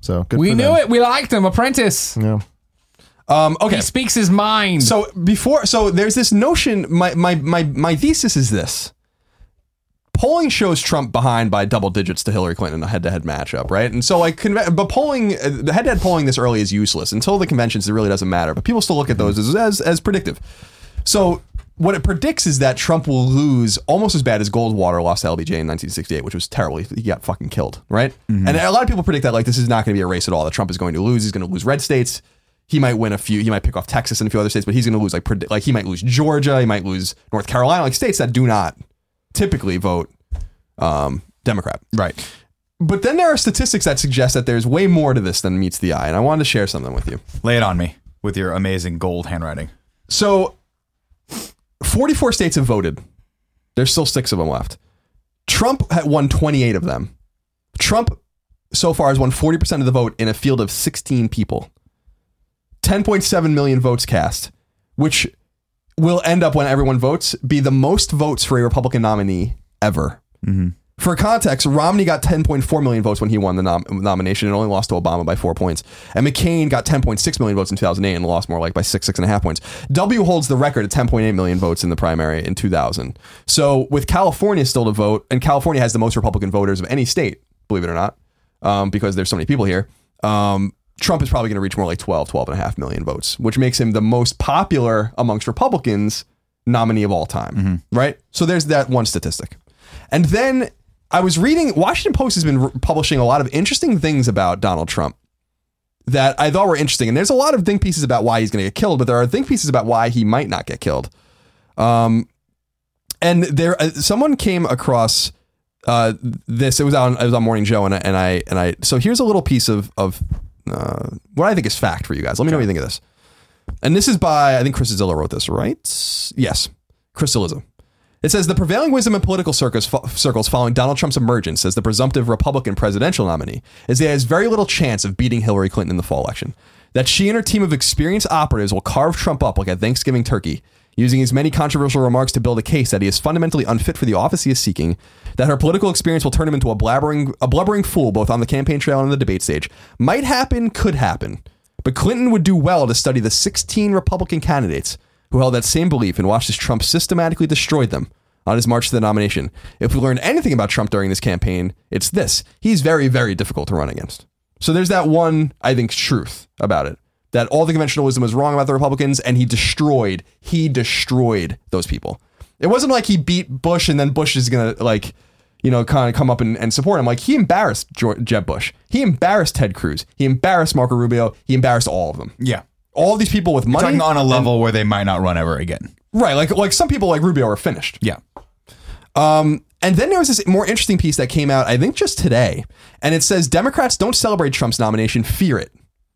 [SPEAKER 1] So good
[SPEAKER 2] We
[SPEAKER 1] for
[SPEAKER 2] knew
[SPEAKER 1] them.
[SPEAKER 2] it. We liked him. Apprentice.
[SPEAKER 1] Yeah.
[SPEAKER 4] Um, okay.
[SPEAKER 2] He speaks his mind.
[SPEAKER 4] So before, so there's this notion. My my my my thesis is this: polling shows Trump behind by double digits to Hillary Clinton in a head-to-head matchup, right? And so, like, conve- but polling uh, the head-to-head polling this early is useless until the conventions. It really doesn't matter, but people still look at those as as, as predictive. So. What it predicts is that Trump will lose almost as bad as Goldwater lost to LBJ in 1968, which was terrible. He he got fucking killed, right? And a lot of people predict that like this is not going to be a race at all. That Trump is going to lose. He's going to lose red states he might win a few. He might pick off Texas and a few other states, but he's going to lose like predi- like he might lose Georgia. He might lose North Carolina, like states that do not typically vote um, Democrat.
[SPEAKER 3] Right.
[SPEAKER 4] But then there are statistics that suggest that there's way more to this than meets the eye, and I wanted to share something with you.
[SPEAKER 3] Lay it on me with your amazing gold handwriting.
[SPEAKER 4] So, 44 states have voted. There's still six of them left. Trump had won 28 of them. Trump so far has won 40% of the vote in a field of 16 people. 10.7 million votes cast, which will end up when everyone votes be the most votes for a Republican nominee ever. For context, Romney got 10.4 million votes when he won the nom- nomination and only lost to Obama by four points. And McCain got 10.6 million votes in 2008 and lost more like by six, six and a half points. W holds the record at 10.8 million votes in the primary in 2000. So with California still to vote, and California has the most Republican voters of any state, believe it or not, um, because there's so many people here. Um, Trump is probably going to reach more like 12, 12 and a half million votes, which makes him the most popular amongst Republicans nominee of all time, right? So there's that one statistic. And then I was reading, Washington Post has been r- publishing a lot of interesting things about Donald Trump that I thought were interesting. And there's a lot of think pieces about why he's going to get killed, but there are think pieces about why he might not get killed. Um, and there, uh, someone came across uh, this. It was on it was on Morning Joe, and I, and I and I. So here's a little piece of of uh, what I think is fact for you guys. Let me know what you think of this. And this is by I think Chris Zilla wrote this, right? Yes, Chris Zillism. It says the prevailing wisdom in political circles, fo- circles following Donald Trump's emergence as the presumptive Republican presidential nominee is that he has very little chance of beating Hillary Clinton in the fall election. That she and her team of experienced operatives will carve Trump up like a Thanksgiving turkey, using his many controversial remarks to build a case that he is fundamentally unfit for the office he is seeking, that her political experience will turn him into a blabbering, a blubbering fool both on the campaign trail and the debate stage. Might happen, could happen. But Clinton would do well to study the 16 Republican candidates who held that same belief and watched as Trump systematically destroyed them on his march to the nomination. If we learn anything about Trump during this campaign, it's this he's very, very difficult to run against. So there's that one, I think, truth about it that all the conventional wisdom was wrong about the Republicans, and he destroyed, he destroyed those people. It wasn't like he beat Bush and then Bush is going to, like, you know, kind of come up and, and support him. Like he embarrassed George, Jeb Bush, he embarrassed Ted Cruz, he embarrassed Marco Rubio, he embarrassed all of them.
[SPEAKER 3] Yeah.
[SPEAKER 4] All these people with money,
[SPEAKER 3] Talking on a level where they might not run ever again.
[SPEAKER 4] right? Like like some people like Rubio are finished.
[SPEAKER 3] Yeah.
[SPEAKER 4] And then there was this more interesting piece that came out, I think, just today, and it says Democrats don't celebrate Trump's nomination, fear it.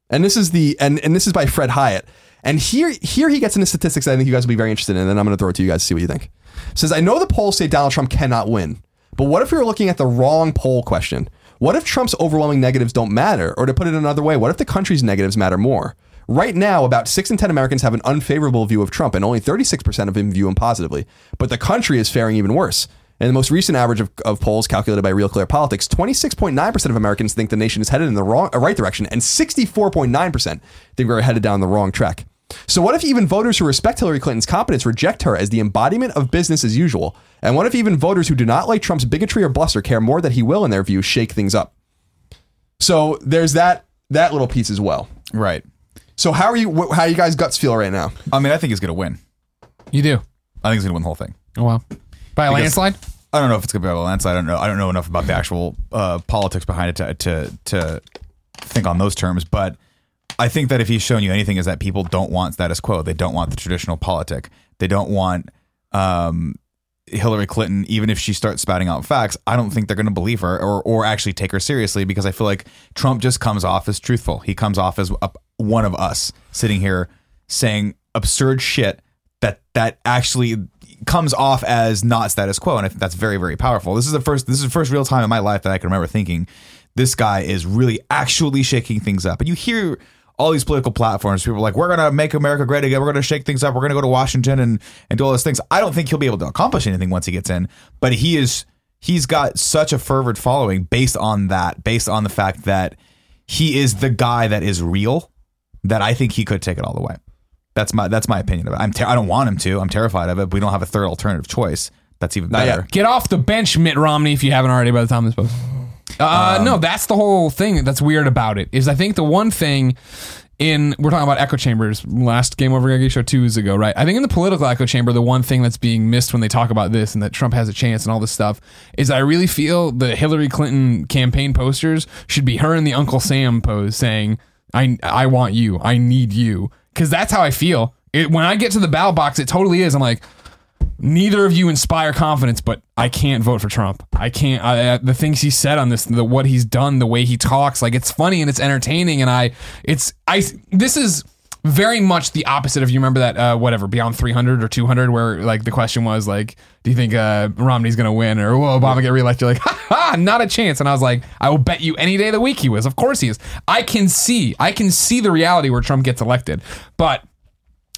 [SPEAKER 4] And this is the and and this is by Fred Hyatt. And here here he gets into statistics that I think you guys will be very interested in, and then I'm going to throw it to you guys to see what you think. Says I know the polls say Donald Trump cannot win, but what if we were looking at the wrong poll question? What if Trump's overwhelming negatives don't matter? Or to put it another way, what if the country's negatives matter more? Right now, about 6 in 10 Americans have an unfavorable view of Trump, and only 36% of them view him positively. But the country is faring even worse. And the most recent average of, of polls calculated by Real Clear Politics, 26.9% of Americans think the nation is headed in the wrong, uh, right direction, and 64.9% think we're headed down the wrong track. So, what if even voters who respect Hillary Clinton's competence reject her as the embodiment of business as usual? And what if even voters who do not like Trump's bigotry or bluster care more that he will, in their view, shake things up? So, there's that that little piece as well.
[SPEAKER 3] Right.
[SPEAKER 4] So, how are you? Wh- how you guys guts feel right now?
[SPEAKER 3] I mean, I think he's going to win.
[SPEAKER 2] you do.
[SPEAKER 3] I think he's going to win the whole thing.
[SPEAKER 2] Oh wow. By a landslide.
[SPEAKER 3] I don't know if it's going to be a Lance. I don't know. I don't know enough about the actual uh, politics behind it to, to to think on those terms. But I think that if he's shown you anything, is that people don't want status quo. They don't want the traditional politic. They don't want um, Hillary Clinton. Even if she starts spouting out facts, I don't think they're going to believe her or or actually take her seriously because I feel like Trump just comes off as truthful. He comes off as a, one of us sitting here saying absurd shit that that actually comes off as not status quo, and I think that's very very powerful. This is the first this is the first real time in my life that I can remember thinking this guy is really actually shaking things up, and you hear. All these political platforms, people are like, we're going to make America great again. We're going to shake things up. We're going to go to Washington and, and do all those things. I don't think he'll be able to accomplish anything once he gets in, but he is he's got such a fervent following based on that, based on the fact that he is the guy that is real, that I think he could take it all the way. That's my that's my opinion of it. I'm ter- I don't want him to. I'm terrified of it. But we don't have a third alternative choice. That's even
[SPEAKER 4] Not yet.
[SPEAKER 3] better.
[SPEAKER 2] Get off the bench, Mitt Romney, if you haven't already by the time this post. Uh, no, that's the whole thing that's weird about it is I think the one thing in we're talking about echo chambers last game over Greggy show two years ago, right? I think in the political echo chamber, the one thing that's being missed when they talk about this and that Trump has a chance and all this stuff is I really feel the Hillary Clinton campaign posters should be her in the Uncle Sam pose saying, I I want you, I need you. Cause that's how I feel. It, when I get to the ballot box, it totally is. I'm like, neither of you inspire confidence, but I can't vote for Trump. I can't. I, I, the things he said on this, the what he's done, the way he talks, like it's funny and it's entertaining, and I, it's I. This is very much the opposite of you remember that uh, whatever beyond 300 or 200 where like the question was like do you think uh, romney's gonna win or will obama get reelected You're like ha ha not a chance and i was like i will bet you any day of the week he was of course he is i can see i can see the reality where trump gets elected but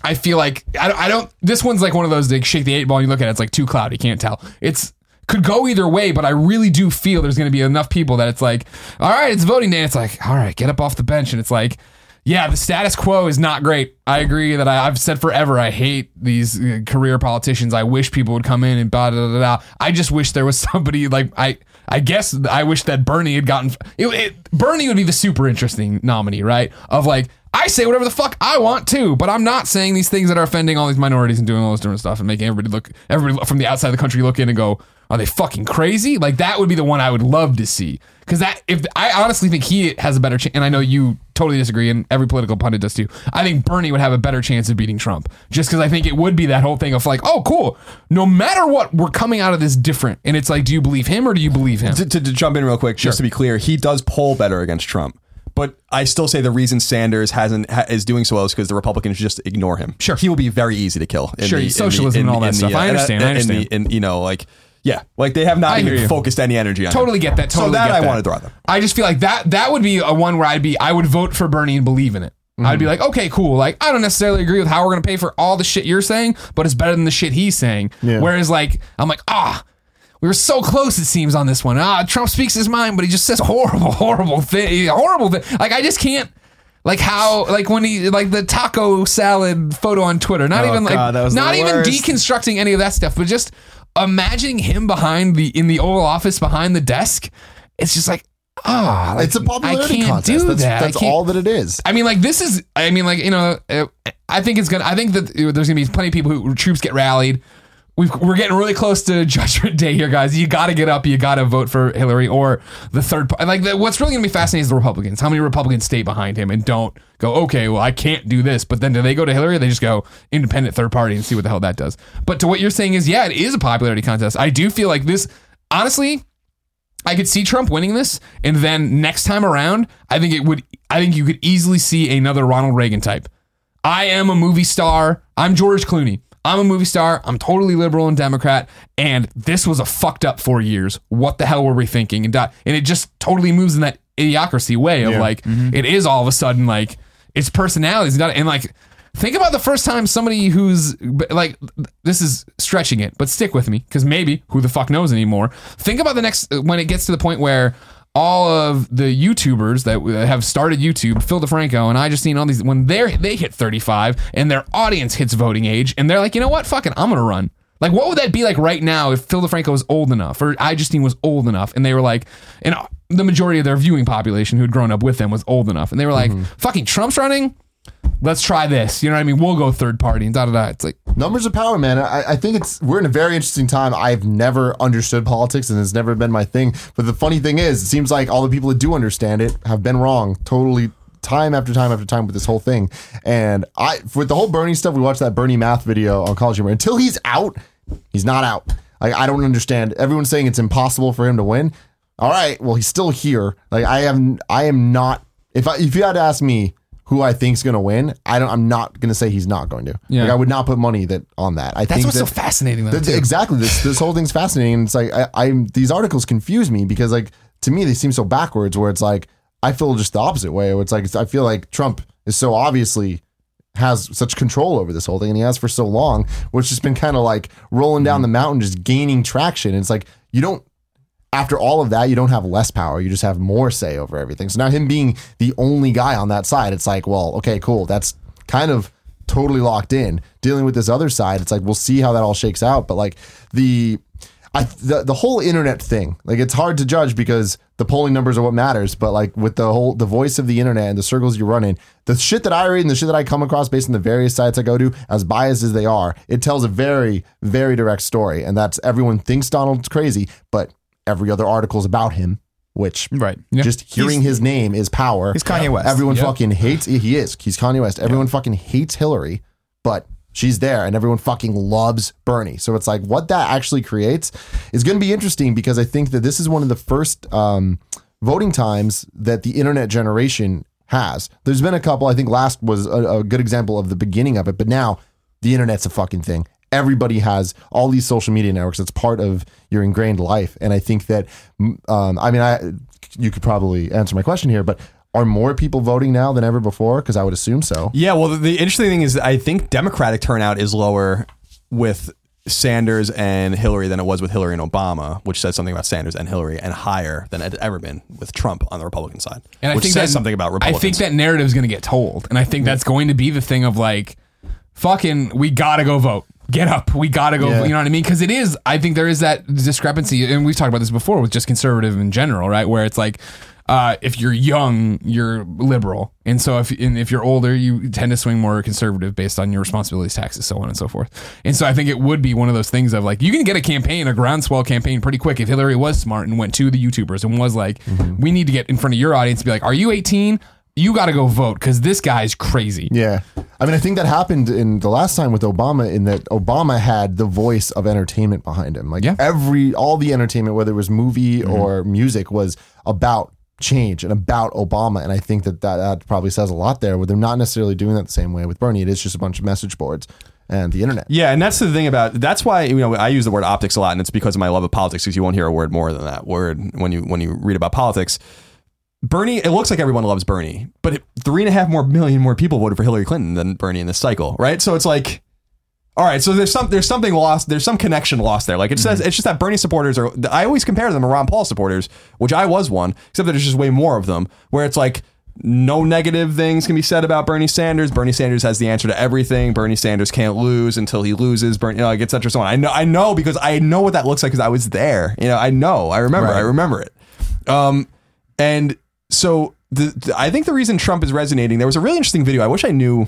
[SPEAKER 2] I feel like I don't, I don't. This one's like one of those like shake the eight ball. and You look at it, it's like too cloudy. Can't tell. It's could go either way, but I really do feel there's going to be enough people that it's like, all right, it's voting day. It's like, all right, get up off the bench, and it's like, yeah, the status quo is not great. I agree that I, I've said forever. I hate these uh, career politicians. I wish people would come in and blah blah blah. blah. I just wish there was somebody like I. I guess I wish that Bernie had gotten it, it, Bernie would be the super interesting nominee, right? Of like, I say whatever the fuck I want to, but I'm not saying these things that are offending all these minorities and doing all this different stuff and making everybody look everybody from the outside of the country look in and go, are they fucking crazy? Like that would be the one I would love to see because that if I honestly think he has a better chance, and I know you totally disagree, and every political pundit does too. I think Bernie would have a better chance of beating Trump just because I think it would be that whole thing of like, oh cool, no matter what, we're coming out of this different, and it's like, do you believe him or do you believe him?
[SPEAKER 4] to, to, to jump in real quick, just to be clear, he does poll better against Trump. But I still say the reason Sanders hasn't ha, is doing so well is because the Republicans just ignore him.
[SPEAKER 2] Sure.
[SPEAKER 4] he will be very easy to kill. In
[SPEAKER 2] Sure,
[SPEAKER 4] the, in
[SPEAKER 2] socialism and all that
[SPEAKER 4] in
[SPEAKER 2] stuff. I
[SPEAKER 4] and,
[SPEAKER 2] understand, I
[SPEAKER 4] and the-
[SPEAKER 2] understand.
[SPEAKER 4] and, you know, like yeah, like they have not
[SPEAKER 2] I hear
[SPEAKER 4] even
[SPEAKER 2] you.
[SPEAKER 4] focused any energy on
[SPEAKER 2] Totally
[SPEAKER 4] him.
[SPEAKER 2] get that. Totally
[SPEAKER 4] so that
[SPEAKER 2] get
[SPEAKER 4] I
[SPEAKER 2] that.
[SPEAKER 4] want to throw them.
[SPEAKER 2] I just feel like that that would be a one where I'd be I would vote for Bernie and believe in it.
[SPEAKER 3] Mm-hmm.
[SPEAKER 2] I'd be like, okay, cool. Like, I don't necessarily agree with how we're gonna pay for all the shit you're saying, but it's better than the shit he's saying.
[SPEAKER 1] Yeah.
[SPEAKER 2] Whereas, like, I'm like, ah, we were so close. It seems on this one. Ah, Trump speaks his mind, but he just says horrible, horrible thing, horrible thing. Like, I just can't. Like how, like when he, like the taco salad photo on Twitter. Not
[SPEAKER 3] Oh,
[SPEAKER 2] even like,
[SPEAKER 3] God, that was
[SPEAKER 2] not
[SPEAKER 3] the
[SPEAKER 2] even
[SPEAKER 3] worst.
[SPEAKER 2] deconstructing constructing any of that stuff, but just imagining him behind the in the Oval Office behind the desk, it's just like ah, like,
[SPEAKER 1] It's a popularity
[SPEAKER 2] I can't
[SPEAKER 1] contest.
[SPEAKER 2] Do
[SPEAKER 1] that's
[SPEAKER 2] that. I
[SPEAKER 1] that's
[SPEAKER 2] can't-
[SPEAKER 1] all that it is.
[SPEAKER 2] I mean, like this is. I mean, like you know, uh, I think it's gonna. I think that there's gonna be plenty of people who troops get rallied. We've, we're getting really close to Judgment Day here, guys. You got to get up. You got to vote for Hillary or the third. par- Like, the, what's really going to be fascinating is the Republicans. How many Republicans stay behind him and don't go, okay, well, I can't do this. But then do they go to Hillary? Or they just go independent third party and see what the hell that does. But to what you're saying is, yeah, it is a popularity contest. I do feel like this, honestly, I could see Trump winning this, and then next time around, I think it would. I think you could easily see another Ronald Reagan type. I am a movie star. I'm George Clooney. I'm a movie star. I'm totally liberal and Democrat. And this was a fucked up four years. What the hell were we thinking? And dot- and it just totally moves in that idiocracy way of like it is all of a sudden like it's personalities not and like think about the first time somebody who's like this is stretching it but stick with me because maybe who the fuck knows anymore think about the next when it gets to the point where all of the YouTubers that have started YouTube, Phil DeFranco, and I just seen all these when they are they hit 35 and their audience hits voting age, and they're like, you know what, fucking, I'm gonna run. Like, what would that be like right now if Phil DeFranco was old enough, or I Justine was old enough, and they were like, and the majority of their viewing population who had grown up with them was old enough, and they were like, fucking, Trump's running. Let's try this. You know what I mean? We'll go third party and da da da. It's like
[SPEAKER 1] Numbers of power, man. I, I think it's we're in a very interesting time. I've never understood politics, and it's never been my thing. But the funny thing is, it seems like all the people that do understand it have been wrong totally, time after time after time with this whole thing. And I, with the whole Bernie stuff, we watched that Bernie math video on College Humor. Until he's out, he's not out. Like I don't understand. Everyone's saying it's impossible for him to win. All right, well he's still here. Like I am, I am not. If I, if you had to ask me who I think's going to win, I don't. I'm not going to say he's not going to.
[SPEAKER 2] Yeah.
[SPEAKER 1] Like I would not put money that on that. I
[SPEAKER 2] That's
[SPEAKER 1] think
[SPEAKER 2] what's so
[SPEAKER 1] that,
[SPEAKER 2] fascinating. Though,
[SPEAKER 1] That's-
[SPEAKER 2] too.
[SPEAKER 1] exactly. This this whole thing's fascinating, and it's like I, I'm these articles confuse me because like to me they seem so backwards. Where it's like I feel just the opposite way. Where it's like it's, I feel like Trump is so obviously has such control over this whole thing, and he has for so long, which has been kind of like rolling down the mountain, just gaining traction. It's like you don't. After all of that, you don't have less power. You just have more say over everything. So now, him being the only guy on that side, it's like, well, okay, cool. That's kind of totally locked in dealing with this other side it's like we'll see how that all shakes out but like the I, the, the whole internet thing like it's hard to judge because the polling numbers are what matters but like with the whole the voice of the internet and the circles you run in the shit that i read and the shit that i come across based on the various sites i go to as biased as they are it tells a very very direct story and that's everyone thinks donald's crazy but every other article's about him which
[SPEAKER 3] Right.
[SPEAKER 1] just hearing his name is power.
[SPEAKER 3] He's Kanye West.
[SPEAKER 1] Everyone
[SPEAKER 2] Yep.
[SPEAKER 1] fucking hates. He is. He's Kanye West. Everyone fucking hates Hillary, but she's there, and everyone fucking loves Bernie. So it's like what that actually creates is going to be interesting because I think that this is one of the first um, voting times that the internet generation has. There's been a couple. I think last was a, a good example of the beginning of it, but now the internet's a fucking thing. Everybody has all these social media networks. It's part of your ingrained life, and I think that, mm, um, I mean, I you could probably answer my question here, but are more people voting now than ever before? Because I would assume so.
[SPEAKER 4] Yeah, well, the, the interesting thing is, I think Democratic turnout is lower with Sanders and Hillary than it was with Hillary and Obama, which says something about Sanders and Hillary, and higher than it had ever been with Trump on the Republican side,
[SPEAKER 2] And I
[SPEAKER 4] which
[SPEAKER 2] think
[SPEAKER 4] says
[SPEAKER 2] that,
[SPEAKER 4] something about
[SPEAKER 2] I
[SPEAKER 4] Republicans.
[SPEAKER 2] think that narrative's going to get told, and I think that's going to be the thing of like, fucking, we gotta go vote. Get up. We gotta go.
[SPEAKER 1] Yeah.
[SPEAKER 2] vote. You know what I mean? Because it is. I think there is that discrepancy, and we've talked about this before with just conservative in general, right? Where it's like. Uh, if you're young, you're liberal, and so if and if you're older, you tend to swing more conservative based on your responsibilities, taxes, so on and so forth. And so I think it would be one of those things of like you can get a campaign, a groundswell campaign, pretty quick if Hillary was smart and went to the YouTubers and was like, "We need to get in front of your audience and be like, are you 18? You got to go vote because this guy's crazy."
[SPEAKER 1] Yeah. I mean, I think that happened in the last time with Obama, in that Obama had the voice of entertainment behind him. Like
[SPEAKER 2] Yeah.
[SPEAKER 1] every, all the entertainment, whether it was movie or music, was about change and about Obama. And I think that, that that probably says a lot there, where they're not necessarily doing that the same way with Bernie. It is just a bunch of message boards and the internet.
[SPEAKER 4] Yeah, and that's the thing about that's why you know I use the word optics a lot, and it's because of my love of politics. Because you won't hear a word more than that word when you when you read about politics. Bernie, it looks like everyone loves Bernie, but it, three and a half more million more people voted for Hillary Clinton than Bernie in this cycle, right? So it's like, all right, so there's some there's something lost, there's some connection lost there. Like it says, it's just that Bernie supporters are. I always compare them to Ron Paul supporters, which I was one, except that there's just way more of them. Where it's like. No negative things can be said about Bernie Sanders. Bernie Sanders has the answer to everything. Bernie Sanders can't lose until he loses. Bernie, you know, like et cetera, so on. I know, I know because I know what that looks like because I was there. You know, I know, I remember, I remember it. Um, and so the, the- I think the reason Trump is resonating, there was a really interesting video. I wish I knew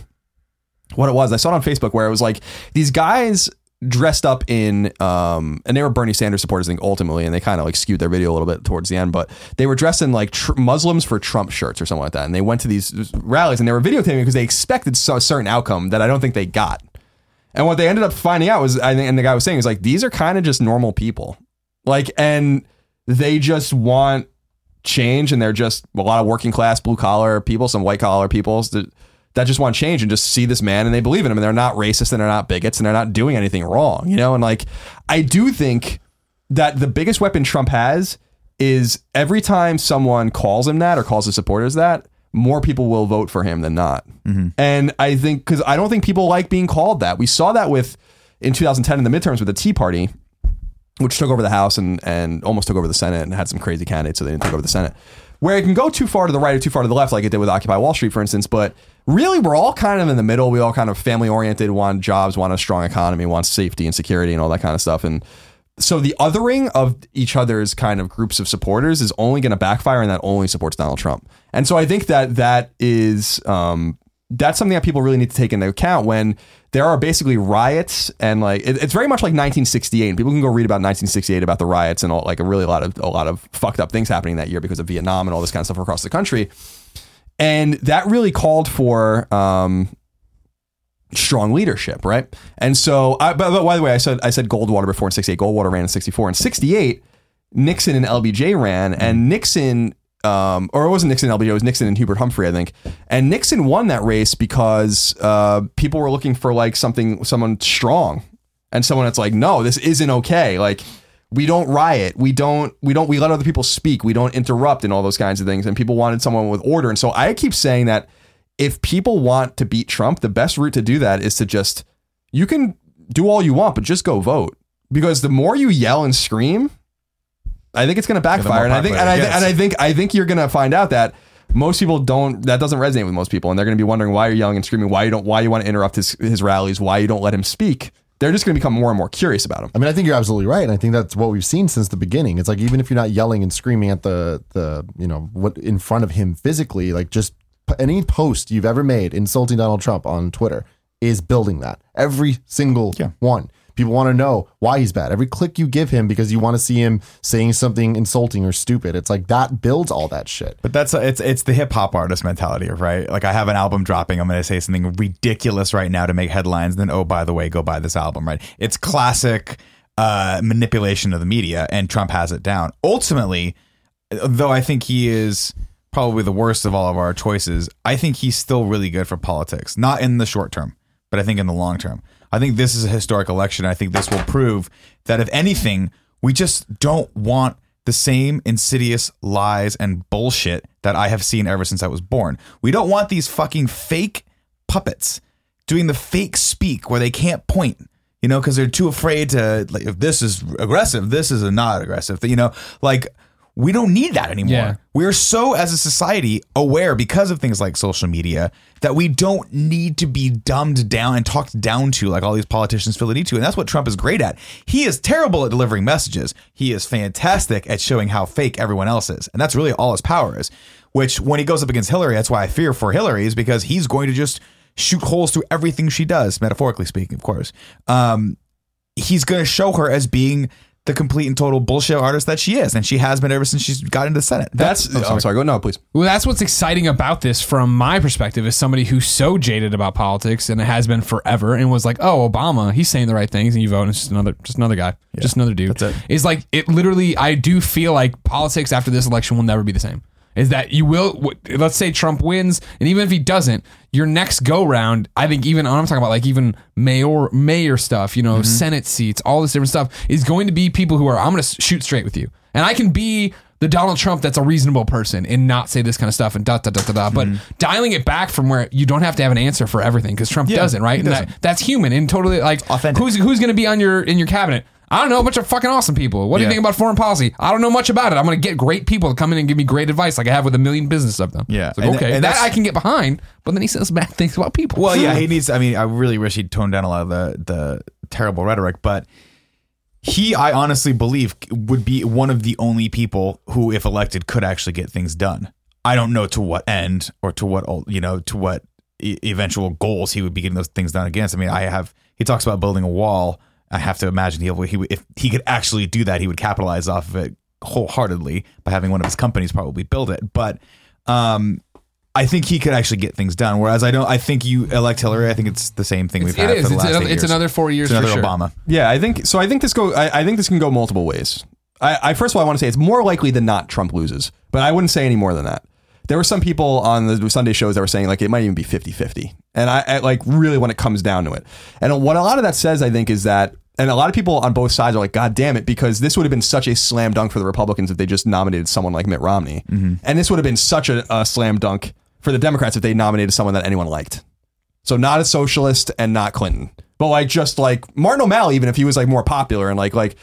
[SPEAKER 4] what it was. I saw it on Facebook where it was like these guys dressed up in um and they were Bernie Sanders supporters I think ultimately and they kind of like skewed their video a little bit towards the end but they were dressed in like tr- Muslims for Trump shirts or something like that and they went to these rallies and they were videotaping because they expected so, a certain outcome that I don't think they got and what they ended up finding out was, I think, and the guy was saying, is like, these are kind of just normal people. Like, and they just want change and they're just a lot of working class, blue collar people, some white collar people that, that just want change and just see this man and they believe in him and they're not racist and they're not bigots and they're not doing anything wrong, you know? And like, I do think that the biggest weapon Trump has is every time someone calls him that or calls his supporters that, more people will vote for him than not. And I think because I don't think people like being called that. We saw that with in 2010 in the midterms with the Tea Party, which took over the House and and almost took over the Senate and had some crazy candidates, so they didn't take over the Senate. Where it can go too far to the right or too far to the left, like it did with Occupy Wall Street, for instance. But really, we're all kind of in the middle. We all kind of family oriented, want jobs, want a strong economy, want safety and security and all that kind of stuff. And so the othering of each other's kind of groups of supporters is only going to backfire, and that only supports Donald Trump. And so I think that that is um, that's something that people really need to take into account when there are basically riots and like it- it's very much like 1968. And people can go read about 1968 about the riots and all like a really lot of a lot of fucked up things happening that year because of Vietnam and all this kind of stuff across the country. And that really called for um, strong leadership, right? And so, I, but, but by the way, I said I said Goldwater before in '68. Goldwater ran in '64 and '68. Nixon and LBJ ran, and Nixon um, or it wasn't Nixon and LBJ, it was Nixon and Hubert Humphrey, I think. And Nixon won that race because uh, people were looking for like something, someone strong, and someone that's like, no, this isn't okay. Like we don't riot, we don't, we don't, we let other people speak, we don't interrupt, and all those kinds of things. And people wanted someone with order. And so I keep saying that if people want to beat Trump, the best route to do that is to just you can do all you want, but just go vote. Because the more you yell and scream, I think it's going to backfire. and I think, and I,
[SPEAKER 3] popular it
[SPEAKER 4] and I think, I think you're going to find out that most people don't. That doesn't resonate with most people, and they're going to be wondering why you're yelling and screaming, why you don't, why you want to interrupt his his rallies, why you don't let him speak. They're just going to become more and more curious about him.
[SPEAKER 1] I mean, I think you're absolutely right, and I think that's what we've seen since the beginning. It's like even if you're not yelling and screaming at the the you know what in front of him physically, like just p- any post you've ever made insulting Donald Trump on Twitter is building that every single one. People want to know why he's bad. Every click you give him because you want to see him saying something insulting or stupid. It's like that builds all that shit.
[SPEAKER 3] But that's it's it's the hip hop artist mentality of right. Like I have an album dropping, I'm going to say something ridiculous right now to make headlines. Then oh by the way, go buy this album. Right? It's classic uh, manipulation of the media, and Trump has it down. Ultimately, though, I think he is probably the worst of all of our choices. I think he's still really good for politics, not in the short term, but I think in the long term. I think this is a historic election. I think this will prove that if anything, we just don't want the same insidious lies and bullshit that I have seen ever since I was born. We don't want these fucking fake puppets doing the fake speak where they can't point, you know, because they're too afraid to, like, if this is aggressive, this is not aggressive, you know, like, we don't need that anymore.
[SPEAKER 2] Yeah.
[SPEAKER 3] We're so, as a society, aware because of things like social media that we don't need to be dumbed down and talked down to like all these politicians feel the need to. And that's what Trump is great at. He is terrible at delivering messages, he is fantastic at showing how fake everyone else is. And that's really all his power is, which when he goes up against Hillary, that's why I fear for Hillary, is because he's going to just shoot holes through everything she does, metaphorically speaking, of course. Um, he's going to show her as being the complete and total bullshit artist that she is, and she has been ever since she's got into the Senate.
[SPEAKER 4] That's, oh, I'm sorry. Go no, please.
[SPEAKER 2] Well, that's what's exciting about this from my perspective as somebody who's so jaded about politics and it has been forever and was like, oh, Obama, he's saying the right things and you vote and it's just another just another guy, just another dude. That's it. It's like it literally I do feel like politics after this election will never be the same. Is that you will w- let's say Trump wins and even if he doesn't, your next go round, I think even I'm talking about like even mayor mayor stuff, you know, Senate seats, all this different stuff is going to be people who are I'm going to shoot straight with you. And I can be the Donald Trump that's a reasonable person and not say this kind of stuff and da da da da da. But
[SPEAKER 3] Mm-hmm.
[SPEAKER 2] dialing it back from where you don't have to have an answer for everything because Trump doesn't, right? And That, that's human and totally like
[SPEAKER 3] authentic.
[SPEAKER 2] Who's who's going to be on your in your cabinet? I don't know, a bunch of fucking awesome people. What do you
[SPEAKER 3] Yeah.
[SPEAKER 2] think about foreign policy? I don't know much about it. I'm going to get great people to come in and give me great advice, like I have with a million business of them.
[SPEAKER 3] Yeah.
[SPEAKER 2] It's like,
[SPEAKER 3] And-
[SPEAKER 2] okay,
[SPEAKER 3] and
[SPEAKER 2] that
[SPEAKER 3] that's-
[SPEAKER 2] I can get behind. But then he says bad things about people.
[SPEAKER 3] Well, yeah, he needs. I mean, I really wish he'd toned down a lot of the the terrible rhetoric, but he, I honestly believe, would be one of the only people who, if elected, could actually get things done. I don't know to what end or to what ul- you know to what e- eventual goals he would be getting those things done against. I mean, I have. He talks about building a wall. I have to imagine he he would- if he could actually do that, he would capitalize off of it wholeheartedly by having one of his companies probably build it. But um, I think he could actually get things done. Whereas I don't. I think you elect Hillary. I think it's the same thing
[SPEAKER 2] It's-
[SPEAKER 3] we've had
[SPEAKER 2] it is.
[SPEAKER 3] for the
[SPEAKER 2] It's,
[SPEAKER 3] last
[SPEAKER 2] another,
[SPEAKER 3] eight
[SPEAKER 2] it's
[SPEAKER 3] years.
[SPEAKER 2] another four years
[SPEAKER 3] It's another
[SPEAKER 2] for sure.
[SPEAKER 3] Obama.
[SPEAKER 4] Yeah, I think so. I think this go. I, I think this can go multiple ways. I, I first of all, I want to say it's more likely than not Trump loses, but I wouldn't say any more than that. There were some people on the Sunday shows that were saying like it might even be 50-50. and I, I like really when it comes down to it. And what a lot of that says, I think, is that and a lot of people on both sides are like, God damn it, because this would have been such a slam dunk for the Republicans if they just nominated someone like Mitt Romney, and this would have been such a, a slam dunk for the Democrats if they nominated someone that anyone liked. So not a socialist and not Clinton. But like just like Martin O'Malley, even if he was like more popular and like like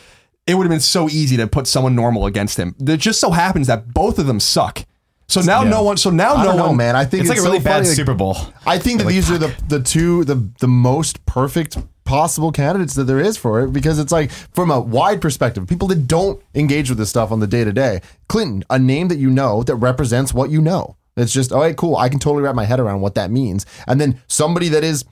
[SPEAKER 4] it would have been so easy to put someone normal against him. It just so happens that both of them suck. So now no one so now
[SPEAKER 1] I
[SPEAKER 4] no
[SPEAKER 1] don't know,
[SPEAKER 4] one
[SPEAKER 1] man. I think
[SPEAKER 3] It's,
[SPEAKER 1] it's,
[SPEAKER 3] like a
[SPEAKER 1] so
[SPEAKER 3] really bad
[SPEAKER 1] funny, like,
[SPEAKER 3] Super Bowl.
[SPEAKER 1] I think that these are the the two the the most perfect possible candidates that there is for it because it's like from a wide perspective, people that don't engage with this stuff on the day to day. Clinton, a name that you know that represents what you know. It's just, all right, cool. I can totally wrap my head around what that means. And then somebody that is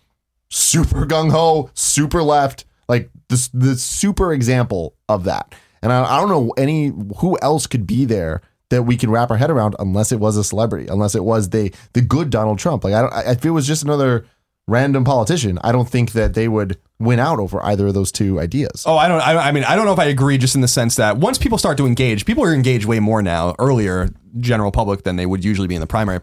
[SPEAKER 1] super gung ho, super left, like this the super example of that. And I, I don't know any who else could be there that we can wrap our head around unless it was a celebrity, unless it was the the good Donald Trump. Like I don't, I- if it was just another random politician, I don't think that they would win out over either of those two ideas.
[SPEAKER 4] Oh, I don't. I, I mean, I don't know if I agree. Just in the sense that once people start to engage, people are engaged way more now. Earlier general public than they would usually be in the primary.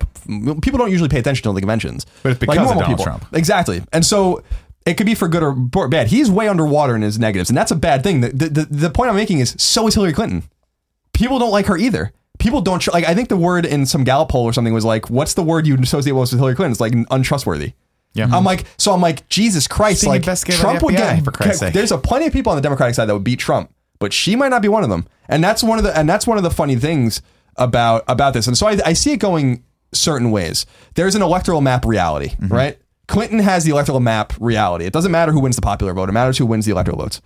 [SPEAKER 4] People don't usually pay attention to the conventions,
[SPEAKER 3] But it's because of Donald Trump.
[SPEAKER 4] Exactly. And so it could be for good or b- bad. He's way underwater in his negatives, and that's a bad thing. The, the, the, the point I'm making is so is Hillary Clinton. People don't like her either. People don't tr- like. I think the word in some Gallup poll or something was like, "What's the word you associate most with Hillary Clinton?" It's like untrustworthy.
[SPEAKER 3] Yeah.
[SPEAKER 4] I'm like, so I'm like, Jesus Christ,
[SPEAKER 3] Senior
[SPEAKER 4] like
[SPEAKER 3] best giver
[SPEAKER 4] Trump
[SPEAKER 3] to
[SPEAKER 4] would
[SPEAKER 3] the FBI,
[SPEAKER 4] get.
[SPEAKER 3] for Christ's sake.
[SPEAKER 4] There's a plenty of people on the Democratic side that would beat Trump, but she might not be one of them. And that's one of the and that's one of the funny things about about this. And so I, I see it going certain ways. There's an electoral map reality,
[SPEAKER 3] Mm-hmm.
[SPEAKER 4] right? Clinton has the electoral map reality. It doesn't matter who wins the popular vote; it matters who wins the electoral votes.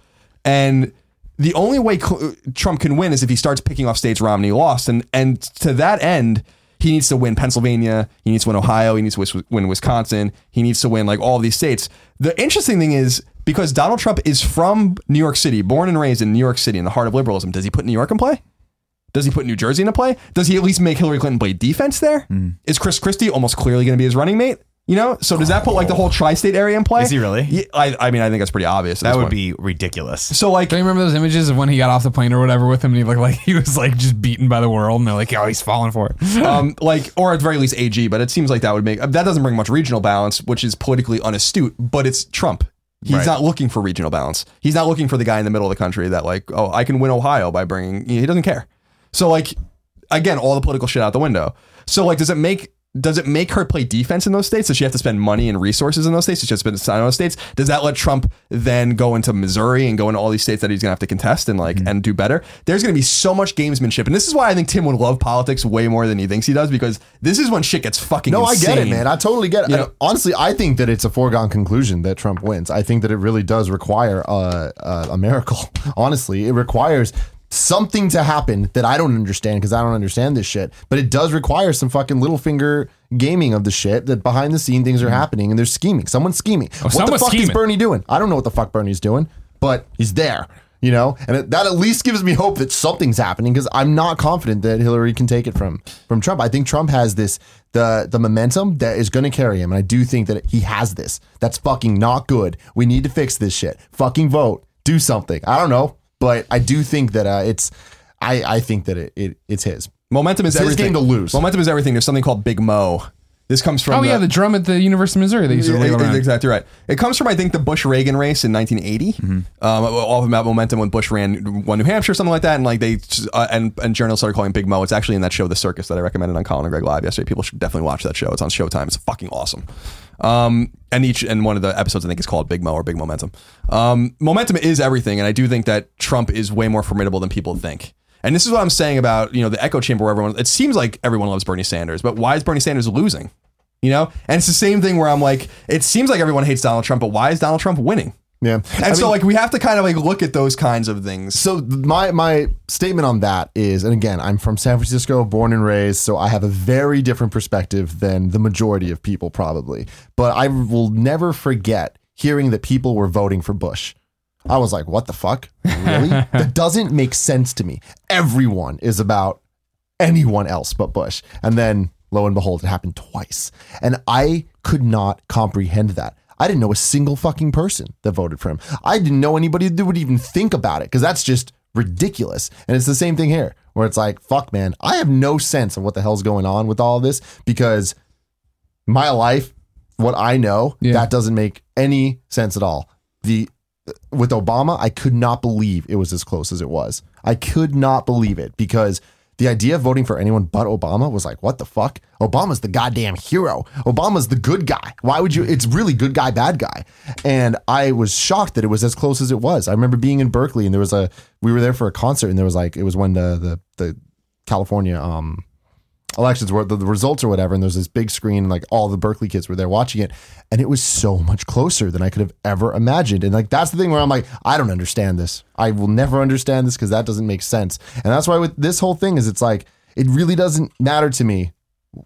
[SPEAKER 4] And the only way Cl- Trump can win is if he starts picking off states Romney lost, and and to that end, he needs to win Pennsylvania, he needs to win Ohio, he needs to wis- win Wisconsin, he needs to win like all these states. The interesting thing is because Donald Trump is from New York City, born and raised in New York City, in the heart of liberalism, does he put New York in play? Does he put New Jersey into play? Does he at least make Hillary Clinton play defense there? Is
[SPEAKER 3] Hmm.
[SPEAKER 4] Chris Christie almost clearly going to be his running mate? You know, so does that put like the whole tri-state area in play?
[SPEAKER 3] Is he really?
[SPEAKER 4] Yeah, I, I mean, I think that's pretty obvious. at
[SPEAKER 3] that
[SPEAKER 4] this
[SPEAKER 3] would
[SPEAKER 4] point.
[SPEAKER 3] be ridiculous.
[SPEAKER 4] so like
[SPEAKER 2] Don't you remember those images of when he got off the plane or whatever with him and he looked like he was like just beaten by the world and they're like, oh, he's falling for it.
[SPEAKER 4] um, like or at the very least AG. But it seems like that would make that doesn't bring much regional balance, which is politically unastute. But it's Trump. He's
[SPEAKER 3] Right.
[SPEAKER 4] not looking for regional balance. He's not looking for the guy in the middle of the country that like, oh, I can win Ohio by bringing. He doesn't care. So like, again, all the political shit out the window. So like, does it make? Does it make her play defense in those states? Does she have to spend money and resources in those states? Does she have to spend time in those states? Does that let Trump then go into Missouri and go into all these states that he's gonna have to contest and
[SPEAKER 1] Mm-hmm.
[SPEAKER 4] like and do better? There's gonna be so much gamesmanship, and this is why I think Tim would love politics way more than he thinks he does because this is when shit gets fucking.
[SPEAKER 1] No, I get it,
[SPEAKER 4] insane.
[SPEAKER 1] man. I totally get it.
[SPEAKER 4] You
[SPEAKER 1] And
[SPEAKER 4] know-
[SPEAKER 1] honestly, I think that it's a foregone conclusion that Trump wins. I think that it really does require uh, uh, a miracle. Honestly, it requires something to happen that I don't understand because I don't understand this shit. But it does require some fucking little finger gaming of the shit that behind the scene things
[SPEAKER 4] Mm-hmm.
[SPEAKER 1] are happening and they're scheming. Someone's scheming. what the
[SPEAKER 2] someone's
[SPEAKER 1] fuck is
[SPEAKER 2] scheming.
[SPEAKER 1] Bernie doing? I don't know what the fuck Bernie's doing, but he's there. You know, and it, that at least gives me hope that something's happening because I'm not confident that Hillary can take it from from Trump. I think Trump has this the the momentum that is going to carry him, and I do think that he has this. That's fucking not good. We need to fix this shit. Fucking vote, do something. I don't know, but I do think that uh, it's I I think that it, it it's his.
[SPEAKER 4] Momentum is
[SPEAKER 1] It's his
[SPEAKER 4] everything.
[SPEAKER 1] game to lose.
[SPEAKER 4] Momentum is everything. There's something called Big Mo. This comes from
[SPEAKER 2] oh, yeah, the drum at the University of Missouri that used to
[SPEAKER 4] Yeah,
[SPEAKER 2] wheel
[SPEAKER 4] ex-
[SPEAKER 2] around.
[SPEAKER 4] exactly right. It comes from I think the Bush Reagan race in 1980. Um, all about momentum when Bush ran won New Hampshire, something like that, and like they uh, and and journalists started calling him Big Mo. It's actually in that show The Circus that I recommended on Colin and Greg Live yesterday. People should definitely watch that show. It's on Showtime. It's fucking awesome. Um, and each and one of the episodes I think is called Big Mo or Big Momentum. Um, momentum is everything, and I do think that Trump is way more formidable than people think. And this is what I'm saying about you know the echo chamber where everyone. It seems like everyone loves Bernie Sanders, but why is Bernie Sanders losing? You know, and it's the same thing where I'm like, it seems like everyone hates Donald Trump, but why is Donald Trump winning?
[SPEAKER 1] Yeah,
[SPEAKER 4] And
[SPEAKER 1] I
[SPEAKER 4] so,
[SPEAKER 1] mean-
[SPEAKER 4] like, we have to kind of like look at those kinds of things.
[SPEAKER 1] so my my statement on that is and again i'm from san francisco born and raised so i have a very different perspective than the majority of people probably but i will never forget hearing that people were voting for bush i was like what the fuck really that doesn't make sense to me everyone is about anyone else but Bush. And then lo and behold, it happened twice. And I could not comprehend that. I didn't know a single fucking person that voted for him. I didn't know anybody that would even think about it because that's just ridiculous. And it's the same thing here where it's like, fuck, man, I have no sense of what the hell's going on with all of this because my life, what I know,
[SPEAKER 2] Yeah.
[SPEAKER 1] that doesn't make any sense at all. The with Obama, I could not believe it was as close as it was. I could not believe it because the idea of voting for anyone but Obama was like, what the fuck? Obama's the goddamn hero. Obama's the good guy. Why would you? It's really good guy, bad guy. And I was shocked that it was as close as it was. I remember being in Berkeley and there was a, we were there for a concert and there was like, it was when the, the, the California, um, elections were the, the results or whatever and there's this big screen like all the berkeley kids were there watching it and it was so much closer than i could have ever imagined and like that's the thing where i'm like i don't understand this i will never understand this because that doesn't make sense and that's why with this whole thing is it's like it really doesn't matter to me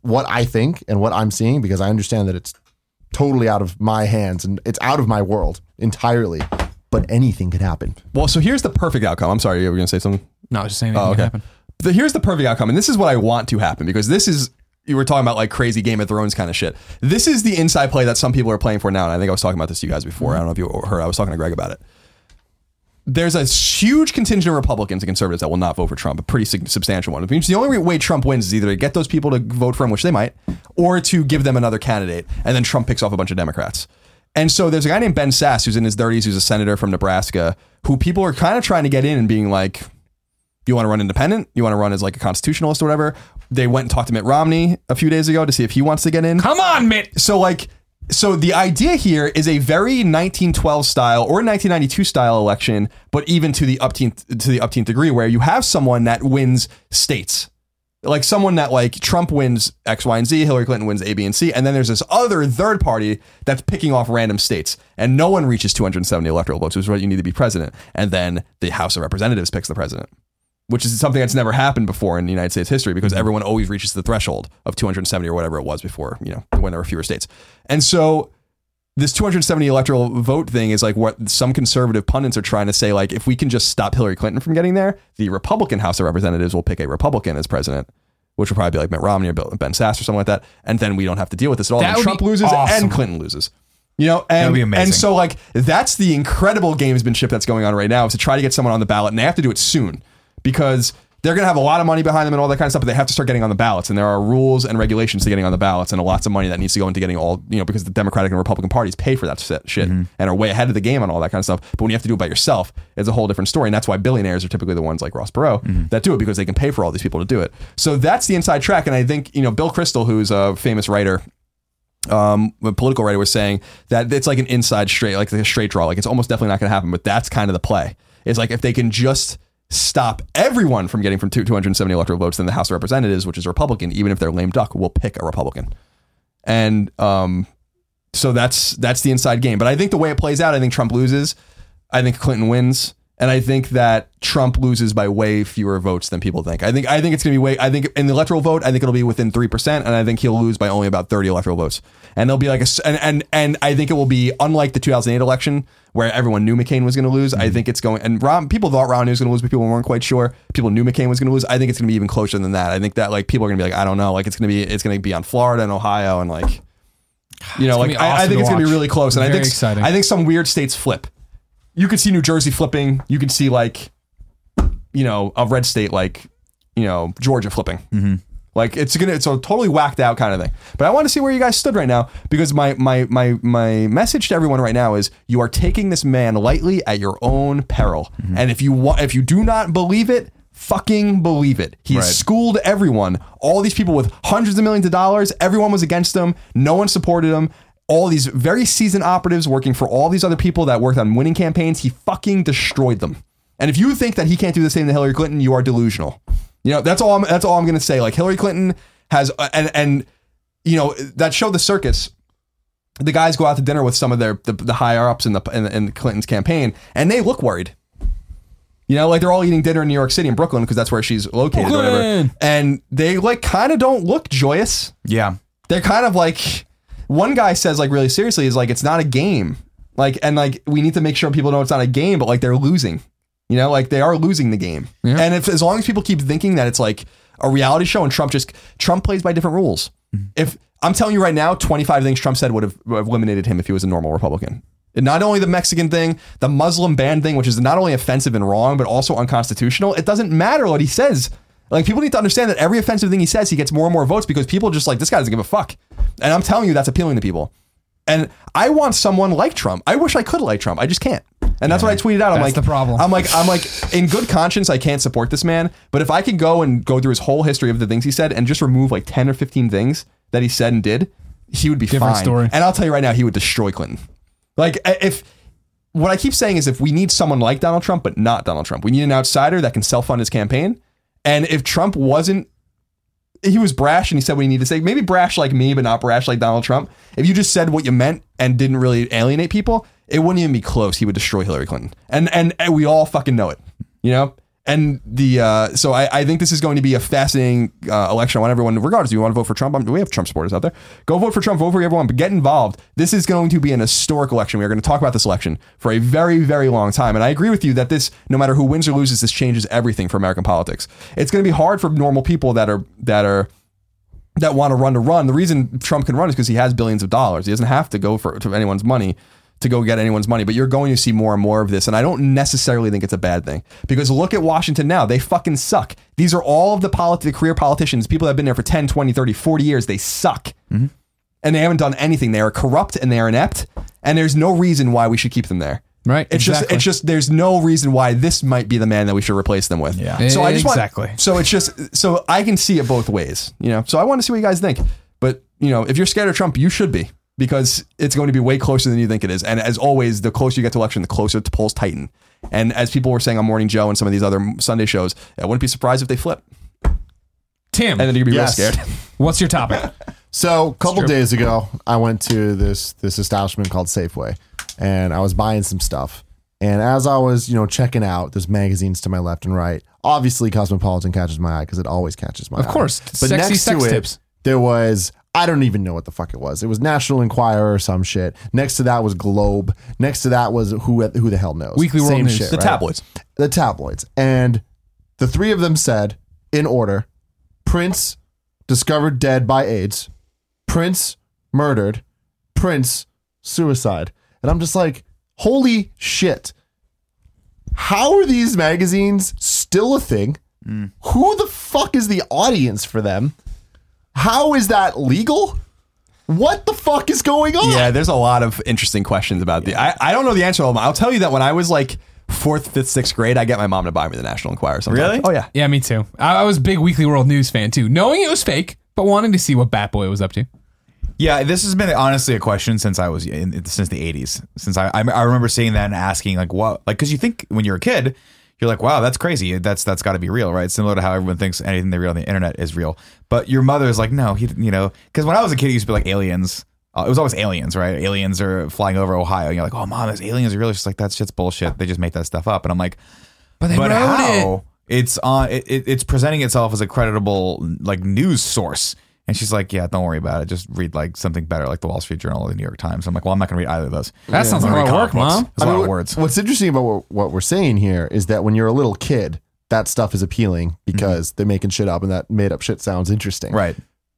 [SPEAKER 1] what i think and what i'm seeing because i understand that it's totally out of my hands and it's out of my world entirely but anything could happen
[SPEAKER 4] Well, so here's the perfect outcome. I'm sorry, you were going to say something?
[SPEAKER 2] No, I was just saying anything
[SPEAKER 4] Oh,
[SPEAKER 2] could
[SPEAKER 4] okay.
[SPEAKER 2] happen.
[SPEAKER 4] The, here's the perfect outcome, and this is what I want to happen because this is you were talking about like crazy Game of Thrones kind of shit. This is the inside play that some people are playing for now, and I think I was talking about this to you guys before. I don't know if you heard. I was talking to Greg about it. there's a huge contingent of Republicans and conservatives that will not vote for Trump, a pretty sig- substantial one. It means the only re- way Trump wins is either to get those people to vote for him, which they might, or to give them another candidate, and then Trump picks off a bunch of Democrats. And so there's a guy named Ben Sass who's in his 30s, who's a senator from Nebraska, who people are kind of trying to get in and being like, you want to run independent? You want to run as like a constitutionalist or whatever? They went and talked to Mitt Romney a few days ago to see if he wants to get in
[SPEAKER 2] Come on, Mitt.
[SPEAKER 4] so like so the idea here is a very 1912 style or 1992 style election but even to the upteenth to the upteenth degree where you have someone that wins states like someone that like Trump wins X, Y, and Z, Hillary Clinton wins A, B, and C, and then there's this other third party that's picking off random states, and no one reaches 270 electoral votes, which is what you need to be president, and then the House of Representatives picks the president, which is something that's never happened before in the United States history
[SPEAKER 2] Mm-hmm.
[SPEAKER 4] because everyone always reaches the threshold of 270 or whatever it was before, you know, when there were fewer states, and so this 270 electoral vote thing is like what some conservative pundits are trying to say like if we can just stop Hillary Clinton from getting there, the Republican House of Representatives will pick a Republican as president, which will probably be like Mitt Romney or Bill- Ben Sass or something like that, and then we don't have to deal with this at all.
[SPEAKER 2] That
[SPEAKER 4] And
[SPEAKER 2] would
[SPEAKER 4] Trump
[SPEAKER 2] be
[SPEAKER 4] loses
[SPEAKER 2] awesome.
[SPEAKER 4] and Clinton loses. You know, and,
[SPEAKER 3] would be amazing.
[SPEAKER 4] and so like that's the incredible gamesmanship that's going on right now is to try to get someone on the ballot, and they have to do it soon because they're going to have a lot of money behind them and all that kind of stuff, but they have to start getting on the ballots, and there are rules and regulations to getting on the ballots, and lots of money that needs to go into getting all you know because the Democratic and Republican parties pay for that shit shit and are way ahead of the game on all that kind of stuff. But when you have to do it by yourself, it's a whole different story, and that's why billionaires are typically the ones like Ross Perot that do it because they can pay for all these people to do it. So that's the inside track, and I think you know Bill Kristol, who's a famous writer um, a political writer was saying that it's like an inside straight, like a straight draw. Like it's almost definitely not going to happen, but that's kind of the play. It's like if they can just stop everyone from getting from two, 270 electoral votes, then the House of Representatives, which is Republican, even if they're lame duck, will pick a Republican. And um, so that's that's the inside game. But I think the way it plays out, I think Trump loses. I think Clinton wins. And I think that Trump loses by way fewer votes than people think. I think I think it's gonna be way I think in the electoral vote, I think it'll be within three percent, and I think he'll lose by only about thirty electoral votes. And there'll be like a s- and and, and I think it will be unlike the two thousand eight election where everyone knew McCain was gonna lose. I think it's going and Ron people thought Romney was gonna lose, but people weren't quite sure. People knew McCain was gonna lose. I think it's gonna be even closer than that. I think that like people are gonna be like, I don't know, like it's gonna be it's gonna be on Florida and Ohio and like you know,
[SPEAKER 2] gonna
[SPEAKER 4] like
[SPEAKER 2] be
[SPEAKER 4] I, I
[SPEAKER 2] awesome
[SPEAKER 4] think
[SPEAKER 2] to
[SPEAKER 4] it's gonna be
[SPEAKER 2] watch.
[SPEAKER 4] really close, and I
[SPEAKER 2] Very
[SPEAKER 4] think
[SPEAKER 2] exciting.
[SPEAKER 4] I think some weird states flip. You could see New Jersey flipping. You could see like, you know, a red state like, you know, Georgia flipping. Mm-hmm. Like it's gonna it's a totally whacked out kind of thing. But I want to see where you guys stood right now because my my my my message to everyone right now is you are taking this man lightly at your own peril. And if you want if you do not believe it, fucking believe it. He has schooled everyone. All these people with hundreds of millions of dollars, everyone was against him, no one supported him. All these very seasoned operatives working for all these other people that worked on winning campaigns, he fucking destroyed them. And if you think that he can't do the same to Hillary Clinton, you are delusional. You know, that's all I'm that's all I'm going to say. Like Hillary Clinton has uh, and and you know, that show The Circus the guys go out to dinner with some of their the, the higher ups in the in, in Clinton's campaign, and they look worried. You know, like they're all eating dinner in New York City in Brooklyn because that's where she's located, or whatever.
[SPEAKER 2] Brooklyn!
[SPEAKER 4] And they like kind of don't look joyous
[SPEAKER 3] Yeah.
[SPEAKER 4] they're kind of like one guy says like really seriously is like it's not a game like and like we need to make sure people know it's not a game but like they're losing you know like they are losing the game and if as long as people keep thinking that it's like a reality show and trump just trump plays by different rules if i'm telling you right now 25 things trump said would have would have eliminated him if he was a normal republican And not only the Mexican thing, the Muslim ban thing, which is not only offensive and wrong, but also unconstitutional. It doesn't matter what he says. Like people need to understand that every offensive thing he says, he gets more and more votes because people are just like this guy doesn't give a fuck. And I'm telling you, that's appealing to people. And I want someone like Trump. I wish I could like Trump. I just can't. And that's what I tweeted out. I'm
[SPEAKER 2] That's
[SPEAKER 4] like
[SPEAKER 2] the problem.
[SPEAKER 4] I'm like I'm like in good conscience, I can't support this man. But if I can go and go through his whole history of the things he said and just remove like ten or fifteen things that he said and did, he would be
[SPEAKER 2] Different
[SPEAKER 4] fine.
[SPEAKER 2] story.
[SPEAKER 4] And I'll tell you right now, he would destroy Clinton. Like i- if what I keep saying is if we need someone like Donald Trump, but not Donald Trump, we need an outsider that can self fund his campaign. And if Trump wasn't, he was brash and he said what he needed to say, maybe brash like me, but not brash like Donald Trump. If you just said what you meant and didn't really alienate people, it wouldn't even be close. He would destroy Hillary Clinton. And and, and we all fucking know it, you know? And the uh, so I, I think this is going to be a fascinating uh, election. I want everyone, regardless if you want to vote for Trump, I'm, we have Trump supporters out there. Go vote for Trump, vote for everyone, but get involved. This is going to be an historic election. We are going to talk about this election for a very, very long time. And I agree with you that this, no matter who wins or loses, this changes everything for American politics. It's going to be hard for normal people that are that are that want to run to run. The reason Trump can run is because he has billions of dollars. He doesn't have to go for to anyone's money to go get anyone's money, but you're going to see more and more of this. And I don't necessarily think it's a bad thing because look at Washington now. They fucking suck. These are all of the, politi- the career politicians, people that have been there for 10, 20, 30, 40 years. They suck. And they haven't done anything. They are corrupt and they are inept. And there's no reason why we should keep them there.
[SPEAKER 2] Right,
[SPEAKER 4] It's just
[SPEAKER 2] exactly.
[SPEAKER 4] it's just there's no reason why this might be the man that we should replace them with.
[SPEAKER 3] Yeah.
[SPEAKER 4] So I just
[SPEAKER 2] Exactly.
[SPEAKER 4] want so it's just so I can see it both ways, you know. So I want to see what you guys think. But you know, if you're scared of Trump, you should be because it's going to be way closer than you think it is. And as always, the closer you get to election, the closer the polls tighten. And as people were saying on Morning Joe and some of these other Sunday shows, I wouldn't be surprised if they flip,
[SPEAKER 2] Tim,
[SPEAKER 4] and then you'd be
[SPEAKER 1] Yes.
[SPEAKER 4] real scared.
[SPEAKER 2] what's your topic?
[SPEAKER 1] So a couple days ago, I went to this this establishment called Safeway, and I was buying some stuff. And as I was, you know, checking out, there's magazines to my left and right. Obviously, Cosmopolitan catches my eye because it always catches my eye.
[SPEAKER 2] Of course. Sexy sex tips.
[SPEAKER 1] there was I don't even know what the fuck it was. It was National Enquirer or some shit. Next to that was Globe. Next to that was who who the hell knows.
[SPEAKER 2] Weekly World
[SPEAKER 1] Same
[SPEAKER 2] News.
[SPEAKER 1] shit,
[SPEAKER 4] the
[SPEAKER 1] right?
[SPEAKER 4] tabloids.
[SPEAKER 1] the tabloids. And the three of them said, in order, Prince discovered dead by AIDS, Prince murdered, Prince suicide. And I'm just like, holy shit. How are these magazines still a thing? Who the fuck is the audience for them? How is that legal? What the fuck is going on?
[SPEAKER 4] Yeah, there's a lot of interesting questions about the. I, I don't know the answer to them. I'll tell you that when I was like fourth, fifth, sixth grade, I get my mom to buy me the National Enquirer. Sometimes.
[SPEAKER 3] Really?
[SPEAKER 4] Oh yeah.
[SPEAKER 2] Yeah, me too. I, I was a big Weekly World News fan too, knowing it was fake, but wanting to see what Bat Boy was up to.
[SPEAKER 3] Yeah, this has been honestly a question since I was in, since the '80s. Since I I I remember seeing that and asking like, what? Like, because you think when you're a kid, you're like, wow, that's crazy. That's that's got to be real, right? Similar to how everyone thinks anything they read on the internet is real. But your mother is like, no, he, you know, because when I was a kid, it used to be like aliens. Uh, it was always aliens, right? Aliens are flying over Ohio. And you're like, oh, mom, those aliens are real. She's like, that shit's bullshit. They just make that stuff up. And I'm like,
[SPEAKER 2] But they
[SPEAKER 3] but
[SPEAKER 2] wrote
[SPEAKER 3] how
[SPEAKER 2] it.
[SPEAKER 3] it's on it, it, it's presenting itself as a creditable like news source and she's like yeah don't worry about it just read like something better like the wall street journal or the new york times i'm like well i'm not gonna read either of those
[SPEAKER 2] That sounds like a lot of work, mom.
[SPEAKER 1] I
[SPEAKER 3] There's a
[SPEAKER 1] mean,
[SPEAKER 3] lot of
[SPEAKER 1] what-
[SPEAKER 3] words
[SPEAKER 1] What's interesting about what, what we're saying here is that when you're a little kid, that stuff is appealing because they're making shit up and that made up shit sounds interesting.
[SPEAKER 3] Mm-hmm. right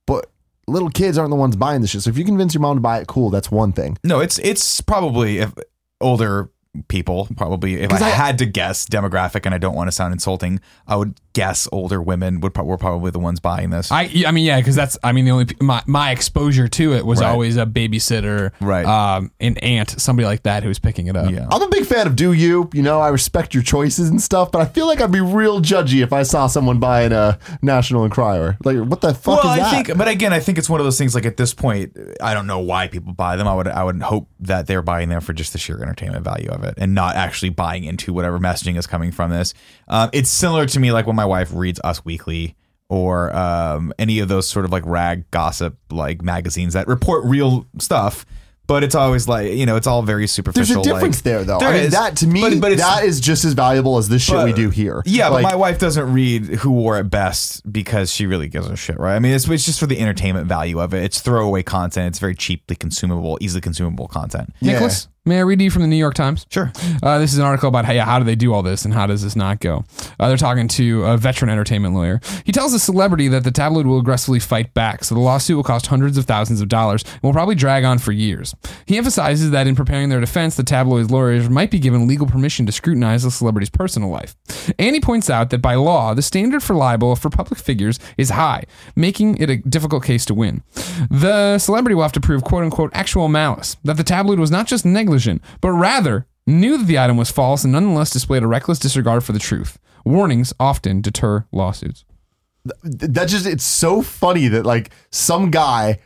[SPEAKER 1] But little kids aren't the ones buying the shit. So if you convince your mom to buy it, cool, that's one thing.
[SPEAKER 3] no it's it's probably if older people probably if I, had to guess demographic and i don't want to sound insulting i would guess older women would pro- were probably the ones buying this
[SPEAKER 2] I, yeah, I mean, yeah, because that's, I mean, the only, pe- my, my exposure to it was always a babysitter,
[SPEAKER 3] Right.
[SPEAKER 2] Um, an aunt, somebody like that who was picking it up.
[SPEAKER 3] yeah
[SPEAKER 1] I'm a big fan of do you. You know, I respect your choices and stuff, but I feel like I'd be real judgy if I saw someone buying a National Enquirer. Like, what the fuck
[SPEAKER 3] well,
[SPEAKER 1] is that?
[SPEAKER 3] I think, but again, I think it's one of those things. Like at this point, I don't know why people buy them. I would, I would hope that they're buying them for just the sheer entertainment value of it, and not actually buying into whatever messaging is coming from this. Um, it's similar to me, like when my wife reads Us Weekly or um, any of those sort of like rag gossip like magazines that report real stuff. But it's always like you know, it's all very
[SPEAKER 1] There's
[SPEAKER 3] superficial.
[SPEAKER 1] a difference
[SPEAKER 3] like,
[SPEAKER 1] there, though.
[SPEAKER 3] There
[SPEAKER 1] I mean,
[SPEAKER 3] is,
[SPEAKER 1] that to me,
[SPEAKER 3] but- but it's-
[SPEAKER 1] that is just as valuable as the shit we
[SPEAKER 3] but-
[SPEAKER 1] do here.
[SPEAKER 3] yeah,
[SPEAKER 1] Like,
[SPEAKER 3] but my wife doesn't read Who Wore It Best because she really gives a shit, right? I mean, it's, it's just for the entertainment value of it. It's throwaway content. It's very cheaply consumable, easily consumable content.
[SPEAKER 2] Nicholas, may I read to you from the New York Times?
[SPEAKER 3] Sure.
[SPEAKER 2] Uh, this is an article about hey, how do they do all this and how does this not go? Uh, they're talking to a veteran entertainment lawyer. He tells the celebrity that the tabloid will aggressively fight back, so the lawsuit will cost hundreds of thousands of dollars and will probably drag on for years. He emphasizes that in preparing their defense, the tabloid's lawyers might be given legal permission to scrutinize the celebrity's personal life. And he points out that by law, the standard for libel for public figures is high, making it a difficult case to win. The celebrity will have to prove quote unquote actual malice, that the tabloid was not just negligent, but rather knew that the item was false and nonetheless displayed a reckless disregard for the truth. Warnings often deter lawsuits.
[SPEAKER 1] th- that just it's so funny that like some guy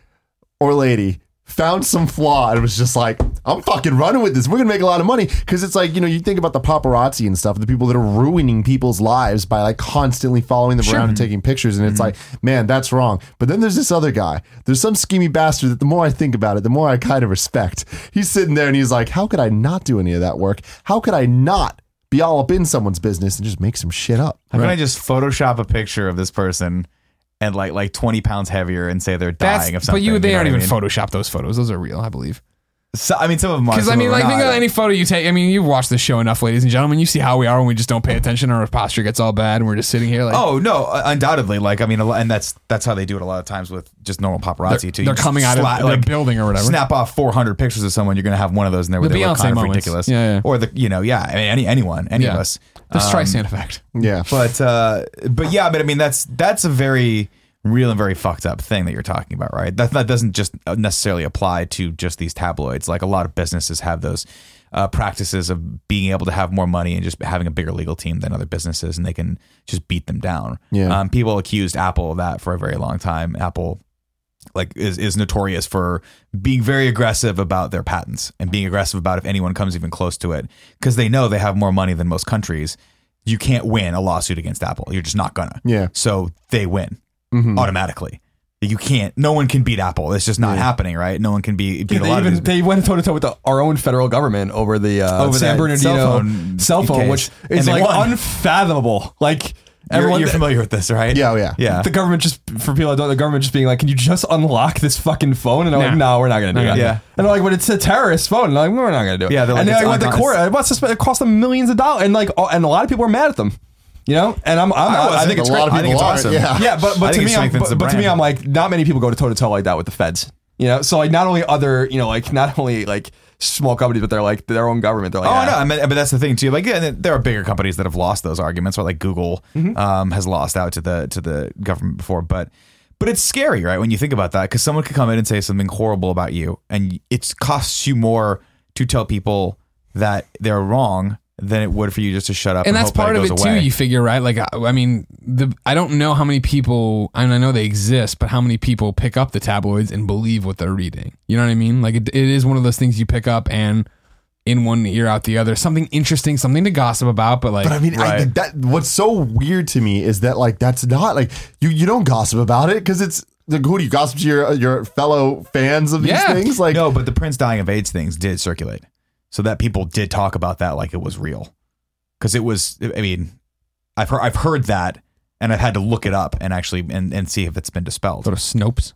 [SPEAKER 1] or lady found some flaw and was just like i'm fucking running with this we're gonna make a lot of money because it's like you know you think about the paparazzi and stuff the people that are ruining people's lives by like constantly following them around and taking pictures and it's like man that's wrong but then there's this other guy there's some schemy bastard that the more i think about it the more i kind of respect he's sitting there and he's like how could i not do any of that work how could i not be all up in someone's business and just make some shit up
[SPEAKER 3] How can I just Photoshop a picture of this person and like like 20 pounds heavier and say they're dying of something?
[SPEAKER 2] but you, they
[SPEAKER 3] know
[SPEAKER 2] aren't
[SPEAKER 3] what I
[SPEAKER 2] even
[SPEAKER 3] mean?
[SPEAKER 2] Photoshop those photos. Those are real, I believe.
[SPEAKER 3] So, I mean, some of them are.
[SPEAKER 2] Because I
[SPEAKER 3] some
[SPEAKER 2] mean,
[SPEAKER 3] of them
[SPEAKER 2] like
[SPEAKER 3] are
[SPEAKER 2] think
[SPEAKER 3] not.
[SPEAKER 2] of any photo you take. I mean, you've watched this show enough, ladies and gentlemen. You see how we are when we just don't pay attention, and our posture gets all bad, and we're just sitting here like,
[SPEAKER 3] Oh no, uh, undoubtedly. Like I mean, a lo- and that's that's how they do it a lot of times with just normal paparazzi too. You
[SPEAKER 2] they're
[SPEAKER 3] just
[SPEAKER 2] coming out of
[SPEAKER 3] slap-
[SPEAKER 2] their building or whatever.
[SPEAKER 3] Snap off 400 pictures of someone. You're gonna have one of those in there where
[SPEAKER 2] The
[SPEAKER 3] they look
[SPEAKER 2] Beyonce
[SPEAKER 3] kind of
[SPEAKER 2] moments.
[SPEAKER 3] ridiculous.
[SPEAKER 2] Yeah, yeah.
[SPEAKER 3] Or the you know yeah I mean, any anyone any of
[SPEAKER 2] Yeah.
[SPEAKER 3] us.
[SPEAKER 2] the
[SPEAKER 3] Um,
[SPEAKER 2] Streisand effect.
[SPEAKER 1] Yeah.
[SPEAKER 3] But uh, but yeah, but I mean that's that's a very real and very fucked up thing that you're talking about, right? That that doesn't just uh, necessarily apply to just these tabloids. Like a lot of businesses have those uh, practices of being able to have more money and just having a bigger legal team than other businesses, and they can just beat them down.
[SPEAKER 1] Yeah.
[SPEAKER 3] Um, people accused Apple of that for a very long time. Apple like is, is notorious for being very aggressive about their patents and being aggressive about if anyone comes even close to it because they know they have more money than most countries you can't win a lawsuit against apple you're just not gonna
[SPEAKER 1] Yeah.
[SPEAKER 3] so they win automatically you can't no one can beat apple it's just not happening right no one can be beat a
[SPEAKER 4] They
[SPEAKER 3] lot
[SPEAKER 4] even
[SPEAKER 3] of these
[SPEAKER 4] they went toe to toe with the, our own federal government over the uh,
[SPEAKER 3] Over
[SPEAKER 4] San
[SPEAKER 3] that
[SPEAKER 4] Bernardino
[SPEAKER 3] cell phone
[SPEAKER 4] cell phone,
[SPEAKER 3] case.
[SPEAKER 4] which
[SPEAKER 3] And
[SPEAKER 4] is
[SPEAKER 3] they
[SPEAKER 4] like
[SPEAKER 3] won.
[SPEAKER 4] unfathomable. Like
[SPEAKER 3] you're,
[SPEAKER 4] everyone,
[SPEAKER 3] you're familiar with this right
[SPEAKER 1] Yeah, oh, yeah.
[SPEAKER 3] yeah
[SPEAKER 4] the government just for people that don't, the government just being like, "Can you just unlock this fucking phone?" And I'm like,
[SPEAKER 2] Nah.
[SPEAKER 4] "No, we're not gonna do that."
[SPEAKER 3] gonna do that.
[SPEAKER 4] and they're like, "But it's a terrorist phone." And I'm like, "We're not gonna do it."
[SPEAKER 3] Yeah, they're like,
[SPEAKER 4] and then
[SPEAKER 3] it's
[SPEAKER 4] I went to
[SPEAKER 3] uncon-
[SPEAKER 4] court. It must have spent- it cost them millions of dollars, and like, all, and a lot of people are mad at them. You know, and I'm, I'm I, I
[SPEAKER 3] wasn't.
[SPEAKER 4] think it's
[SPEAKER 1] a lot
[SPEAKER 4] great.
[SPEAKER 1] of
[SPEAKER 3] I think
[SPEAKER 1] people
[SPEAKER 3] it's
[SPEAKER 1] are.
[SPEAKER 3] awesome.
[SPEAKER 1] Yeah.
[SPEAKER 4] Yeah, but
[SPEAKER 3] I
[SPEAKER 4] but to
[SPEAKER 3] think it
[SPEAKER 4] me, I'm,
[SPEAKER 3] strengthens
[SPEAKER 4] but,
[SPEAKER 3] the
[SPEAKER 4] but to me,
[SPEAKER 3] brand.
[SPEAKER 4] I'm like, not many people go to toe to toe like that with the feds. You know, so like, not only other, you know, like not only like small companies, but they're like their own government. They're like,
[SPEAKER 3] Oh
[SPEAKER 4] "Ah."
[SPEAKER 3] no, I mean, but that's the thing too. Like, yeah, there are bigger companies that have lost those arguments, or like Google
[SPEAKER 2] Mm-hmm.
[SPEAKER 3] um, has lost out to the to the government before. But but it's scary, right? When you think about that, because someone could come in and say something horrible about you, and it costs you more to tell people that they're wrong than it would for you just to shut up.
[SPEAKER 2] and that's
[SPEAKER 3] hope that
[SPEAKER 2] part of it
[SPEAKER 3] goes
[SPEAKER 2] too.
[SPEAKER 3] away.
[SPEAKER 2] You figure, right? Like, I, I mean, the I don't know how many people, I mean, I know they exist, but how many people pick up the tabloids and believe what they're reading? You know what I mean? Like, it, it is one of those things you pick up and in one ear out the other. Something interesting, something to gossip about, but like,
[SPEAKER 1] But I mean, I,
[SPEAKER 3] Right.
[SPEAKER 1] that what's so weird to me is that like that's not like you you don't gossip about it because it's like who do you gossip to your uh, your fellow fans of these
[SPEAKER 2] Yeah.
[SPEAKER 1] things like
[SPEAKER 3] no, but the Prince dying of AIDS things did circulate, so that people did talk about that like it was real, because it was. I mean, I've heard I've heard that, and I've had to look it up and actually and, and see if it's been dispelled.
[SPEAKER 2] sort of Snopes.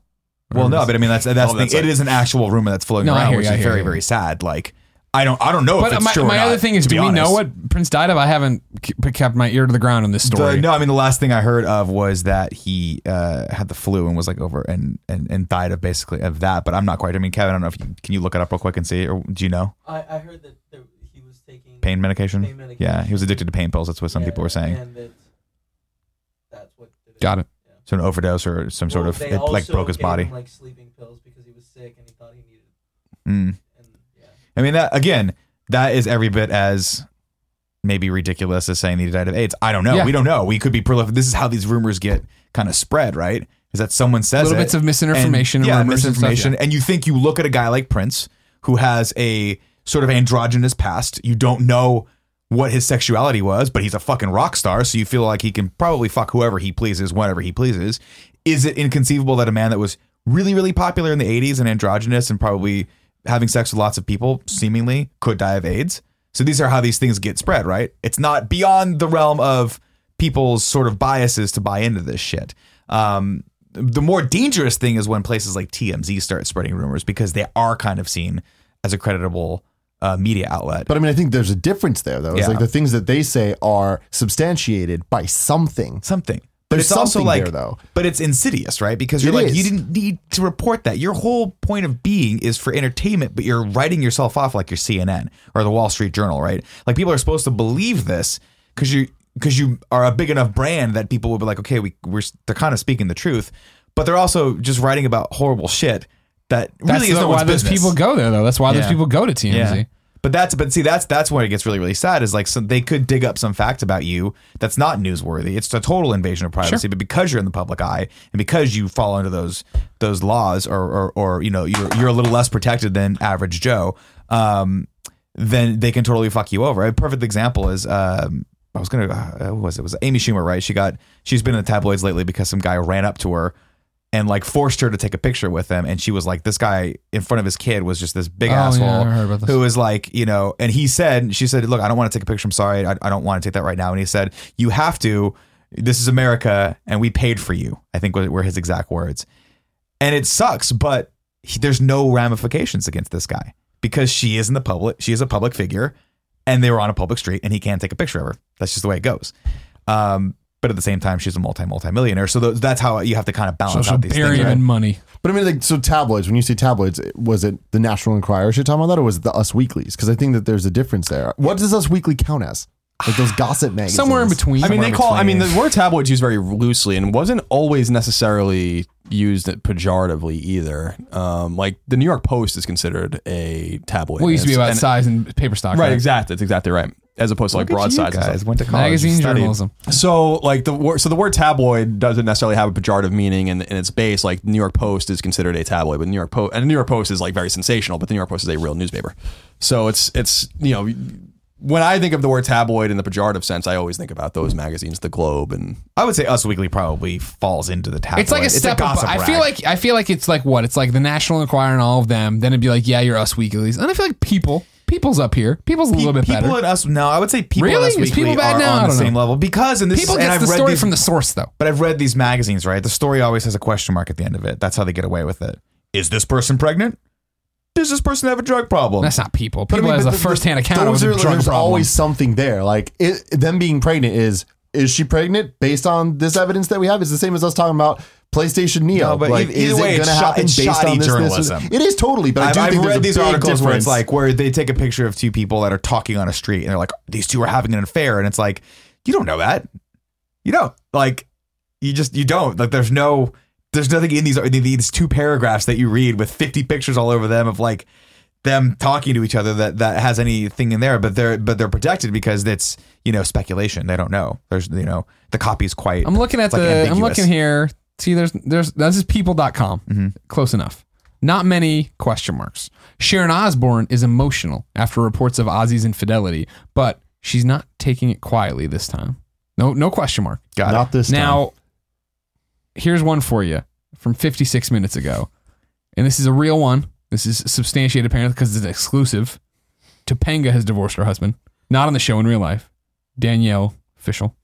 [SPEAKER 3] Well, no, but I mean that's that's,
[SPEAKER 4] Oh,
[SPEAKER 3] the,
[SPEAKER 4] that's
[SPEAKER 3] it
[SPEAKER 4] like-
[SPEAKER 3] is an actual rumor that's floating
[SPEAKER 2] No, I
[SPEAKER 3] around,
[SPEAKER 2] hear
[SPEAKER 3] which
[SPEAKER 2] you, I
[SPEAKER 3] is
[SPEAKER 2] hear
[SPEAKER 3] very
[SPEAKER 2] you.
[SPEAKER 3] very sad. Like I don't I don't know if
[SPEAKER 2] But
[SPEAKER 3] it's
[SPEAKER 2] my,
[SPEAKER 3] true or
[SPEAKER 2] my
[SPEAKER 3] not,
[SPEAKER 2] other thing is,
[SPEAKER 3] to
[SPEAKER 2] do
[SPEAKER 3] be
[SPEAKER 2] we know
[SPEAKER 3] honest.
[SPEAKER 2] what Prince died of? I haven't k- kept my ear to the ground on this
[SPEAKER 3] The,
[SPEAKER 2] story.
[SPEAKER 3] no, I mean the last thing I heard of was that he uh, had the flu and was like over and, and and died of basically of that. But I'm not quite. I mean, Kevin, I don't know if you, can you look it up real quick and see, or do you know
[SPEAKER 5] I, I heard that there, he was taking
[SPEAKER 3] pain medication?
[SPEAKER 5] Pain medication.
[SPEAKER 3] Yeah, he was addicted to pain pills. That's what some
[SPEAKER 5] Yeah,
[SPEAKER 3] people were saying.
[SPEAKER 5] And that that's what did
[SPEAKER 2] Got it.
[SPEAKER 3] So an overdose or some sort
[SPEAKER 5] Well,
[SPEAKER 3] of
[SPEAKER 5] they
[SPEAKER 3] it like
[SPEAKER 5] also
[SPEAKER 3] broke his
[SPEAKER 5] gave
[SPEAKER 3] body.
[SPEAKER 5] Him, like sleeping pills because he was sick and he thought he needed.
[SPEAKER 3] Mm.
[SPEAKER 5] And yeah,
[SPEAKER 3] I mean that again. That is every bit as maybe ridiculous as saying that he died of AIDS. I don't know.
[SPEAKER 2] Yeah.
[SPEAKER 3] We don't know. We could be prolific. This is how these rumors get kind of spread, right? Is that someone says
[SPEAKER 2] Little
[SPEAKER 3] it,
[SPEAKER 2] bits of misinformation
[SPEAKER 3] and,
[SPEAKER 2] and
[SPEAKER 3] yeah,
[SPEAKER 2] rumors and stuff,
[SPEAKER 3] misinformation, and you think you look at a guy like Prince who has a sort of androgynous past. You don't know what his sexuality was, but he's a fucking rock star, so you feel like he can probably fuck whoever he pleases, whenever he pleases. Is it inconceivable that a man that was really, really popular in the 80s and androgynous and probably having sex with lots of people, seemingly, could die of AIDS? So these are how these things get spread, right? It's not beyond the realm of people's sort of biases to buy into this shit. Um, the more dangerous thing is when places like TMZ start spreading rumors because they are kind of seen as a creditable uh, media outlet.
[SPEAKER 1] But I mean, I think there's a difference there, though. It's
[SPEAKER 3] Yeah.
[SPEAKER 1] like the things that they say are substantiated by something.
[SPEAKER 3] something. But
[SPEAKER 1] There's
[SPEAKER 3] it's also
[SPEAKER 1] something
[SPEAKER 3] like,
[SPEAKER 1] there, though.
[SPEAKER 3] but it's insidious, right? Because you're
[SPEAKER 1] It
[SPEAKER 3] like,
[SPEAKER 1] is.
[SPEAKER 3] you didn't need to report that. Your whole point of being is for entertainment, but you're writing yourself off like your CNN or the Wall Street Journal, right? Like people are supposed to believe this because you because you are a big enough brand that people will be like, okay, we we're they're kind of speaking the truth, but they're also just writing about horrible shit that
[SPEAKER 2] That's
[SPEAKER 3] really is
[SPEAKER 2] the-
[SPEAKER 3] no
[SPEAKER 2] why
[SPEAKER 3] one's
[SPEAKER 2] those
[SPEAKER 3] business.
[SPEAKER 2] people go there, though. That's why those
[SPEAKER 3] Yeah.
[SPEAKER 2] people go to TMZ.
[SPEAKER 3] But that's but see that's that's where it gets really really sad is like some, they could dig up some fact about you that's not newsworthy. It's a total invasion of privacy. But because you're in the public eye and because you fall under those those laws or or, or you know you're you're a little less protected than average Joe, um, then they can totally fuck you over. A perfect example is um, I was gonna uh, who was it? it was Amy Schumer right? She got she's been in the tabloids lately because some guy ran up to her. And like forced her to take a picture with him, and she was like, "This guy in front of his kid was just this big
[SPEAKER 2] Oh, yeah,
[SPEAKER 3] asshole
[SPEAKER 2] I heard about this.
[SPEAKER 3] who was like, you know, and he said, she said, look, I don't want to take a picture. I'm sorry. I, I don't want to take that right now. And he said, you have to. This is America and we paid for you, I think were were his exact words. And it sucks, but he, there's no ramifications against this guy because she is in the public. She is a public figure, and they were on a public street, and he can't take a picture of her. That's just the way it goes. Um, but at the same time, she's a multi multi millionaire, so th- that's how you have to kind of balance
[SPEAKER 2] So
[SPEAKER 3] out these
[SPEAKER 2] bury
[SPEAKER 3] things.
[SPEAKER 2] him
[SPEAKER 3] right?
[SPEAKER 2] in money.
[SPEAKER 1] But I mean, like, so tabloids. When you say tabloids, was it the National Enquirer should talk about that, or was it the Us Weeklies? Because I think that there's a difference there. What does Us Weekly count as? Like those gossip magazines.
[SPEAKER 2] Somewhere in between.
[SPEAKER 4] I mean, they
[SPEAKER 3] in
[SPEAKER 4] call. I mean, the
[SPEAKER 3] between.
[SPEAKER 4] word tabloids used very loosely and wasn't always necessarily used pejoratively either. Um, like the New York Post is considered a tabloid.
[SPEAKER 2] well, it used to be
[SPEAKER 4] It's-
[SPEAKER 2] about
[SPEAKER 4] and-
[SPEAKER 2] size and paper stock.
[SPEAKER 4] right. Exactly. That's exactly right. As opposed to like
[SPEAKER 3] Look at you
[SPEAKER 4] broadsides. and stuff.
[SPEAKER 3] guys went to college,
[SPEAKER 2] Magazine
[SPEAKER 3] studied.
[SPEAKER 2] journalism.
[SPEAKER 4] So like the word, so the word tabloid doesn't necessarily have a pejorative meaning in, in its base. Like New York Post is considered a tabloid, but New York Post and the New York Post is like very sensational, but the New York Post is a real newspaper. So it's it's you know when I think of the word tabloid in the pejorative sense, I always think about those magazines, The Globe, and
[SPEAKER 3] I would say Us Weekly probably falls into the tabloid.
[SPEAKER 2] It's like a step up.
[SPEAKER 3] gossip
[SPEAKER 2] I feel
[SPEAKER 3] rag.
[SPEAKER 2] like I feel like it's like what? It's like the National Enquirer and all of them. Then it'd be like, yeah, you're Us Weeklies. And I feel like people, people's up here. People's a
[SPEAKER 3] Pe-
[SPEAKER 2] little bit
[SPEAKER 3] people
[SPEAKER 2] better.
[SPEAKER 3] at Us. No, I would say people
[SPEAKER 2] Really?
[SPEAKER 3] at Us
[SPEAKER 2] Is
[SPEAKER 3] Weekly
[SPEAKER 2] people bad
[SPEAKER 3] are
[SPEAKER 2] now? I
[SPEAKER 3] on the
[SPEAKER 2] don't know.
[SPEAKER 3] same level because and this
[SPEAKER 2] people
[SPEAKER 3] is, and
[SPEAKER 2] gets
[SPEAKER 3] I've
[SPEAKER 2] the
[SPEAKER 3] read
[SPEAKER 2] story
[SPEAKER 3] these-
[SPEAKER 2] from the source though.
[SPEAKER 3] But I've read these magazines, right? The story always has a question mark at the end of it. That's how they get away with it. Is this person pregnant? Does this person have a drug problem?
[SPEAKER 2] That's not people. People has
[SPEAKER 1] but
[SPEAKER 2] a
[SPEAKER 1] the- the-
[SPEAKER 2] first-hand account of
[SPEAKER 1] those
[SPEAKER 2] the
[SPEAKER 1] are-
[SPEAKER 2] drug
[SPEAKER 1] there's
[SPEAKER 2] problem.
[SPEAKER 1] always something there. Like it, them being pregnant is is she pregnant based on this evidence that we have? It's the same as us talking about PlayStation Neo.
[SPEAKER 3] No, but
[SPEAKER 1] like,
[SPEAKER 3] e- either way, it's
[SPEAKER 1] gonna
[SPEAKER 3] shot- it's shoddy journalism.
[SPEAKER 1] it is totally. But I
[SPEAKER 3] I've,
[SPEAKER 1] do
[SPEAKER 3] I've
[SPEAKER 1] think there's a
[SPEAKER 3] read these
[SPEAKER 1] big
[SPEAKER 3] articles where
[SPEAKER 1] difference.
[SPEAKER 3] it's like where they take a picture of two people that are talking on a street and they're like, these two are having an affair, and it's like, you don't know that. You don't like you just you don't. Like there's no there's nothing in these in these two paragraphs that you read with 50 pictures all over them of like them talking to each other that that has anything in there, but they're but they're protected because it's you know speculation. They don't know. There's you know the copy's quite.
[SPEAKER 2] I'm looking at
[SPEAKER 3] like,
[SPEAKER 2] the. I'm
[SPEAKER 3] ambiguous. Mm-hmm.
[SPEAKER 2] looking here. See, there's there's this is people.com. Close enough. Not many question marks. Sharon Osbourne is emotional after reports of Ozzy's infidelity, but she's not taking it quietly this time. No, no question mark.
[SPEAKER 3] Got it.
[SPEAKER 1] not this
[SPEAKER 2] Now, here's one for you from 56 minutes ago. And this is a real one. This is substantiated apparently because it's exclusive. Topanga has divorced her husband. Not on the show in real life. Danielle Fishel.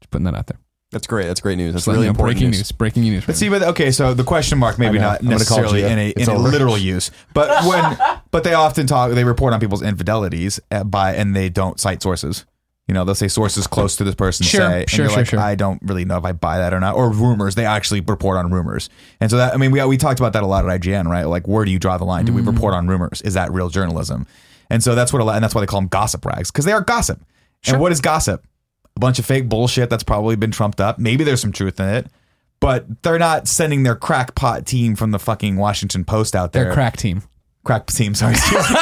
[SPEAKER 2] Just putting that out there.
[SPEAKER 4] that's great. That's great news. That's
[SPEAKER 2] Just letting
[SPEAKER 4] really
[SPEAKER 2] you know,
[SPEAKER 4] important
[SPEAKER 2] breaking
[SPEAKER 4] news.
[SPEAKER 2] news. Breaking news.
[SPEAKER 3] But see, but okay, so the question mark maybe
[SPEAKER 1] I know.
[SPEAKER 3] not
[SPEAKER 1] I'm gonna call
[SPEAKER 3] necessarily
[SPEAKER 1] Gia.
[SPEAKER 3] in a in
[SPEAKER 1] It's
[SPEAKER 3] a
[SPEAKER 1] over.
[SPEAKER 3] literal use, but when but they often talk, they report on people's infidelities uh, by and they don't cite sources. You know, they'll say sources close to this person
[SPEAKER 2] Sure,
[SPEAKER 3] say, and
[SPEAKER 2] sure,
[SPEAKER 3] you're
[SPEAKER 2] sure,
[SPEAKER 3] like,
[SPEAKER 2] sure.
[SPEAKER 3] I don't really know if I buy that or not, or rumors. They actually report on rumors, and so that I mean, we we talked about that a lot at IGN, right? Like, where do you draw the line? Do we
[SPEAKER 1] Mm.
[SPEAKER 3] report on rumors? Is that real journalism? And so that's what a lot, and that's why they call them gossip rags because they are gossip. And what is gossip? A bunch of fake bullshit that's probably been trumped up. Maybe there's some truth in it, but they're not sending their crackpot team from the fucking Washington Post out there.
[SPEAKER 2] Their crack team.
[SPEAKER 3] crack team, sorry. excuse me.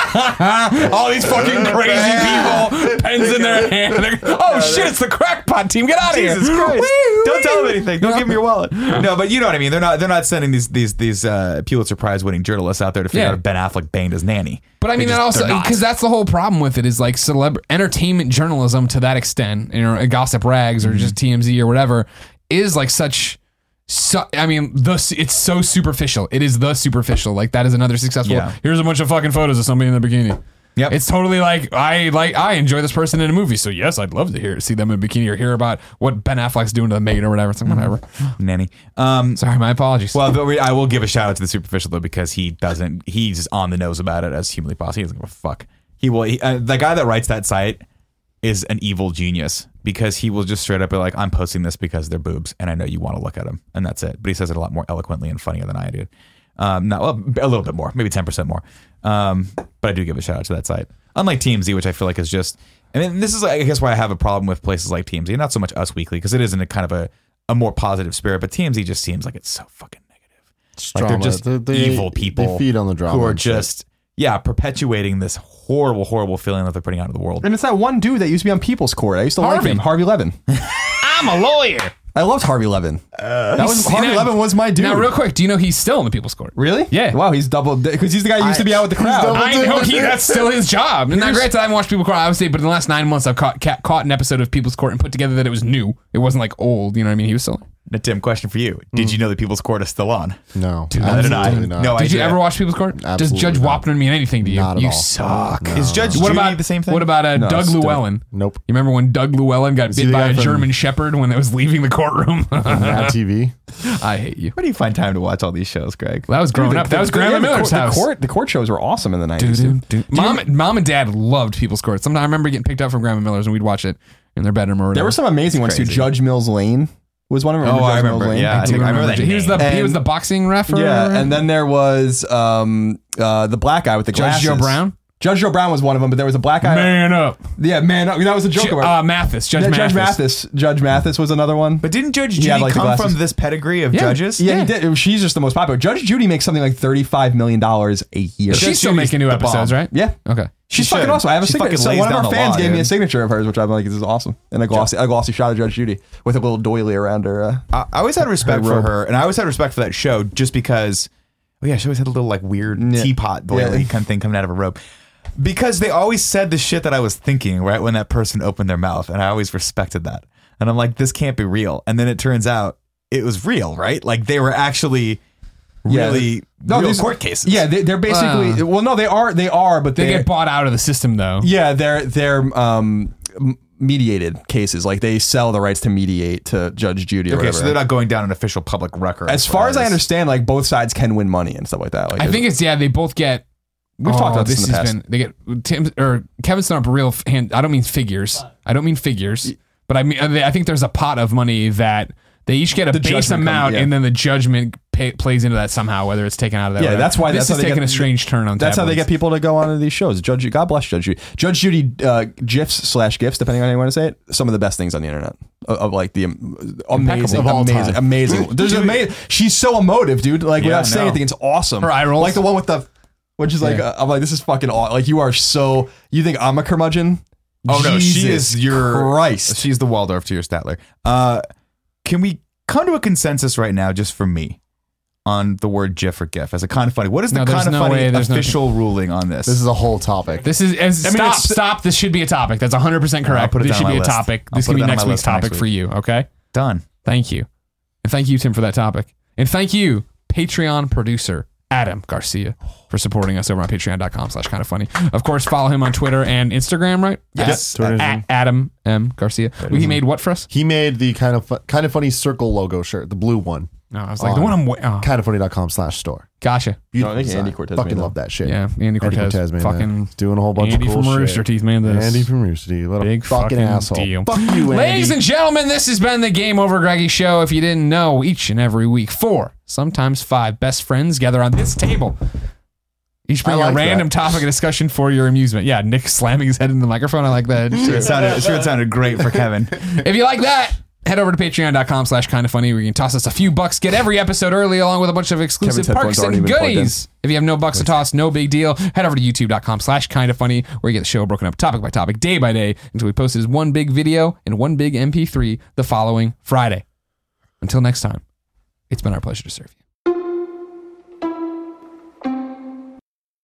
[SPEAKER 3] All these fucking crazy people.
[SPEAKER 2] Pens in their hand. They're- oh shit! It's the crackpot team. Get out of here.
[SPEAKER 3] Jesus Christ!
[SPEAKER 2] Wee,
[SPEAKER 3] Don't tell them
[SPEAKER 2] wee.
[SPEAKER 3] anything. Don't give them your wallet. No, but you know what I mean. They're not. They're not sending these these these uh, Pulitzer Prize winning journalists out there to figure
[SPEAKER 2] Yeah.
[SPEAKER 3] out if Ben Affleck banged his nanny.
[SPEAKER 2] But I mean, that also because that's the whole problem with it is like celeb entertainment journalism to that extent, you know, gossip rags or just
[SPEAKER 4] Mm-hmm.
[SPEAKER 2] TMZ or whatever is like such. So, I mean, the it's so superficial. It is the superficial. Like that is another successful.
[SPEAKER 3] Yeah.
[SPEAKER 2] Here's a bunch of fucking photos of somebody in the bikini.
[SPEAKER 3] Yep.
[SPEAKER 2] It's totally like I like I enjoy this person in a movie, so yes, I'd love to hear see them in a bikini or hear about what Ben Affleck's doing to the maid or whatever. It's like
[SPEAKER 4] Mm-hmm.
[SPEAKER 2] whatever.
[SPEAKER 3] nanny. Um,
[SPEAKER 2] Sorry, my apologies.
[SPEAKER 3] Well, but we, I will give a shout out to the superficial though because he doesn't. He's on the nose about it as humanly possible. He doesn't give a fuck. He will. He, uh, the guy that writes that site is an evil genius because he will just straight up be like, "I'm posting this because they're boobs, and I know you want to look at them," and that's it. But he says it a lot more eloquently and funnier than I do. Um, not well, a little bit more, maybe ten percent more. Um, but I do give a shout out to that site. Unlike TMZ, which I feel like is just, and then this is, I guess, why I have a problem with places like TMZ. Not so much Us Weekly because it isn't a kind of a a more positive spirit, but TMZ just seems like it's so fucking negative
[SPEAKER 1] It's
[SPEAKER 3] like they're
[SPEAKER 1] drama.
[SPEAKER 3] just
[SPEAKER 1] They- they-
[SPEAKER 3] evil people
[SPEAKER 1] They feed on the drama
[SPEAKER 3] who are
[SPEAKER 1] and shit.
[SPEAKER 3] just yeah perpetuating this horrible horrible feeling that they're putting out into the world
[SPEAKER 4] And it's that one dude that used to be on People's Court. I used to
[SPEAKER 2] Harvey.
[SPEAKER 4] like him, Harvey Levin.
[SPEAKER 2] I'm a lawyer.
[SPEAKER 4] I loved Harvey Levin. Uh, that was
[SPEAKER 2] he's-
[SPEAKER 4] Harvey
[SPEAKER 2] now-
[SPEAKER 4] Levin was my dude.
[SPEAKER 2] Now, real quick, do you know he's still in the People's Court?
[SPEAKER 4] really?
[SPEAKER 2] Yeah.
[SPEAKER 4] Wow, he's doubled because he's the guy who used to be out with the crowd.
[SPEAKER 1] doubled-
[SPEAKER 2] I know he, that's still his job. And now, granted, I haven't watched People Cry, obviously, but in the last nine months, I've caught ca- caught an episode of People's Court and put together that it was new. It wasn't like old. You know what I mean? He was still.
[SPEAKER 3] Now, Tim, question for you: Did you know that People's Court is still on?
[SPEAKER 1] No,
[SPEAKER 3] Neither did I.
[SPEAKER 1] absolutely not.
[SPEAKER 3] No, I
[SPEAKER 2] Did you
[SPEAKER 3] did.
[SPEAKER 2] ever watch People's Court? Does
[SPEAKER 1] Absolutely
[SPEAKER 2] Judge
[SPEAKER 1] not.
[SPEAKER 2] Wapner mean anything to you?
[SPEAKER 1] Not at
[SPEAKER 2] you
[SPEAKER 1] all.
[SPEAKER 2] suck.
[SPEAKER 3] Is Judge
[SPEAKER 2] What
[SPEAKER 3] Judy
[SPEAKER 2] about
[SPEAKER 3] the same thing?
[SPEAKER 2] What about uh,
[SPEAKER 4] No,
[SPEAKER 2] Doug
[SPEAKER 4] it's different.
[SPEAKER 2] Llewellyn?
[SPEAKER 1] Nope.
[SPEAKER 2] You remember when Doug Llewellyn got
[SPEAKER 1] he
[SPEAKER 2] bit
[SPEAKER 1] the
[SPEAKER 2] by
[SPEAKER 1] guy
[SPEAKER 2] a
[SPEAKER 1] from-
[SPEAKER 2] German Shepherd when it was leaving the courtroom?
[SPEAKER 1] Mad TV.
[SPEAKER 2] I hate you.
[SPEAKER 3] Where do you find time to watch all these shows, Greg?
[SPEAKER 2] That was growing
[SPEAKER 4] The-
[SPEAKER 2] up. That was
[SPEAKER 4] the-
[SPEAKER 2] Grandma
[SPEAKER 4] yeah, the
[SPEAKER 2] Miller's
[SPEAKER 4] court,
[SPEAKER 2] house.
[SPEAKER 4] The court, the court shows were awesome in the nineties.
[SPEAKER 2] Mom, mom and dad loved People's Court. Sometimes I remember getting picked up from Grandma Miller's and we'd watch it in their bedroom or
[SPEAKER 4] There
[SPEAKER 2] whatever.
[SPEAKER 4] were some amazing ones too.
[SPEAKER 3] crazy.
[SPEAKER 4] Judge Mills Lane was one of them.
[SPEAKER 3] Oh, I
[SPEAKER 4] Judge Mills
[SPEAKER 3] remember.
[SPEAKER 4] Lane?
[SPEAKER 3] Yeah, I
[SPEAKER 2] Do you
[SPEAKER 3] think I remember
[SPEAKER 2] remember
[SPEAKER 3] that.
[SPEAKER 2] He was
[SPEAKER 3] name.
[SPEAKER 2] the he was
[SPEAKER 4] And-
[SPEAKER 2] the boxing ref. or-
[SPEAKER 4] Yeah, and then there was um, uh, the black guy with the
[SPEAKER 2] Judge
[SPEAKER 4] glasses.
[SPEAKER 2] Joe Brown.
[SPEAKER 4] Judge Joe Brown was one of them, but there was a black guy.
[SPEAKER 2] Man up,
[SPEAKER 4] Yeah, man, that was a joke.
[SPEAKER 2] Ju-
[SPEAKER 4] about
[SPEAKER 2] uh, Mathis. Judge
[SPEAKER 4] Yeah,
[SPEAKER 2] Mathis.
[SPEAKER 4] Judge Mathis. Judge Mathis was another one.
[SPEAKER 3] But didn't Judge
[SPEAKER 4] Yeah,
[SPEAKER 3] Judy
[SPEAKER 4] like the
[SPEAKER 3] come
[SPEAKER 4] glasses.
[SPEAKER 3] from this pedigree of
[SPEAKER 2] Yeah.
[SPEAKER 3] judges?
[SPEAKER 4] yeah, he did. She's just the most popular. Judge Judy makes something like thirty-five million dollars a year.
[SPEAKER 2] She's
[SPEAKER 3] Judge
[SPEAKER 2] still
[SPEAKER 3] Judy's
[SPEAKER 2] making new
[SPEAKER 3] the
[SPEAKER 2] episodes,
[SPEAKER 3] bomb.
[SPEAKER 2] right?
[SPEAKER 4] yeah.
[SPEAKER 2] Okay.
[SPEAKER 4] She's
[SPEAKER 3] Oh, She
[SPEAKER 4] fucking
[SPEAKER 3] should.
[SPEAKER 4] awesome. I have a
[SPEAKER 3] She
[SPEAKER 4] signature.
[SPEAKER 3] fucking
[SPEAKER 4] So
[SPEAKER 3] lays
[SPEAKER 4] one of
[SPEAKER 3] down
[SPEAKER 4] our
[SPEAKER 3] the
[SPEAKER 4] fans
[SPEAKER 3] law,
[SPEAKER 4] gave me a
[SPEAKER 3] dude.
[SPEAKER 4] signature of hers, which I'm like, this is awesome. And a glossy, a glossy shot of Judge Judy with a little doily around her. Uh,
[SPEAKER 3] I, I always had respect
[SPEAKER 4] Her
[SPEAKER 3] for
[SPEAKER 4] robe.
[SPEAKER 3] her, and I always had respect for that show just because. Oh yeah, she always had a little like weird
[SPEAKER 4] Yeah.
[SPEAKER 3] teapot boiling
[SPEAKER 4] Yeah.
[SPEAKER 3] kind of thing coming out of a rope. Because they always said the shit that I was thinking right when that person opened their mouth, and I always respected that. And I'm like, this can't be real. And then it turns out it was real, right? Like they were actually
[SPEAKER 4] Yeah.
[SPEAKER 3] really
[SPEAKER 4] No,
[SPEAKER 3] real
[SPEAKER 4] these-
[SPEAKER 3] court cases.
[SPEAKER 4] yeah, they, they're basically.
[SPEAKER 3] Uh.
[SPEAKER 2] Wow.
[SPEAKER 4] Well, no, they are. They are, but
[SPEAKER 2] They
[SPEAKER 4] they're-
[SPEAKER 2] get bought out of the system though.
[SPEAKER 4] Yeah, they're they're um, m- mediated cases. Like they sell the rights to mediate to Judge Judy. or
[SPEAKER 3] Okay,
[SPEAKER 4] whatever.
[SPEAKER 3] so they're not going down an official public record.
[SPEAKER 4] as far as I understand, like both sides can win money and stuff like that. Like
[SPEAKER 2] I think it's yeah. They both get. oh,
[SPEAKER 4] We've talked about this in the
[SPEAKER 2] has Been,
[SPEAKER 4] past.
[SPEAKER 2] they get Tim or Kevin Stump real f- hand. I don't mean figures. I don't mean figures. But I mean, uh, I mean, I think there's a pot of money that they each get a base
[SPEAKER 4] judgment
[SPEAKER 2] amount,
[SPEAKER 4] comes- yeah.
[SPEAKER 2] and then the judgment pay, plays into that somehow, whether it's taken out of that.
[SPEAKER 4] Yeah,
[SPEAKER 2] whatever.
[SPEAKER 4] that's why-
[SPEAKER 2] this
[SPEAKER 4] that's how
[SPEAKER 2] is
[SPEAKER 4] they get-
[SPEAKER 2] taking a strange turn on.
[SPEAKER 4] that's how they get people to go onto these shows. Judge, God bless Judge Judy. Judge Judy uh, gifs slash gifs, depending on how you want to say it. Some of the best things on the internet of, of, like the um, amazing,
[SPEAKER 1] Of all
[SPEAKER 4] amazing,
[SPEAKER 1] time.
[SPEAKER 4] amazing. There's amazing. She's so emotive, dude. Like
[SPEAKER 3] Yeah, I
[SPEAKER 4] without saying
[SPEAKER 3] know.
[SPEAKER 4] anything, it's awesome.
[SPEAKER 2] Her eye rolls.
[SPEAKER 4] like the one with the, which is like
[SPEAKER 2] Yeah.
[SPEAKER 4] uh, I'm like this is fucking aw- like you are so you think I'm a curmudgeon.
[SPEAKER 3] Oh no, she
[SPEAKER 4] Jesus
[SPEAKER 3] is your
[SPEAKER 4] Christ.
[SPEAKER 3] She's the Waldorf to your Statler. Uh, can we come to a consensus right now, just for me, on the word GIF or GIF as a kind of funny? What is the
[SPEAKER 2] No, there's
[SPEAKER 3] kind
[SPEAKER 2] no
[SPEAKER 3] of funny
[SPEAKER 2] way, there's no-
[SPEAKER 3] official ruling on this?
[SPEAKER 1] This is a whole topic.
[SPEAKER 2] This is as,
[SPEAKER 4] mean,
[SPEAKER 2] stop.
[SPEAKER 4] it's-
[SPEAKER 2] Stop. This should be a topic. That's 100 percent correct.
[SPEAKER 3] put it
[SPEAKER 2] this
[SPEAKER 3] down
[SPEAKER 2] should
[SPEAKER 3] on
[SPEAKER 2] be
[SPEAKER 3] my
[SPEAKER 2] a
[SPEAKER 3] list.
[SPEAKER 2] topic.
[SPEAKER 3] I'll
[SPEAKER 2] this
[SPEAKER 3] put
[SPEAKER 2] can
[SPEAKER 3] it
[SPEAKER 2] be
[SPEAKER 3] down on
[SPEAKER 2] next
[SPEAKER 3] my
[SPEAKER 2] week's
[SPEAKER 3] list for next
[SPEAKER 2] topic for
[SPEAKER 3] week.
[SPEAKER 2] you. Okay.
[SPEAKER 3] done.
[SPEAKER 2] Thank you, and thank you, Tim, for that topic, and thank you, Patreon producer Adam Garcia, for supporting us over on Patreon.com/slash Kind of Funny. Of course, follow him on Twitter and Instagram, right?
[SPEAKER 3] Yes.
[SPEAKER 2] At- at Adam M Garcia. He made what for us?
[SPEAKER 1] He made the kind of fu- kind of funny circle logo shirt, the blue one.
[SPEAKER 2] No, I was like the one I'm. wa- Oh,
[SPEAKER 1] Kind of funny.com slash store.
[SPEAKER 2] gotcha.
[SPEAKER 4] No, I think
[SPEAKER 1] design.
[SPEAKER 4] Andy Cortez
[SPEAKER 1] Fucking
[SPEAKER 4] made
[SPEAKER 1] love that shit.
[SPEAKER 2] Yeah, Andy
[SPEAKER 1] Andy
[SPEAKER 2] Cortez,
[SPEAKER 1] man.
[SPEAKER 2] fucking
[SPEAKER 1] He's doing a whole bunch
[SPEAKER 2] Andy
[SPEAKER 1] of cool
[SPEAKER 2] from
[SPEAKER 1] shit.
[SPEAKER 2] Rooster Teeth, man. This
[SPEAKER 1] Andy from Rooster Teeth. What a
[SPEAKER 2] Big
[SPEAKER 1] fucking,
[SPEAKER 2] fucking,
[SPEAKER 1] asshole.
[SPEAKER 2] deal.
[SPEAKER 1] Fuck you, Andy.
[SPEAKER 2] Ladies and gentlemen, this has been the Game Over Greggy Show. If you didn't know, each and every week, four, sometimes five best friends gather on this table. Each bring
[SPEAKER 1] I like
[SPEAKER 2] a random
[SPEAKER 1] that.
[SPEAKER 2] topic of discussion for your amusement. Yeah, Nick slamming his head into the microphone. I like that.
[SPEAKER 3] Sure, it sounded sure it sounded great for Kevin.
[SPEAKER 2] if you like that, head over to patreon.com slash kind of funny where you can toss us a few bucks, get every episode early along with a bunch of exclusive
[SPEAKER 4] Kevin's headphones
[SPEAKER 2] perks and
[SPEAKER 4] aren't even plugged in.
[SPEAKER 2] goodies. If you have no bucks to toss, no big deal. Head over to youtube.com slash kind of funny where you get the show broken up topic by topic, day by day, until we post it as one big video and one big MP3 the following Friday. Until next time, it's been our pleasure to serve you.